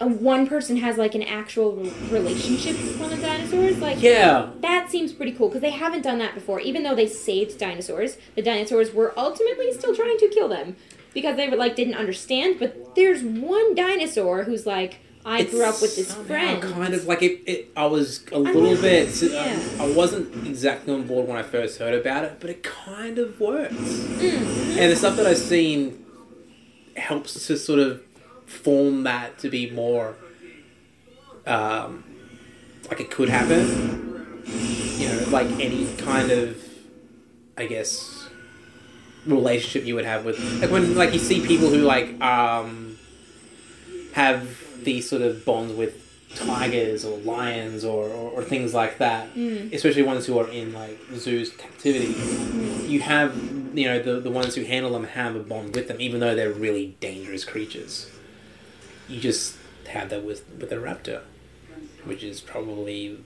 Speaker 3: uh, One person has like an actual re- relationship with one of the dinosaurs, like
Speaker 2: yeah.
Speaker 3: that seems pretty cool because they haven't done that before. Even though they saved dinosaurs, the dinosaurs were ultimately still trying to kill them because they were like didn't understand. But there's one dinosaur who's like, I grew up with this
Speaker 2: Somehow
Speaker 3: friend.
Speaker 2: Kind of like it. it I was a little
Speaker 3: know,
Speaker 2: bit.
Speaker 3: yeah.
Speaker 2: I wasn't exactly on board when I first heard about it, but it kind of works.
Speaker 3: Mm.
Speaker 2: And the stuff that I've seen helps to sort of form that to be more um, like it could happen. You know, like any kind of, I guess, relationship you would have with, like when like you see people who like um, have these sort of bonds with tigers or lions or, or, or things like that,
Speaker 3: Mm.
Speaker 2: especially ones who are in like zoos captivity
Speaker 3: Mm.
Speaker 2: you have you know the, the ones who handle them have a bond with them even though they're really dangerous creatures you just have that with with a raptor which is probably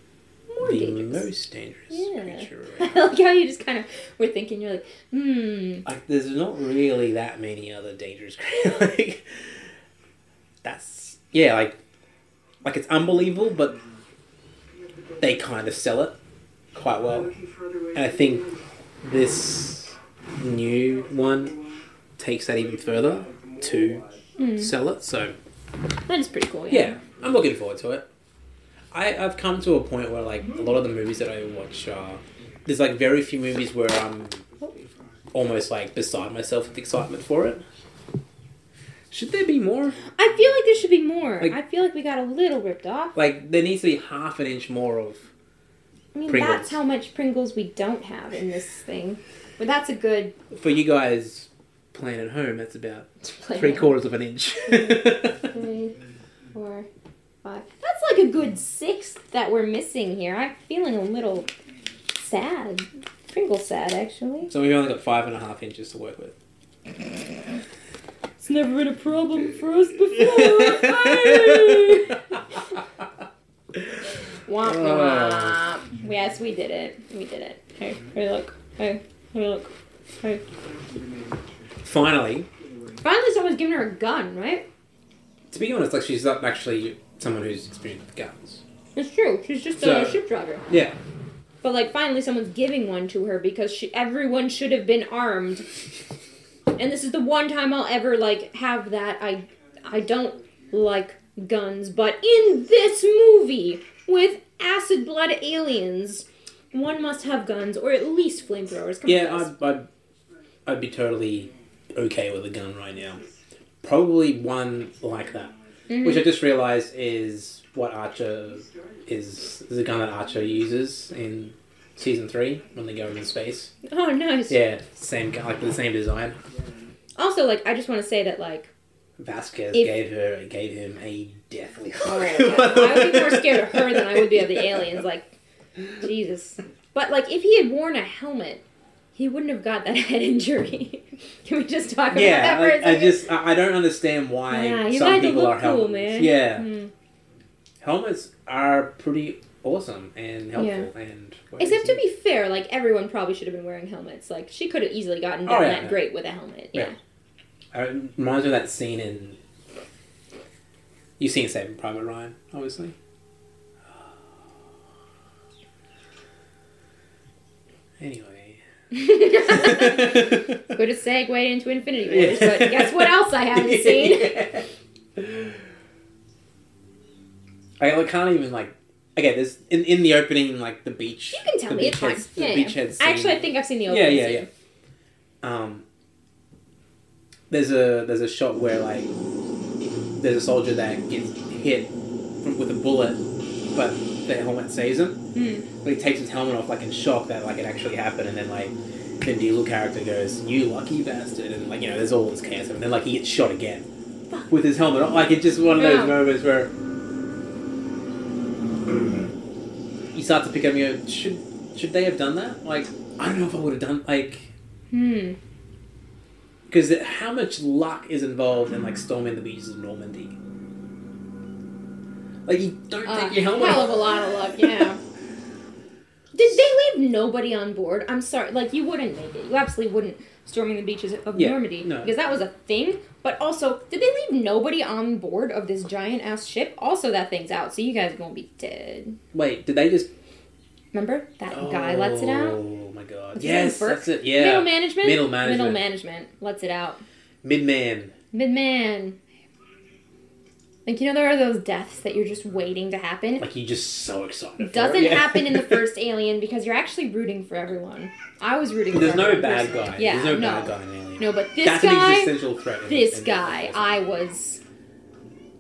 Speaker 3: More
Speaker 2: the
Speaker 3: dangerous.
Speaker 2: most dangerous
Speaker 3: Yeah.
Speaker 2: creature around.
Speaker 3: I like how you just kind of were thinking. You're like, hmm.
Speaker 2: like there's not really that many other dangerous creatures like that's yeah like like it's unbelievable but they kind of sell it quite well
Speaker 4: Looking for other ways
Speaker 2: Uh, and I
Speaker 4: to
Speaker 2: think
Speaker 4: do it.
Speaker 2: this new one takes that even further to
Speaker 3: Mm.
Speaker 2: sell it. So
Speaker 3: That is pretty cool.
Speaker 2: yeah, I'm looking forward to it. I, I've come to a point where like a lot of the movies that I watch are there's like very few movies where I'm almost like beside myself with excitement for it. Should there be more?
Speaker 3: I feel like there should be more.
Speaker 2: Like-
Speaker 3: I feel like we got a little ripped off.
Speaker 2: Like there needs to be half an inch more of
Speaker 3: I mean,
Speaker 2: Pringles.
Speaker 3: that's how much Pringles we don't have in this thing. But that's a good.
Speaker 2: for you guys playing at home, that's about
Speaker 3: Play
Speaker 2: three
Speaker 3: that.
Speaker 2: quarters of an inch.
Speaker 3: Three, four, five. That's like a good sixth that we're missing here. I'm feeling a little sad. Pringle sad, actually.
Speaker 2: so we've only got five and a half inches to work with.
Speaker 3: It's never been a problem for us before. Womp
Speaker 2: Oh.
Speaker 3: womp. Yes, we did it. We did it. Hey, hey, look. Hey, hey, look. Hey.
Speaker 2: Finally,
Speaker 3: Finally, someone's giving her a gun, right?
Speaker 2: to be honest, like she's not actually someone who's experienced with guns.
Speaker 3: It's true. She's just
Speaker 2: So-
Speaker 3: a ship driver.
Speaker 2: Yeah.
Speaker 3: But like, finally, someone's giving one to her because she, everyone should have been armed. And this is the one time I'll ever like have that. I, I don't like guns, but in this movie with acid blood aliens, one must have guns or at least flamethrowers. Come on,
Speaker 2: Yeah, uh,
Speaker 3: guys.
Speaker 2: I'd, I'd, I'd be totally okay with a gun right now. Probably one like that, which I just realised is what Archer is the gun that Archer uses in season three when they go into space.
Speaker 3: Oh, nice.
Speaker 2: Yeah, same gun, like the same design.
Speaker 3: Also, like, I just want to say that, like,
Speaker 2: Vasquez
Speaker 3: If-
Speaker 2: gave her gave him a deathly
Speaker 3: oh,
Speaker 2: look.
Speaker 3: I would be more scared of her than I would be of the aliens. Like, Jesus. But like, if he had worn a helmet, he wouldn't have got that head injury. Can we just talk
Speaker 2: Yeah,
Speaker 3: about that for
Speaker 2: I,
Speaker 3: a
Speaker 2: I
Speaker 3: second?
Speaker 2: just I, I don't understand why
Speaker 3: Yeah, you
Speaker 2: some
Speaker 3: guys
Speaker 2: people
Speaker 3: look
Speaker 2: are helmets.
Speaker 3: cool, man.
Speaker 2: Yeah,
Speaker 3: Mm.
Speaker 2: helmets are pretty awesome and helpful and
Speaker 3: Except to be fair, like everyone probably should have been wearing helmets. Like she could have easily gotten down
Speaker 2: Oh, yeah,
Speaker 3: that
Speaker 2: yeah.
Speaker 3: great with a helmet. Yeah.
Speaker 2: Yeah. I Uh, reminds me of that scene in. You've seen Saving Private Ryan, obviously. Anyway.
Speaker 3: Could have segued into Infinity Wars, but guess what else I haven't seen?
Speaker 2: I like, can't even like. Okay, there's in in the opening like the beach.
Speaker 3: You can tell
Speaker 2: the
Speaker 3: me, it's fine.
Speaker 2: beachheads-
Speaker 3: Yeah,
Speaker 2: the
Speaker 3: yeah.
Speaker 2: beachhead scene.
Speaker 3: Actually, I think I've seen the old
Speaker 2: yeah,
Speaker 3: one,
Speaker 2: yeah,
Speaker 3: so-
Speaker 2: yeah. Um, there's a there's a shot where like there's a soldier that gets hit from, with a bullet, but the helmet saves him.
Speaker 3: Mm.
Speaker 2: But he takes his helmet off like in shock that like it actually happened, and then like the Diesel character goes, "You lucky bastard," and like you know there's all this chaos, and then like he gets shot again
Speaker 3: Fuck.
Speaker 2: with his helmet on. Like it's just one of those
Speaker 3: Yeah.
Speaker 2: moments where you start to pick up and you go, "Should should they have done that?" Like I don't know if I would have done like.
Speaker 3: Hmm.
Speaker 2: Because how much luck is involved in like storming the beaches of Normandy? Like you don't
Speaker 3: Uh,
Speaker 2: take your helmet
Speaker 3: hell
Speaker 2: off.
Speaker 3: of a lot of luck, yeah. Did they leave nobody on board? I'm sorry, like you wouldn't make it. You absolutely wouldn't storming the beaches of
Speaker 2: Yeah,
Speaker 3: Normandy
Speaker 2: no.
Speaker 3: because that was a thing. But also, did they leave nobody on board of this giant ass ship? Also, that thing's out, so you guys are gonna be dead.
Speaker 2: Wait, did they just?
Speaker 3: Remember that guy lets it out.
Speaker 2: Oh my god!
Speaker 3: What's his name,
Speaker 2: yes,
Speaker 3: Burke?
Speaker 2: that's it. Yeah,
Speaker 3: Middle management.
Speaker 2: Middle management.
Speaker 3: Middle management lets it out.
Speaker 2: Midman.
Speaker 3: Midman. Like you know, there are those deaths that you're just waiting to happen.
Speaker 2: Like you just so excited. for
Speaker 3: doesn't
Speaker 2: it. Yeah.
Speaker 3: happen in the first Alien because you're actually rooting for everyone. I was rooting.
Speaker 2: There's
Speaker 3: for
Speaker 2: no
Speaker 3: everyone
Speaker 2: bad
Speaker 3: personally.
Speaker 2: guy.
Speaker 3: Yeah,
Speaker 2: There's no,
Speaker 3: no,
Speaker 2: bad guy in Alien.
Speaker 3: no, but this
Speaker 2: that's an
Speaker 3: guy,
Speaker 2: existential threat. in-
Speaker 3: this
Speaker 2: in-
Speaker 3: guy, I was.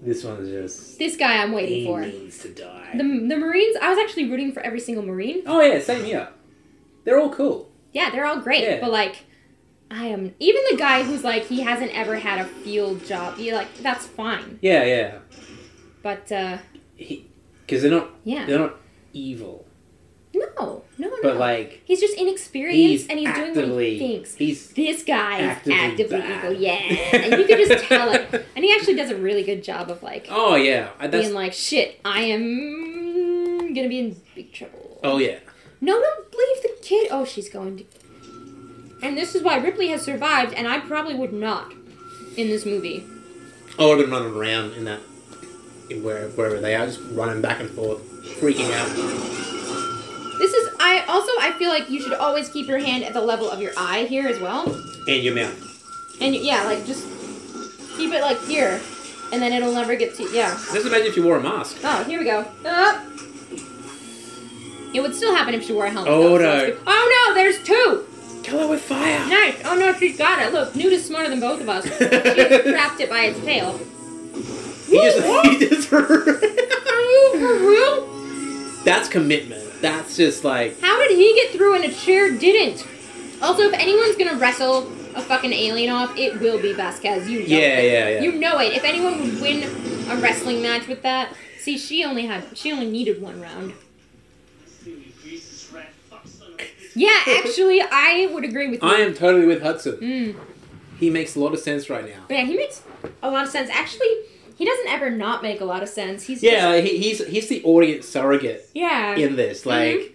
Speaker 2: This one's just.
Speaker 3: This guy, I'm waiting
Speaker 2: He
Speaker 3: for.
Speaker 2: needs to die.
Speaker 3: The, the Marines, I was actually rooting for every single Marine.
Speaker 2: Oh yeah, same here. They're all cool.
Speaker 3: Yeah, they're all great,
Speaker 2: Yeah.
Speaker 3: but like, I am even the guy who's like he hasn't ever had a field job. You like that's fine,
Speaker 2: Yeah, yeah.
Speaker 3: but uh,
Speaker 2: Because they're not.
Speaker 3: yeah,
Speaker 2: They're not evil,
Speaker 3: no, no, no.
Speaker 2: but like.
Speaker 3: he's just inexperienced and he's doing what
Speaker 2: actively-
Speaker 3: he thinks.
Speaker 2: He's
Speaker 3: this guy is
Speaker 2: Actively
Speaker 3: actively,
Speaker 2: bad.
Speaker 3: evil. Yeah, and you can just tell it. And he actually does a really good job of like
Speaker 2: oh yeah, I- that's
Speaker 3: being like, "Shit, I am gonna be in big trouble."
Speaker 2: oh yeah,
Speaker 3: No, don't leave the kid. Oh, she's going to. And this is why Ripley has survived, and I probably would not in this movie.
Speaker 2: I would have been running around in that in where wherever they are, just running back and forth, freaking out.
Speaker 3: This is. I also I feel like you should always keep your hand at the level of your eye here as well,
Speaker 2: And your mouth.
Speaker 3: and yeah, like just keep it like here, and then it'll never get to yeah.
Speaker 2: Just imagine if you wore a mask.
Speaker 3: Oh, here we go. Up. It would still happen if she wore a helmet.
Speaker 2: Oh,
Speaker 3: though, so
Speaker 2: no.
Speaker 3: it's good. Oh no, there's two.
Speaker 2: Kill her with fire.
Speaker 3: Nice. Oh no, she's got it. Look, Newt is smarter than both of us. She trapped it by its tail.
Speaker 2: He just, he just
Speaker 3: Are you for real?
Speaker 2: That's commitment. That's just like
Speaker 3: How did he get through and a chair didn't? Also, if anyone's gonna wrestle a fucking alien off, it will be Vasquez. You know
Speaker 2: Yeah,
Speaker 3: it.
Speaker 2: yeah, yeah.
Speaker 3: You know it. If anyone would win a wrestling match with that, see, she only had she only needed one round. Yeah, actually, I would agree with you.
Speaker 2: I am totally with Hudson.
Speaker 3: Mm.
Speaker 2: He makes a lot of sense right now.
Speaker 3: But yeah, he makes a lot of sense. Actually, he doesn't ever not make a lot of sense. He's
Speaker 2: Yeah,
Speaker 3: just,
Speaker 2: like, he, he's he's the audience surrogate
Speaker 3: yeah,
Speaker 2: in this. Like,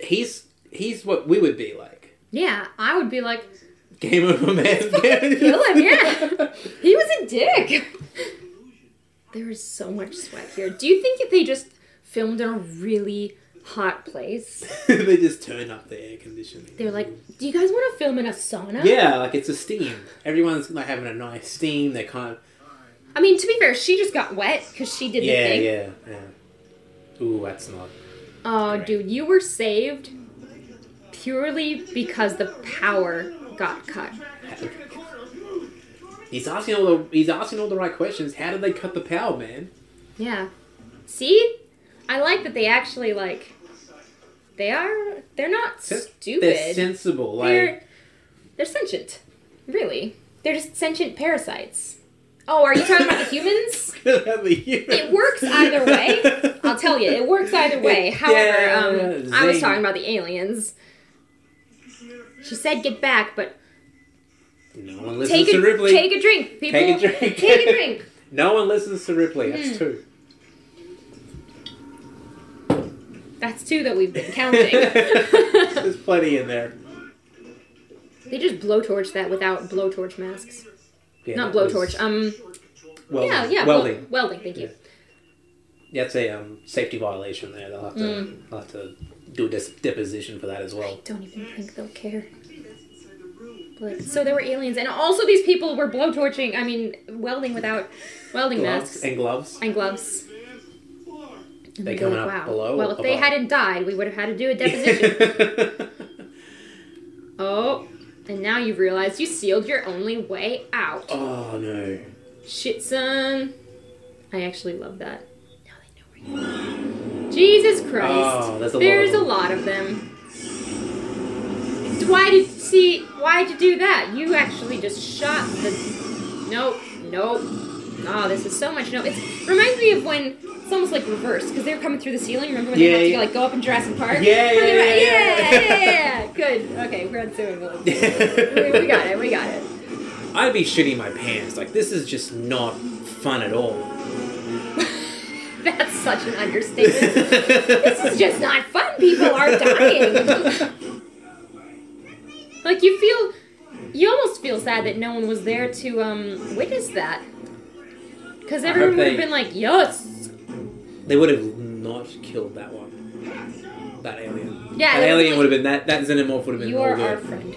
Speaker 2: he's he's what we would be like.
Speaker 3: yeah. I would be like,
Speaker 2: Game over, man.
Speaker 3: Kill him, yeah. He was a dick. There is so much sweat here. Do you think that they just filmed in a really hot place?
Speaker 2: they just turn up the air conditioning.
Speaker 3: They're like, do you guys want to film in a sauna?
Speaker 2: yeah, like it's a steam. Everyone's like having a nice steam. They can't.
Speaker 3: I mean, to be fair, she just got wet because she did the
Speaker 2: Yeah,
Speaker 3: thing.
Speaker 2: yeah, yeah. Ooh, that's not.
Speaker 3: Oh, dude, you were saved purely because the power got cut.
Speaker 2: He's asking all the he's asking all the right questions. How did they cut the power, man?
Speaker 3: Yeah. See? I like that they actually like they are they're not
Speaker 2: Sen-
Speaker 3: stupid.
Speaker 2: They're sensible. Like
Speaker 3: They're they're sentient, really. They're just sentient parasites. Oh, are you talking about the humans? It
Speaker 2: it
Speaker 3: works either way. I'll tell you, it works either way. However, um, I was
Speaker 2: Zing.
Speaker 3: talking about the aliens. She said, "Get back," but
Speaker 2: No one listens
Speaker 3: take a
Speaker 2: to Ripley.
Speaker 3: take a drink, people.
Speaker 2: Take a drink.
Speaker 3: Take a drink.
Speaker 2: no one listens to Ripley.
Speaker 3: Hmm.
Speaker 2: That's two.
Speaker 3: That's two that we've been counting.
Speaker 2: There's plenty in there.
Speaker 3: they just blowtorch that without blowtorch masks.
Speaker 2: Yeah,
Speaker 3: Not
Speaker 2: that was
Speaker 3: blowtorch. Um,
Speaker 2: welding.
Speaker 3: yeah, yeah, wel-
Speaker 2: welding.
Speaker 3: welding. Thank you.
Speaker 2: That's a um, safety violation there. They'll have to
Speaker 3: Mm.
Speaker 2: they'll have to do a dis- deposition for that as well.
Speaker 3: Don't even think they'll care. Like, so there were aliens, and also these people were blowtorching. I mean, welding without welding
Speaker 2: Gloves
Speaker 3: masks
Speaker 2: and gloves.
Speaker 3: and gloves. And
Speaker 2: They
Speaker 3: we
Speaker 2: coming up below
Speaker 3: Well,
Speaker 2: or
Speaker 3: if they
Speaker 2: above?
Speaker 3: hadn't died, we would have had to do a deposition. oh, and now you've realized you sealed your only way out.
Speaker 2: oh no.
Speaker 3: Shit, son. I actually love that. Now they know where you are. Jesus Christ.
Speaker 2: Oh, there's a lot of them.
Speaker 3: lot of them. Why did see? Why'd you do that? You actually just shot the. Nope, nope. Oh, this is so much. No, it reminds me of when it's almost like reversed because they were coming through the ceiling. Remember when
Speaker 2: Yeah,
Speaker 3: they had
Speaker 2: yeah.
Speaker 3: to like go up in Jurassic Park?
Speaker 2: Yeah,
Speaker 3: When they were-
Speaker 2: yeah, yeah,
Speaker 3: yeah,
Speaker 2: yeah.
Speaker 3: yeah, yeah. Good. Okay, we're on Sewing we, we got it. We got it.
Speaker 2: I'd be shitting my pants. Like this is just not fun at all.
Speaker 3: That's such an understatement. this is just not fun. People are dying. like you feel, you almost feel sad that no one was there to um witness that, because everyone would
Speaker 2: they-
Speaker 3: have been like, "Yes,
Speaker 2: They would have not killed that one. That alien.
Speaker 3: Yeah,
Speaker 2: That
Speaker 3: they
Speaker 2: alien
Speaker 3: would-
Speaker 2: would have been that. That xenomorph would have been
Speaker 3: you
Speaker 2: all
Speaker 3: are our
Speaker 2: good.
Speaker 3: friend."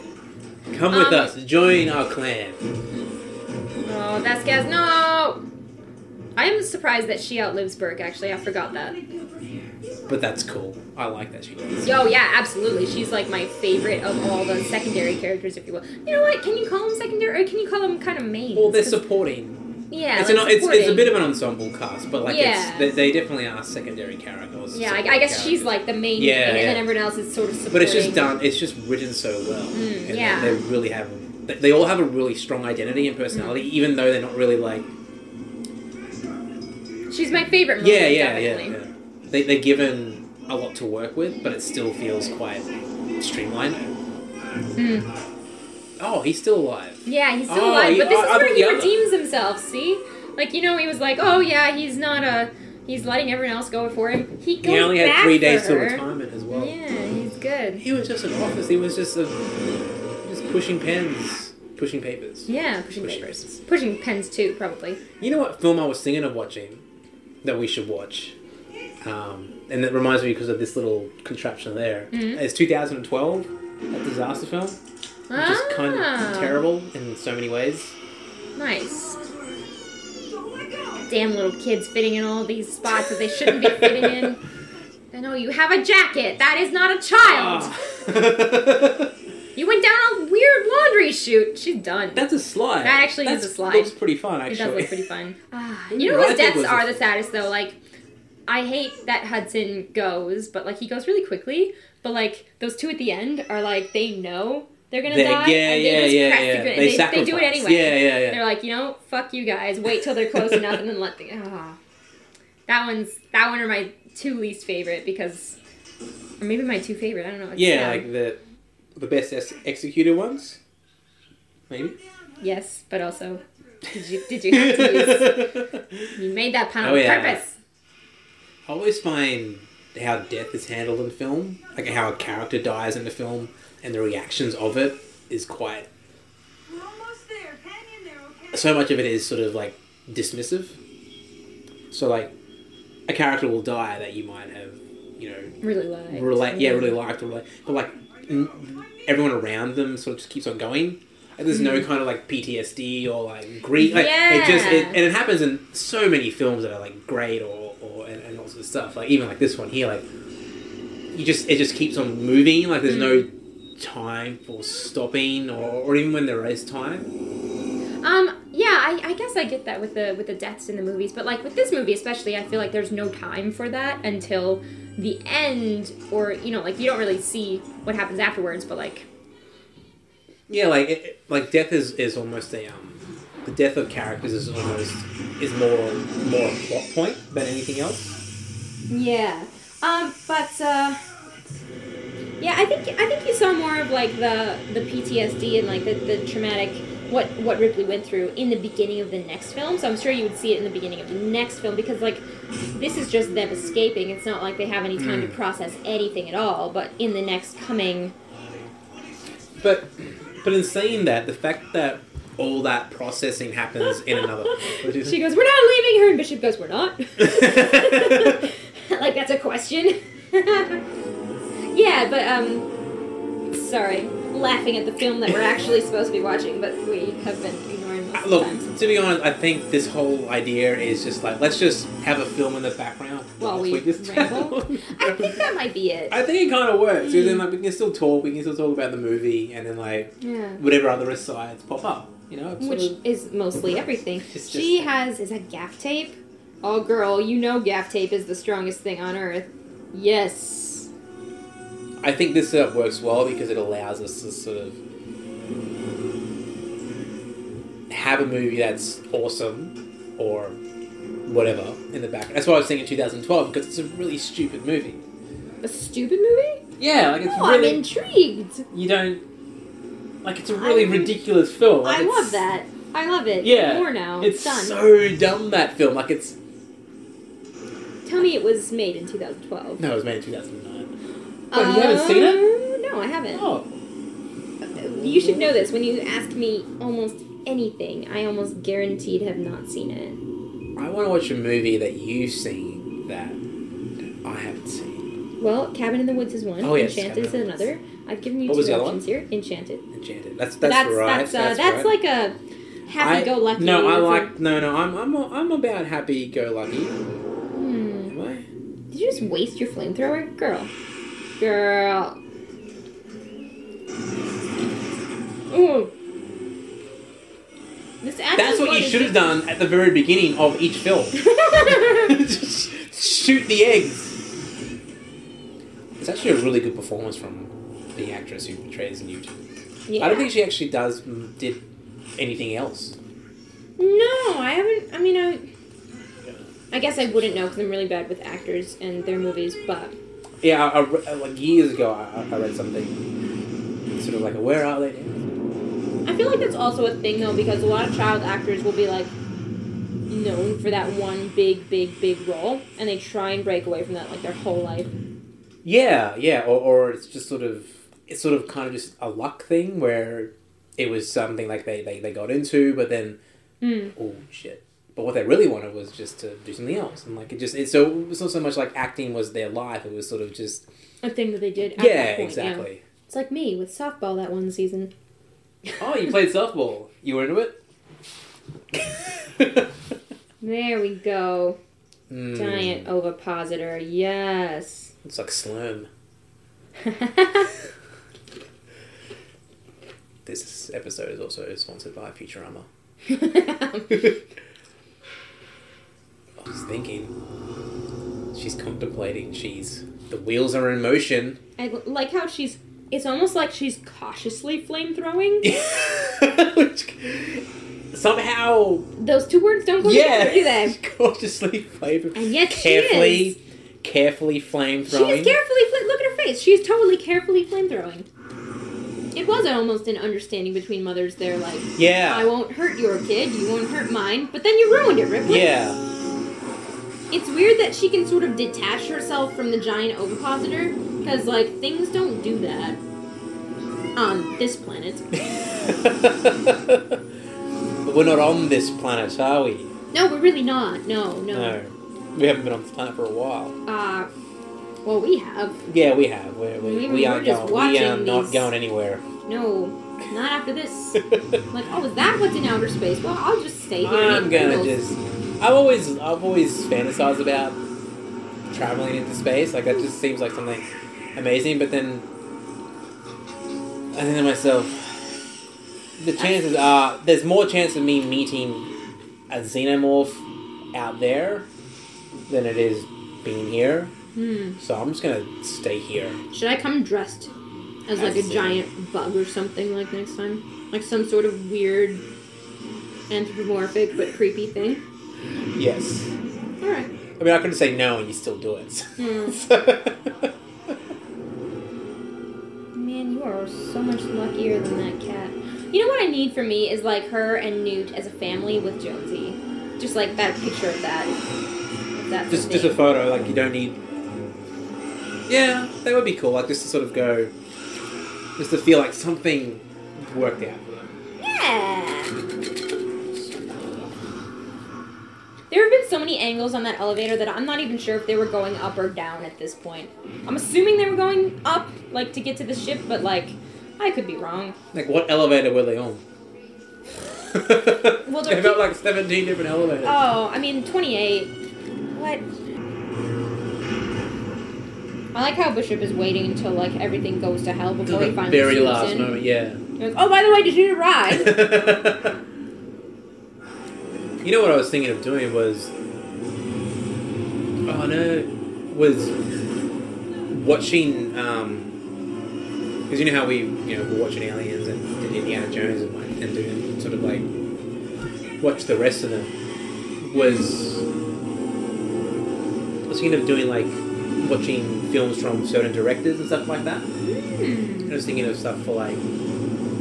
Speaker 2: Come with
Speaker 3: Um,
Speaker 2: us. Join our clan.
Speaker 3: Oh, Vasquez, no! I am surprised that she outlives Burke. Actually, I forgot that.
Speaker 2: But that's cool. I like that she does.
Speaker 3: Yo, yeah, absolutely. She's like my favorite of all the secondary characters, if you will. You know what? Can you call them secondary, or can you call them kind of main?
Speaker 2: Well, they're supporting.
Speaker 3: yeah,
Speaker 2: it's,
Speaker 3: like
Speaker 2: an, it's, it's a
Speaker 3: supporting.
Speaker 2: bit of an ensemble cast, but like
Speaker 3: Yeah.
Speaker 2: it's, they, they definitely are secondary characters.
Speaker 3: Yeah, I,
Speaker 2: secondary
Speaker 3: I guess she's
Speaker 2: characters.
Speaker 3: like the main,
Speaker 2: Yeah,
Speaker 3: and,
Speaker 2: yeah.
Speaker 3: then everyone else is sort of supporting.
Speaker 2: But it's just done. It's just written so well.
Speaker 3: Mm,
Speaker 2: and
Speaker 3: yeah.
Speaker 2: They really have. They, they all have a really strong identity and personality, even though they're not really like.
Speaker 3: She's my favorite. Moment,
Speaker 2: Yeah, yeah, yeah,
Speaker 3: definitely.
Speaker 2: yeah. They, they're given a lot to work with, but it still feels quite streamlined.
Speaker 3: Mm.
Speaker 2: Oh, he's still alive.
Speaker 3: Yeah, he's still
Speaker 2: Oh,
Speaker 3: alive,
Speaker 2: yeah,
Speaker 3: but this
Speaker 2: I-
Speaker 3: is
Speaker 2: I
Speaker 3: where
Speaker 2: thought
Speaker 3: he
Speaker 2: the other-
Speaker 3: redeems himself. See, like you know, he was like, oh yeah, he's not a, he's letting everyone else go for him. He goes
Speaker 2: He only
Speaker 3: back
Speaker 2: had three
Speaker 3: for
Speaker 2: days till
Speaker 3: her.
Speaker 2: retirement as well.
Speaker 3: Yeah, he's good.
Speaker 2: He was just an office. He was just a, just pushing pens, pushing papers.
Speaker 3: Yeah, pushing,
Speaker 2: Pushing
Speaker 3: papers,
Speaker 2: pens.
Speaker 3: pushing pens too, probably.
Speaker 2: You know what film I was thinking of watching that we should watch? Um, and that reminds me because of this little contraption there.
Speaker 3: Mm-hmm.
Speaker 2: It's 2012, a disaster film. Which is kind
Speaker 3: Ah,
Speaker 2: of terrible in so many ways.
Speaker 3: Nice. Damn little kids fitting in all these spots that they shouldn't be fitting in. I know you have a jacket. That is not a child.
Speaker 2: Ah.
Speaker 3: You went down a weird laundry chute. She's done.
Speaker 2: That's a slide.
Speaker 3: That actually is
Speaker 2: That's-
Speaker 3: a slide.
Speaker 2: Looks pretty fun,
Speaker 3: it
Speaker 2: actually.
Speaker 3: does look pretty fun. Ah,
Speaker 2: Ooh,
Speaker 3: you know his
Speaker 2: I think
Speaker 3: deaths
Speaker 2: was a-
Speaker 3: are the saddest though. Like, I hate that Hudson goes, but like he goes really quickly. But like those two at the end are like they know They're gonna
Speaker 2: They-
Speaker 3: die.
Speaker 2: yeah,
Speaker 3: and
Speaker 2: yeah,
Speaker 3: they just
Speaker 2: yeah,
Speaker 3: crack
Speaker 2: yeah.
Speaker 3: The grenade.
Speaker 2: They
Speaker 3: They, they, do it
Speaker 2: sacrifice.
Speaker 3: anyway.
Speaker 2: Yeah, yeah, yeah.
Speaker 3: They're like, you know, fuck you guys. Wait till they're close enough, and then let the. ah. That one's that one are my two least favorite because, or maybe my two favorite. I don't know. It's
Speaker 2: Yeah,
Speaker 3: um,
Speaker 2: like the the best ex- executed ones, maybe.
Speaker 3: yes, but also, did you did you have to use? You made that pun on
Speaker 2: Oh, yeah.
Speaker 3: purpose.
Speaker 2: I always find how death is handled in film, like how a character dies in the film and the reactions of it is quite.
Speaker 4: We're almost there. Hang in there, okay?
Speaker 2: So much of it is sort of like dismissive. So like, a character will die that you might have, you know,
Speaker 3: Really like.
Speaker 2: relate. Yeah, really liked or relate, but like n- everyone around them sort of just keeps on going. Like, there's no kind of like PTSD or like grief. Like it just it,
Speaker 3: Yeah.
Speaker 2: and it happens in so many films that are like great or or and, and all sorts of stuff. Like even like this one here, like you just it just keeps on moving. Like there's no time for stopping or, or even when there is time.
Speaker 3: Um. Yeah. I, I guess I get that with the with the deaths in the movies, but like with this movie especially, I feel like there's no time for that until the end, or you know, like you don't really see what happens afterwards. But like,
Speaker 2: Yeah, like it, it- like death is is almost a um the death of characters is almost is more more a plot point than anything else.
Speaker 3: yeah. Um. But uh. Yeah. I think I think you saw more of like the the PTSD and like the, the traumatic what what Ripley went through in the beginning of the next film. So I'm sure you would see it in the beginning of the next film because like this is just them escaping. It's not like they have any time to process anything at all. But in the next coming.
Speaker 2: But but in saying that, the fact that all that processing happens in another, which is-
Speaker 3: She goes, "We're not leaving her," and Bishop goes, "We're not." like that's a question. yeah, but um, sorry, laughing at the film that we're actually supposed to be watching, but we have been ignoring most
Speaker 2: Uh,
Speaker 3: of the time.
Speaker 2: look to be honest, I think this whole idea is just like let's just have a film in the background
Speaker 3: While
Speaker 2: Let's
Speaker 3: we
Speaker 2: wait this
Speaker 3: ramble. Hmm.
Speaker 2: down.
Speaker 3: I think that might be it.
Speaker 2: I think it kind of works. because Then like we can still talk, we can still talk about the movie, and then like
Speaker 3: yeah.
Speaker 2: whatever other asides pop up, you know. it's sort
Speaker 3: Which
Speaker 2: of-
Speaker 3: is mostly everything.
Speaker 2: It's
Speaker 3: She
Speaker 2: just-
Speaker 3: has is that gaff tape. Oh, girl, you know gaff tape is the strongest thing on earth. Yes.
Speaker 2: I think this setup works well because it allows us to sort of have a movie that's awesome or whatever in the background. That's why I was saying in 2012 because it's a really stupid movie.
Speaker 3: A stupid movie?
Speaker 2: Yeah, like it's
Speaker 3: No,
Speaker 2: really
Speaker 3: I'm intrigued.
Speaker 2: you don't like it's a really
Speaker 3: I'm-
Speaker 2: ridiculous film. Like,
Speaker 3: I
Speaker 2: it's-
Speaker 3: love that. I love it.
Speaker 2: Yeah,
Speaker 3: More now.
Speaker 2: It's
Speaker 3: done.
Speaker 2: so dumb that film. Like it's
Speaker 3: Tell me it was made in 2012.
Speaker 2: no, it was made in 2009. Wait, you haven't seen
Speaker 3: it? Um, No, I haven't.
Speaker 2: Oh,
Speaker 3: You should know this. When you ask me almost anything, I almost guaranteed have not seen it.
Speaker 2: I want to watch a movie that you've seen that I haven't seen.
Speaker 3: Well, Cabin in the Woods is one.
Speaker 2: Oh, yes,
Speaker 3: Enchanted is
Speaker 2: Cabin in the Woods.
Speaker 3: another. I've given you
Speaker 2: What was
Speaker 3: two
Speaker 2: the other one?
Speaker 3: options here. Enchanted.
Speaker 2: Enchanted. That's that's,
Speaker 3: that's
Speaker 2: right.
Speaker 3: That's, uh, that's,
Speaker 2: right.
Speaker 3: like a happy-go-lucky.
Speaker 2: I, no, I
Speaker 3: it's a-
Speaker 2: like no, no. I'm I'm I'm about happy go lucky.
Speaker 3: Hmm.
Speaker 2: Am I?
Speaker 3: Did you just waste your flamethrower, girl? Girl. Ooh. This actually
Speaker 2: That's what you
Speaker 3: was-
Speaker 2: should have done at the very beginning of each film. Just shoot the eggs. It's actually a really good performance from the actress who portrays Newt.
Speaker 3: Yeah.
Speaker 2: I don't think she actually does mm, did anything else.
Speaker 3: No, I haven't. I mean, I. I guess I wouldn't know because I'm really bad with actors and their movies, but
Speaker 2: Yeah, I, I re- like years ago, I, I read something sort of like, "Where are they?" now?"
Speaker 3: I feel like that's also a thing though because a lot of child actors will be like known for that one big, big, big role, and they try and break away from that like their whole life.
Speaker 2: Yeah, yeah, or, or it's just sort of it's sort of kind of just a luck thing where it was something like they they, they got into, but then
Speaker 3: Mm.
Speaker 2: oh shit. But what they really wanted was just to do something else, and like it just it's so it was not so much like acting was their life; it was sort of just
Speaker 3: A thing that they did. At
Speaker 2: yeah,
Speaker 3: that point,
Speaker 2: exactly.
Speaker 3: It's like me with softball that one season.
Speaker 2: Oh, you played softball. You were into it.
Speaker 3: There we go.
Speaker 2: Mm.
Speaker 3: Giant ovipositor. Yes.
Speaker 2: It's like slurm. This episode is also sponsored by Futurama. I was thinking, she's contemplating. She's the wheels are in motion.
Speaker 3: I like how she's It's almost like she's cautiously flamethrowing.
Speaker 2: Which somehow,
Speaker 3: Those two words don't go
Speaker 2: yeah,
Speaker 3: together, do they?
Speaker 2: cautiously flavor,
Speaker 3: And yet she
Speaker 2: carefully,
Speaker 3: is.
Speaker 2: carefully flame
Speaker 3: She
Speaker 2: throwing.
Speaker 3: is carefully fl- look at her face. She is totally carefully flamethrowing. It was almost an understanding between mothers. They're like,
Speaker 2: yeah,
Speaker 3: I won't hurt your kid, you won't hurt mine, but then you ruined it, Ripley.
Speaker 2: yeah,
Speaker 3: It's weird that she can sort of detach herself from the giant ovipositor, because, like, things don't do that on this planet.
Speaker 2: but we're not on this planet, are we?
Speaker 3: No, we're really not. No, no.
Speaker 2: we haven't been on this planet for a while.
Speaker 3: Uh, well, we have.
Speaker 2: Yeah, we have. We're, we
Speaker 3: We-
Speaker 2: we,
Speaker 3: we were
Speaker 2: aren't
Speaker 3: just
Speaker 2: going. We are
Speaker 3: watching
Speaker 2: not
Speaker 3: these-
Speaker 2: going anywhere.
Speaker 3: No, not after this. Like, oh, is that what's in outer space? Well, I'll just stay here. and
Speaker 2: I'm
Speaker 3: eat
Speaker 2: gonna
Speaker 3: Pringles.
Speaker 2: just. I've always, I've always fantasized about traveling into space. Like that just seems like something amazing. But then I think to myself, the chances are there's more chance of me meeting a xenomorph out there than it is being here.
Speaker 3: Hmm.
Speaker 2: So I'm just gonna stay here.
Speaker 3: Should I come dressed as like a
Speaker 2: Absolutely.
Speaker 3: giant bug or something like next time? Like some sort of weird anthropomorphic but creepy thing?
Speaker 2: Yes.
Speaker 3: Alright.
Speaker 2: I mean, I could say no, and you still do it.
Speaker 3: Hmm. Man, you are so much luckier than that cat. You know what I need for me is like her and Newt as a family with Jonesy. Just like that picture of that. If That's
Speaker 2: just
Speaker 3: a
Speaker 2: just a
Speaker 3: thing.
Speaker 2: photo like you don't need yeah that would be cool like just to sort of go just to feel like something worked out for them
Speaker 3: Yeah. There have been so many angles on that elevator that I'm not even sure if they were going up or down at this point. I'm assuming they were going up, like to get to the ship, but like, I could be wrong.
Speaker 2: like what elevator were they on well,
Speaker 3: Well,
Speaker 2: they
Speaker 3: they're-
Speaker 2: about like 17 different elevators
Speaker 3: Oh, I mean, 28. What? I like how Bishop is waiting until like everything goes to hell
Speaker 2: Until
Speaker 3: before
Speaker 2: the
Speaker 3: he finally
Speaker 2: very
Speaker 3: zooms
Speaker 2: last
Speaker 3: in.
Speaker 2: moment yeah
Speaker 3: He goes, oh, by the way, did you need a ride?
Speaker 2: you know what I was thinking of doing was oh no was watching um because you know how we you know were watching Aliens and did Indiana Jones and like and doing sort of like watch the rest of them was I was thinking of doing like watching films from certain directors and stuff like that. I was thinking of stuff for like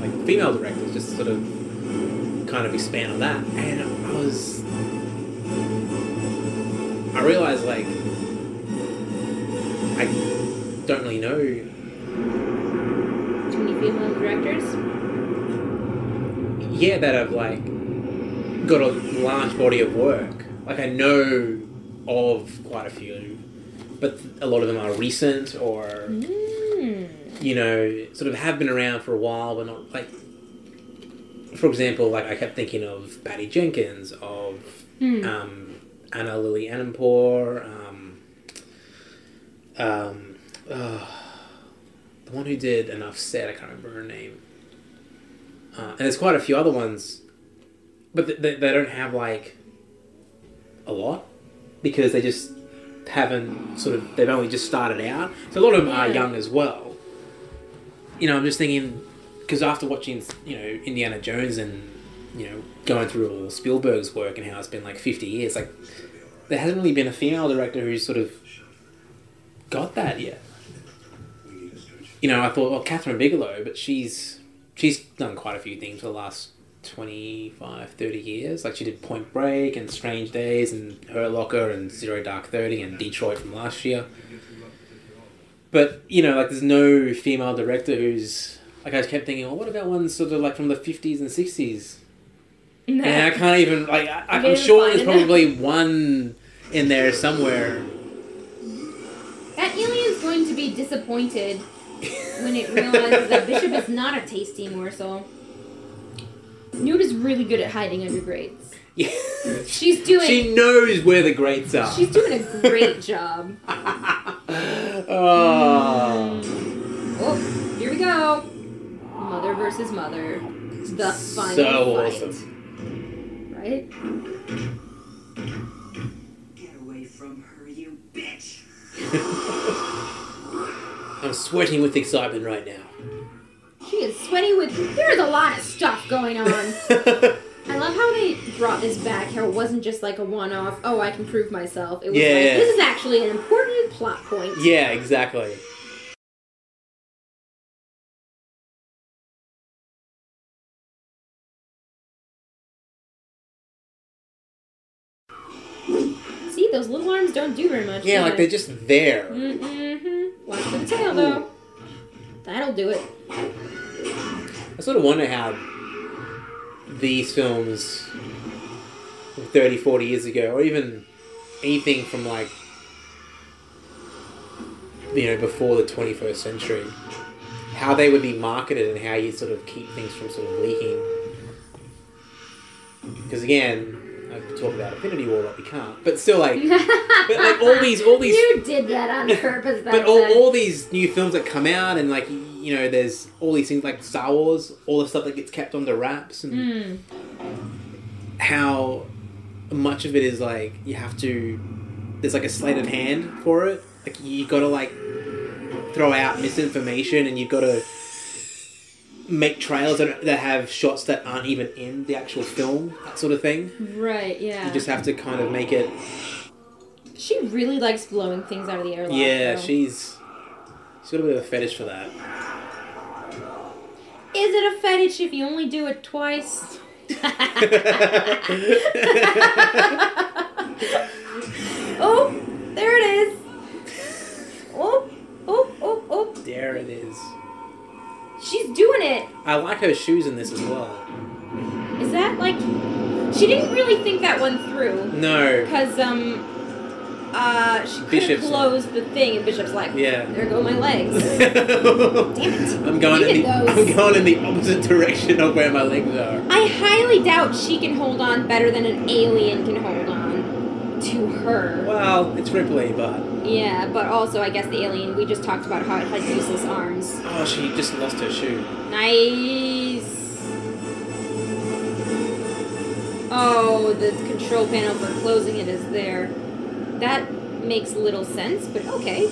Speaker 2: like female directors, just sort of kind of expand on that. And I was I realized like I don't really know
Speaker 3: Too many female directors.
Speaker 2: yeah that I've like got a large body of work. Like I know of quite a few, but a lot of them are recent or
Speaker 3: Mm.
Speaker 2: you know, sort of have been around for a while, but not like. For example, like I kept thinking of Patty Jenkins, of
Speaker 3: Hmm.
Speaker 2: um, Anna Lily Annenpour, um, um, uh, the one who did Enough Said. I can't remember her name. Uh, and there's quite a few other ones, but th- they, they don't have like a lot because they just haven't sort of they've only just started out. So a lot of them are
Speaker 3: Yeah.
Speaker 2: young as well. You know, I'm just thinking because after watching you know Indiana Jones and you know going through all Spielberg's work and how it's been like 50 years, like there hasn't really been a female director who's sort of got that yet.
Speaker 5: We need a search.
Speaker 2: You know, I thought, well, Catherine Bigelow, but she's she's done quite a few things for the last 25, 30 years. Like she did Point Break and Strange Days and Hurt Locker and Zero Dark Thirty and Detroit from last year. But you know, like there's no female director who's like I just kept thinking, well, what about ones sort of like from the 50s and 60s? And I can't even like I,
Speaker 3: You
Speaker 2: I'm
Speaker 3: didn't
Speaker 2: sure
Speaker 3: find
Speaker 2: there's
Speaker 3: it?
Speaker 2: probably one in there somewhere.
Speaker 3: That alien's going to be disappointed when it realizes that Bishop is not a tasty morsel. Newt is really good at hiding under grates.
Speaker 2: Yeah.
Speaker 3: She's doing.
Speaker 2: She knows where the grates are.
Speaker 3: She's doing a great job. Mm,
Speaker 2: oh.
Speaker 3: Oh, here we go. Mother versus mother. The final
Speaker 2: So
Speaker 3: fight.
Speaker 2: awesome.
Speaker 3: Right?
Speaker 4: Get away from her, you bitch!
Speaker 2: I'm sweating with excitement right now.
Speaker 3: She is sweaty with. There's a lot of stuff going on. I love how they brought this back. How it wasn't just like a one-off. Oh, I can prove myself. It was
Speaker 2: Yeah,
Speaker 3: like
Speaker 2: yeah.
Speaker 3: this is actually an important plot point.
Speaker 2: yeah, exactly.
Speaker 3: See, those little arms don't do very much.
Speaker 2: Yeah,
Speaker 3: do
Speaker 2: like they're just
Speaker 3: Mm.
Speaker 2: there.
Speaker 3: Mm-hmm. Watch for the tail though. That'll do it.
Speaker 2: I sort of wonder how these films from 30, 40 years ago, or even anything from like, you know, before the 21st century, how they would be marketed and how you sort of keep things from sort of leaking. Because again, I could talk about Infinity War, but we can't. But still, like, but like all these, all these
Speaker 3: you did that on purpose.
Speaker 2: but oh,
Speaker 3: that
Speaker 2: all,
Speaker 3: time.
Speaker 2: all these new films that come out and like you know there's all these things like star wars all the stuff that gets kept under wraps and
Speaker 3: Mm.
Speaker 2: how much of it is like you have to there's like a sleight of hand for it like you gotta like throw out misinformation and you've gotta make trailers that, that have shots that aren't even in the actual film that sort of thing
Speaker 3: Right. Yeah.
Speaker 2: you just have to kind of make it
Speaker 3: She really likes blowing things out of the airlock.
Speaker 2: yeah
Speaker 3: though.
Speaker 2: she's she's got a bit of a fetish for that
Speaker 3: Is it a fetish if you only do it twice? oh, there it is. Oh, oh, oh, oh.
Speaker 2: There it is.
Speaker 3: She's doing it.
Speaker 2: I like her shoes in this as well.
Speaker 3: Is that like. She didn't really think that one through.
Speaker 2: No.
Speaker 3: Because, um. Uh, she could have
Speaker 2: Bishop's-
Speaker 3: closed the thing, and Bishop's like,
Speaker 2: Yeah.
Speaker 3: there go my legs. it.
Speaker 2: I'm going in
Speaker 3: Needed
Speaker 2: the
Speaker 3: those.
Speaker 2: I'm going in the opposite direction of where my legs are.
Speaker 3: I highly doubt she can hold on better than an alien can hold on to her.
Speaker 2: Well, it's Ripley, but
Speaker 3: Yeah, but also I guess the alien we just talked about how it had useless arms.
Speaker 2: oh, she just lost her shoe.
Speaker 3: Nice. Oh, the control panel for closing it is there. That makes little sense, but okay.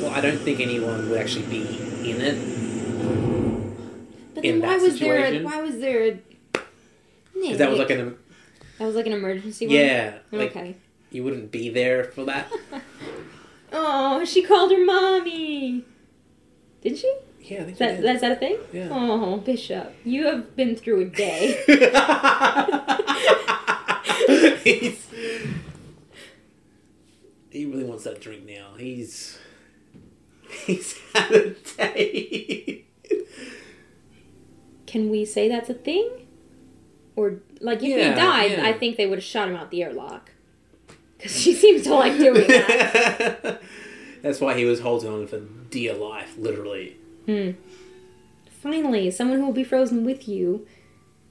Speaker 2: Well, I don't think anyone would actually be in it
Speaker 3: But
Speaker 2: In
Speaker 3: then why
Speaker 2: that
Speaker 3: was there? A,
Speaker 2: situation?
Speaker 3: why was there? A,
Speaker 2: because that was like an
Speaker 3: that was like an emergency one.
Speaker 2: yeah. Like
Speaker 3: Okay.
Speaker 2: you wouldn't be there for that.
Speaker 3: Oh, she called her mommy. Did she?
Speaker 2: Yeah, I think
Speaker 3: Is
Speaker 2: she
Speaker 3: that,
Speaker 2: did.
Speaker 3: that's that a thing?
Speaker 2: Yeah.
Speaker 3: Oh, Bishop, you have been through a day.
Speaker 2: He's- he really wants that drink now. He's he's had a day.
Speaker 3: Can we say that's a thing? Or like if
Speaker 2: Yeah,
Speaker 3: he died,
Speaker 2: yeah.
Speaker 3: I think they would have shot him out the airlock. Cause she seems to like doing that.
Speaker 2: That's why he was holding on for dear life, literally.
Speaker 3: Hmm. Finally, someone who will be frozen with you,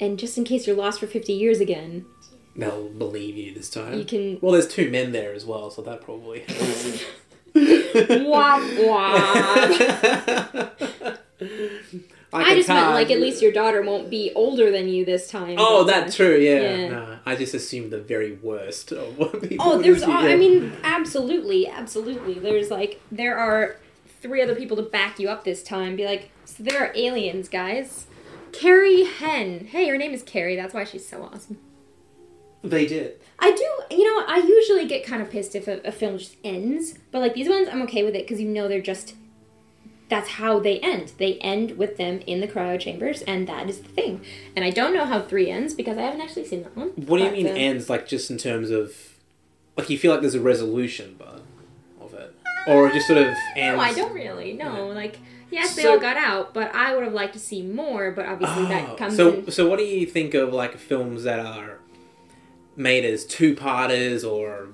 Speaker 3: and just in case you're lost for fifty years again.
Speaker 2: They'll believe you this time.
Speaker 3: You can-
Speaker 2: Well, there's two men there as well, so that probably. helps.
Speaker 3: Wah wah. I
Speaker 2: can
Speaker 3: just meant
Speaker 2: tell.
Speaker 3: like at least your daughter won't be older than you this time.
Speaker 2: Oh,
Speaker 3: but, uh,
Speaker 2: that's true. Yeah.
Speaker 3: Yeah.
Speaker 2: Nah, I just assumed the very worst of what people.
Speaker 3: Oh,
Speaker 2: would
Speaker 3: there's.
Speaker 2: do,
Speaker 3: all- I
Speaker 2: yeah.
Speaker 3: mean, absolutely, absolutely. There's like there are three other people to back you up this time. Be like, so there are aliens, guys. Carrie Hen. Hey, her name is Carrie. That's why she's so awesome.
Speaker 2: they did.
Speaker 3: I do, you know, I usually get kind of pissed if a, a film just ends, but like these ones, I'm okay with it because you know they're just. That's how they end. They end with them in the cryo chambers, and that is the thing. And I don't know how three ends because I haven't actually seen that one.
Speaker 2: What do you
Speaker 3: But,
Speaker 2: mean
Speaker 3: uh,
Speaker 2: ends? Like just in terms of, like you feel like there's a resolution, but of it, or it just sort of ends.
Speaker 3: No, I don't really. No, like yes, they
Speaker 2: So-
Speaker 3: all got out, but I would have liked to see more. But obviously,
Speaker 2: Oh,
Speaker 3: that comes
Speaker 2: so
Speaker 3: in.
Speaker 2: so what do you think of like films that are made as two parters or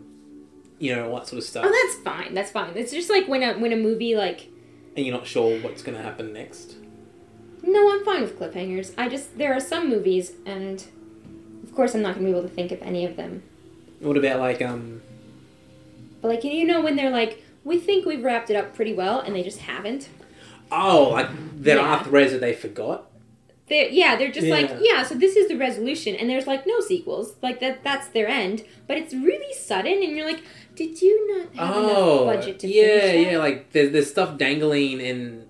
Speaker 2: you know what sort of stuff,
Speaker 3: Oh, that's fine. That's fine. It's just like when a when a movie like.
Speaker 2: and you're not sure what's going to happen next.
Speaker 3: No, I'm fine with cliffhangers. I just there are some movies, and of course, I'm not gonna be able to think of any of them.
Speaker 2: What about like um
Speaker 3: But like you know, when they're like, we think we've wrapped it up pretty well, and they just haven't.
Speaker 2: oh like there
Speaker 3: Yeah.
Speaker 2: are threads that they forgot.
Speaker 3: They're, yeah, they're just like,
Speaker 2: Yeah.
Speaker 3: yeah, so this is the resolution, and there's like no sequels, like that. That's their end, but it's really sudden, and you're like, did you not have
Speaker 2: Oh,
Speaker 3: enough budget to
Speaker 2: yeah,
Speaker 3: finish that?
Speaker 2: yeah. Like there's, there's stuff dangling, and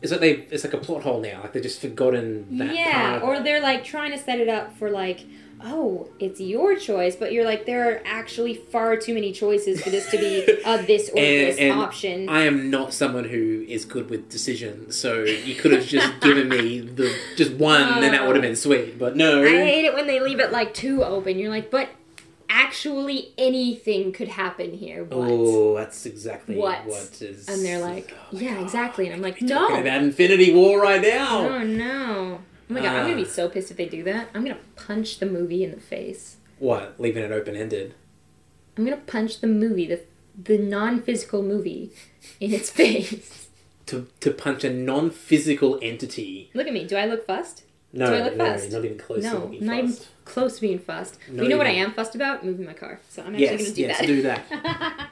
Speaker 2: it's like they it's like a plot hole now. Like they've just forgotten that.
Speaker 3: yeah,
Speaker 2: part.
Speaker 3: or they're like trying to set it up for like, oh, it's your choice, but you're like, there are actually far too many choices for this to be a this or
Speaker 2: And-
Speaker 3: this
Speaker 2: and
Speaker 3: option.
Speaker 2: I am not someone who is good with decisions, so you could have just given me the just one, and that would have been sweet. But no,
Speaker 3: I hate it when they leave it like too open. You're like, but actually anything could happen here. What?
Speaker 2: oh, that's exactly
Speaker 3: What?
Speaker 2: what, is.
Speaker 3: And they're like,
Speaker 2: Oh my
Speaker 3: yeah,
Speaker 2: God.
Speaker 3: exactly. And I'm like,
Speaker 2: Talking
Speaker 3: no.
Speaker 2: about Infinity War right now.
Speaker 3: Oh, no. Oh my god, I'm
Speaker 2: Ah.
Speaker 3: gonna be so pissed if they do that. I'm gonna punch the movie in the face.
Speaker 2: What? Leaving it open ended.
Speaker 3: I'm gonna punch the movie, the the non-physical movie, in its face.
Speaker 2: To, to punch a non physical entity.
Speaker 3: Look at me. Do I look fussed?
Speaker 2: No,
Speaker 3: Do I look
Speaker 2: no,
Speaker 3: fussed?
Speaker 2: not even close to
Speaker 3: No,
Speaker 2: looking
Speaker 3: not even
Speaker 2: fussed.
Speaker 3: close to being fussed. But
Speaker 2: Not
Speaker 3: you know what I
Speaker 2: even-
Speaker 3: am fussed about? Moving my car. So I'm actually
Speaker 2: Yes,
Speaker 3: gonna do
Speaker 2: yes,
Speaker 3: that.
Speaker 2: do that.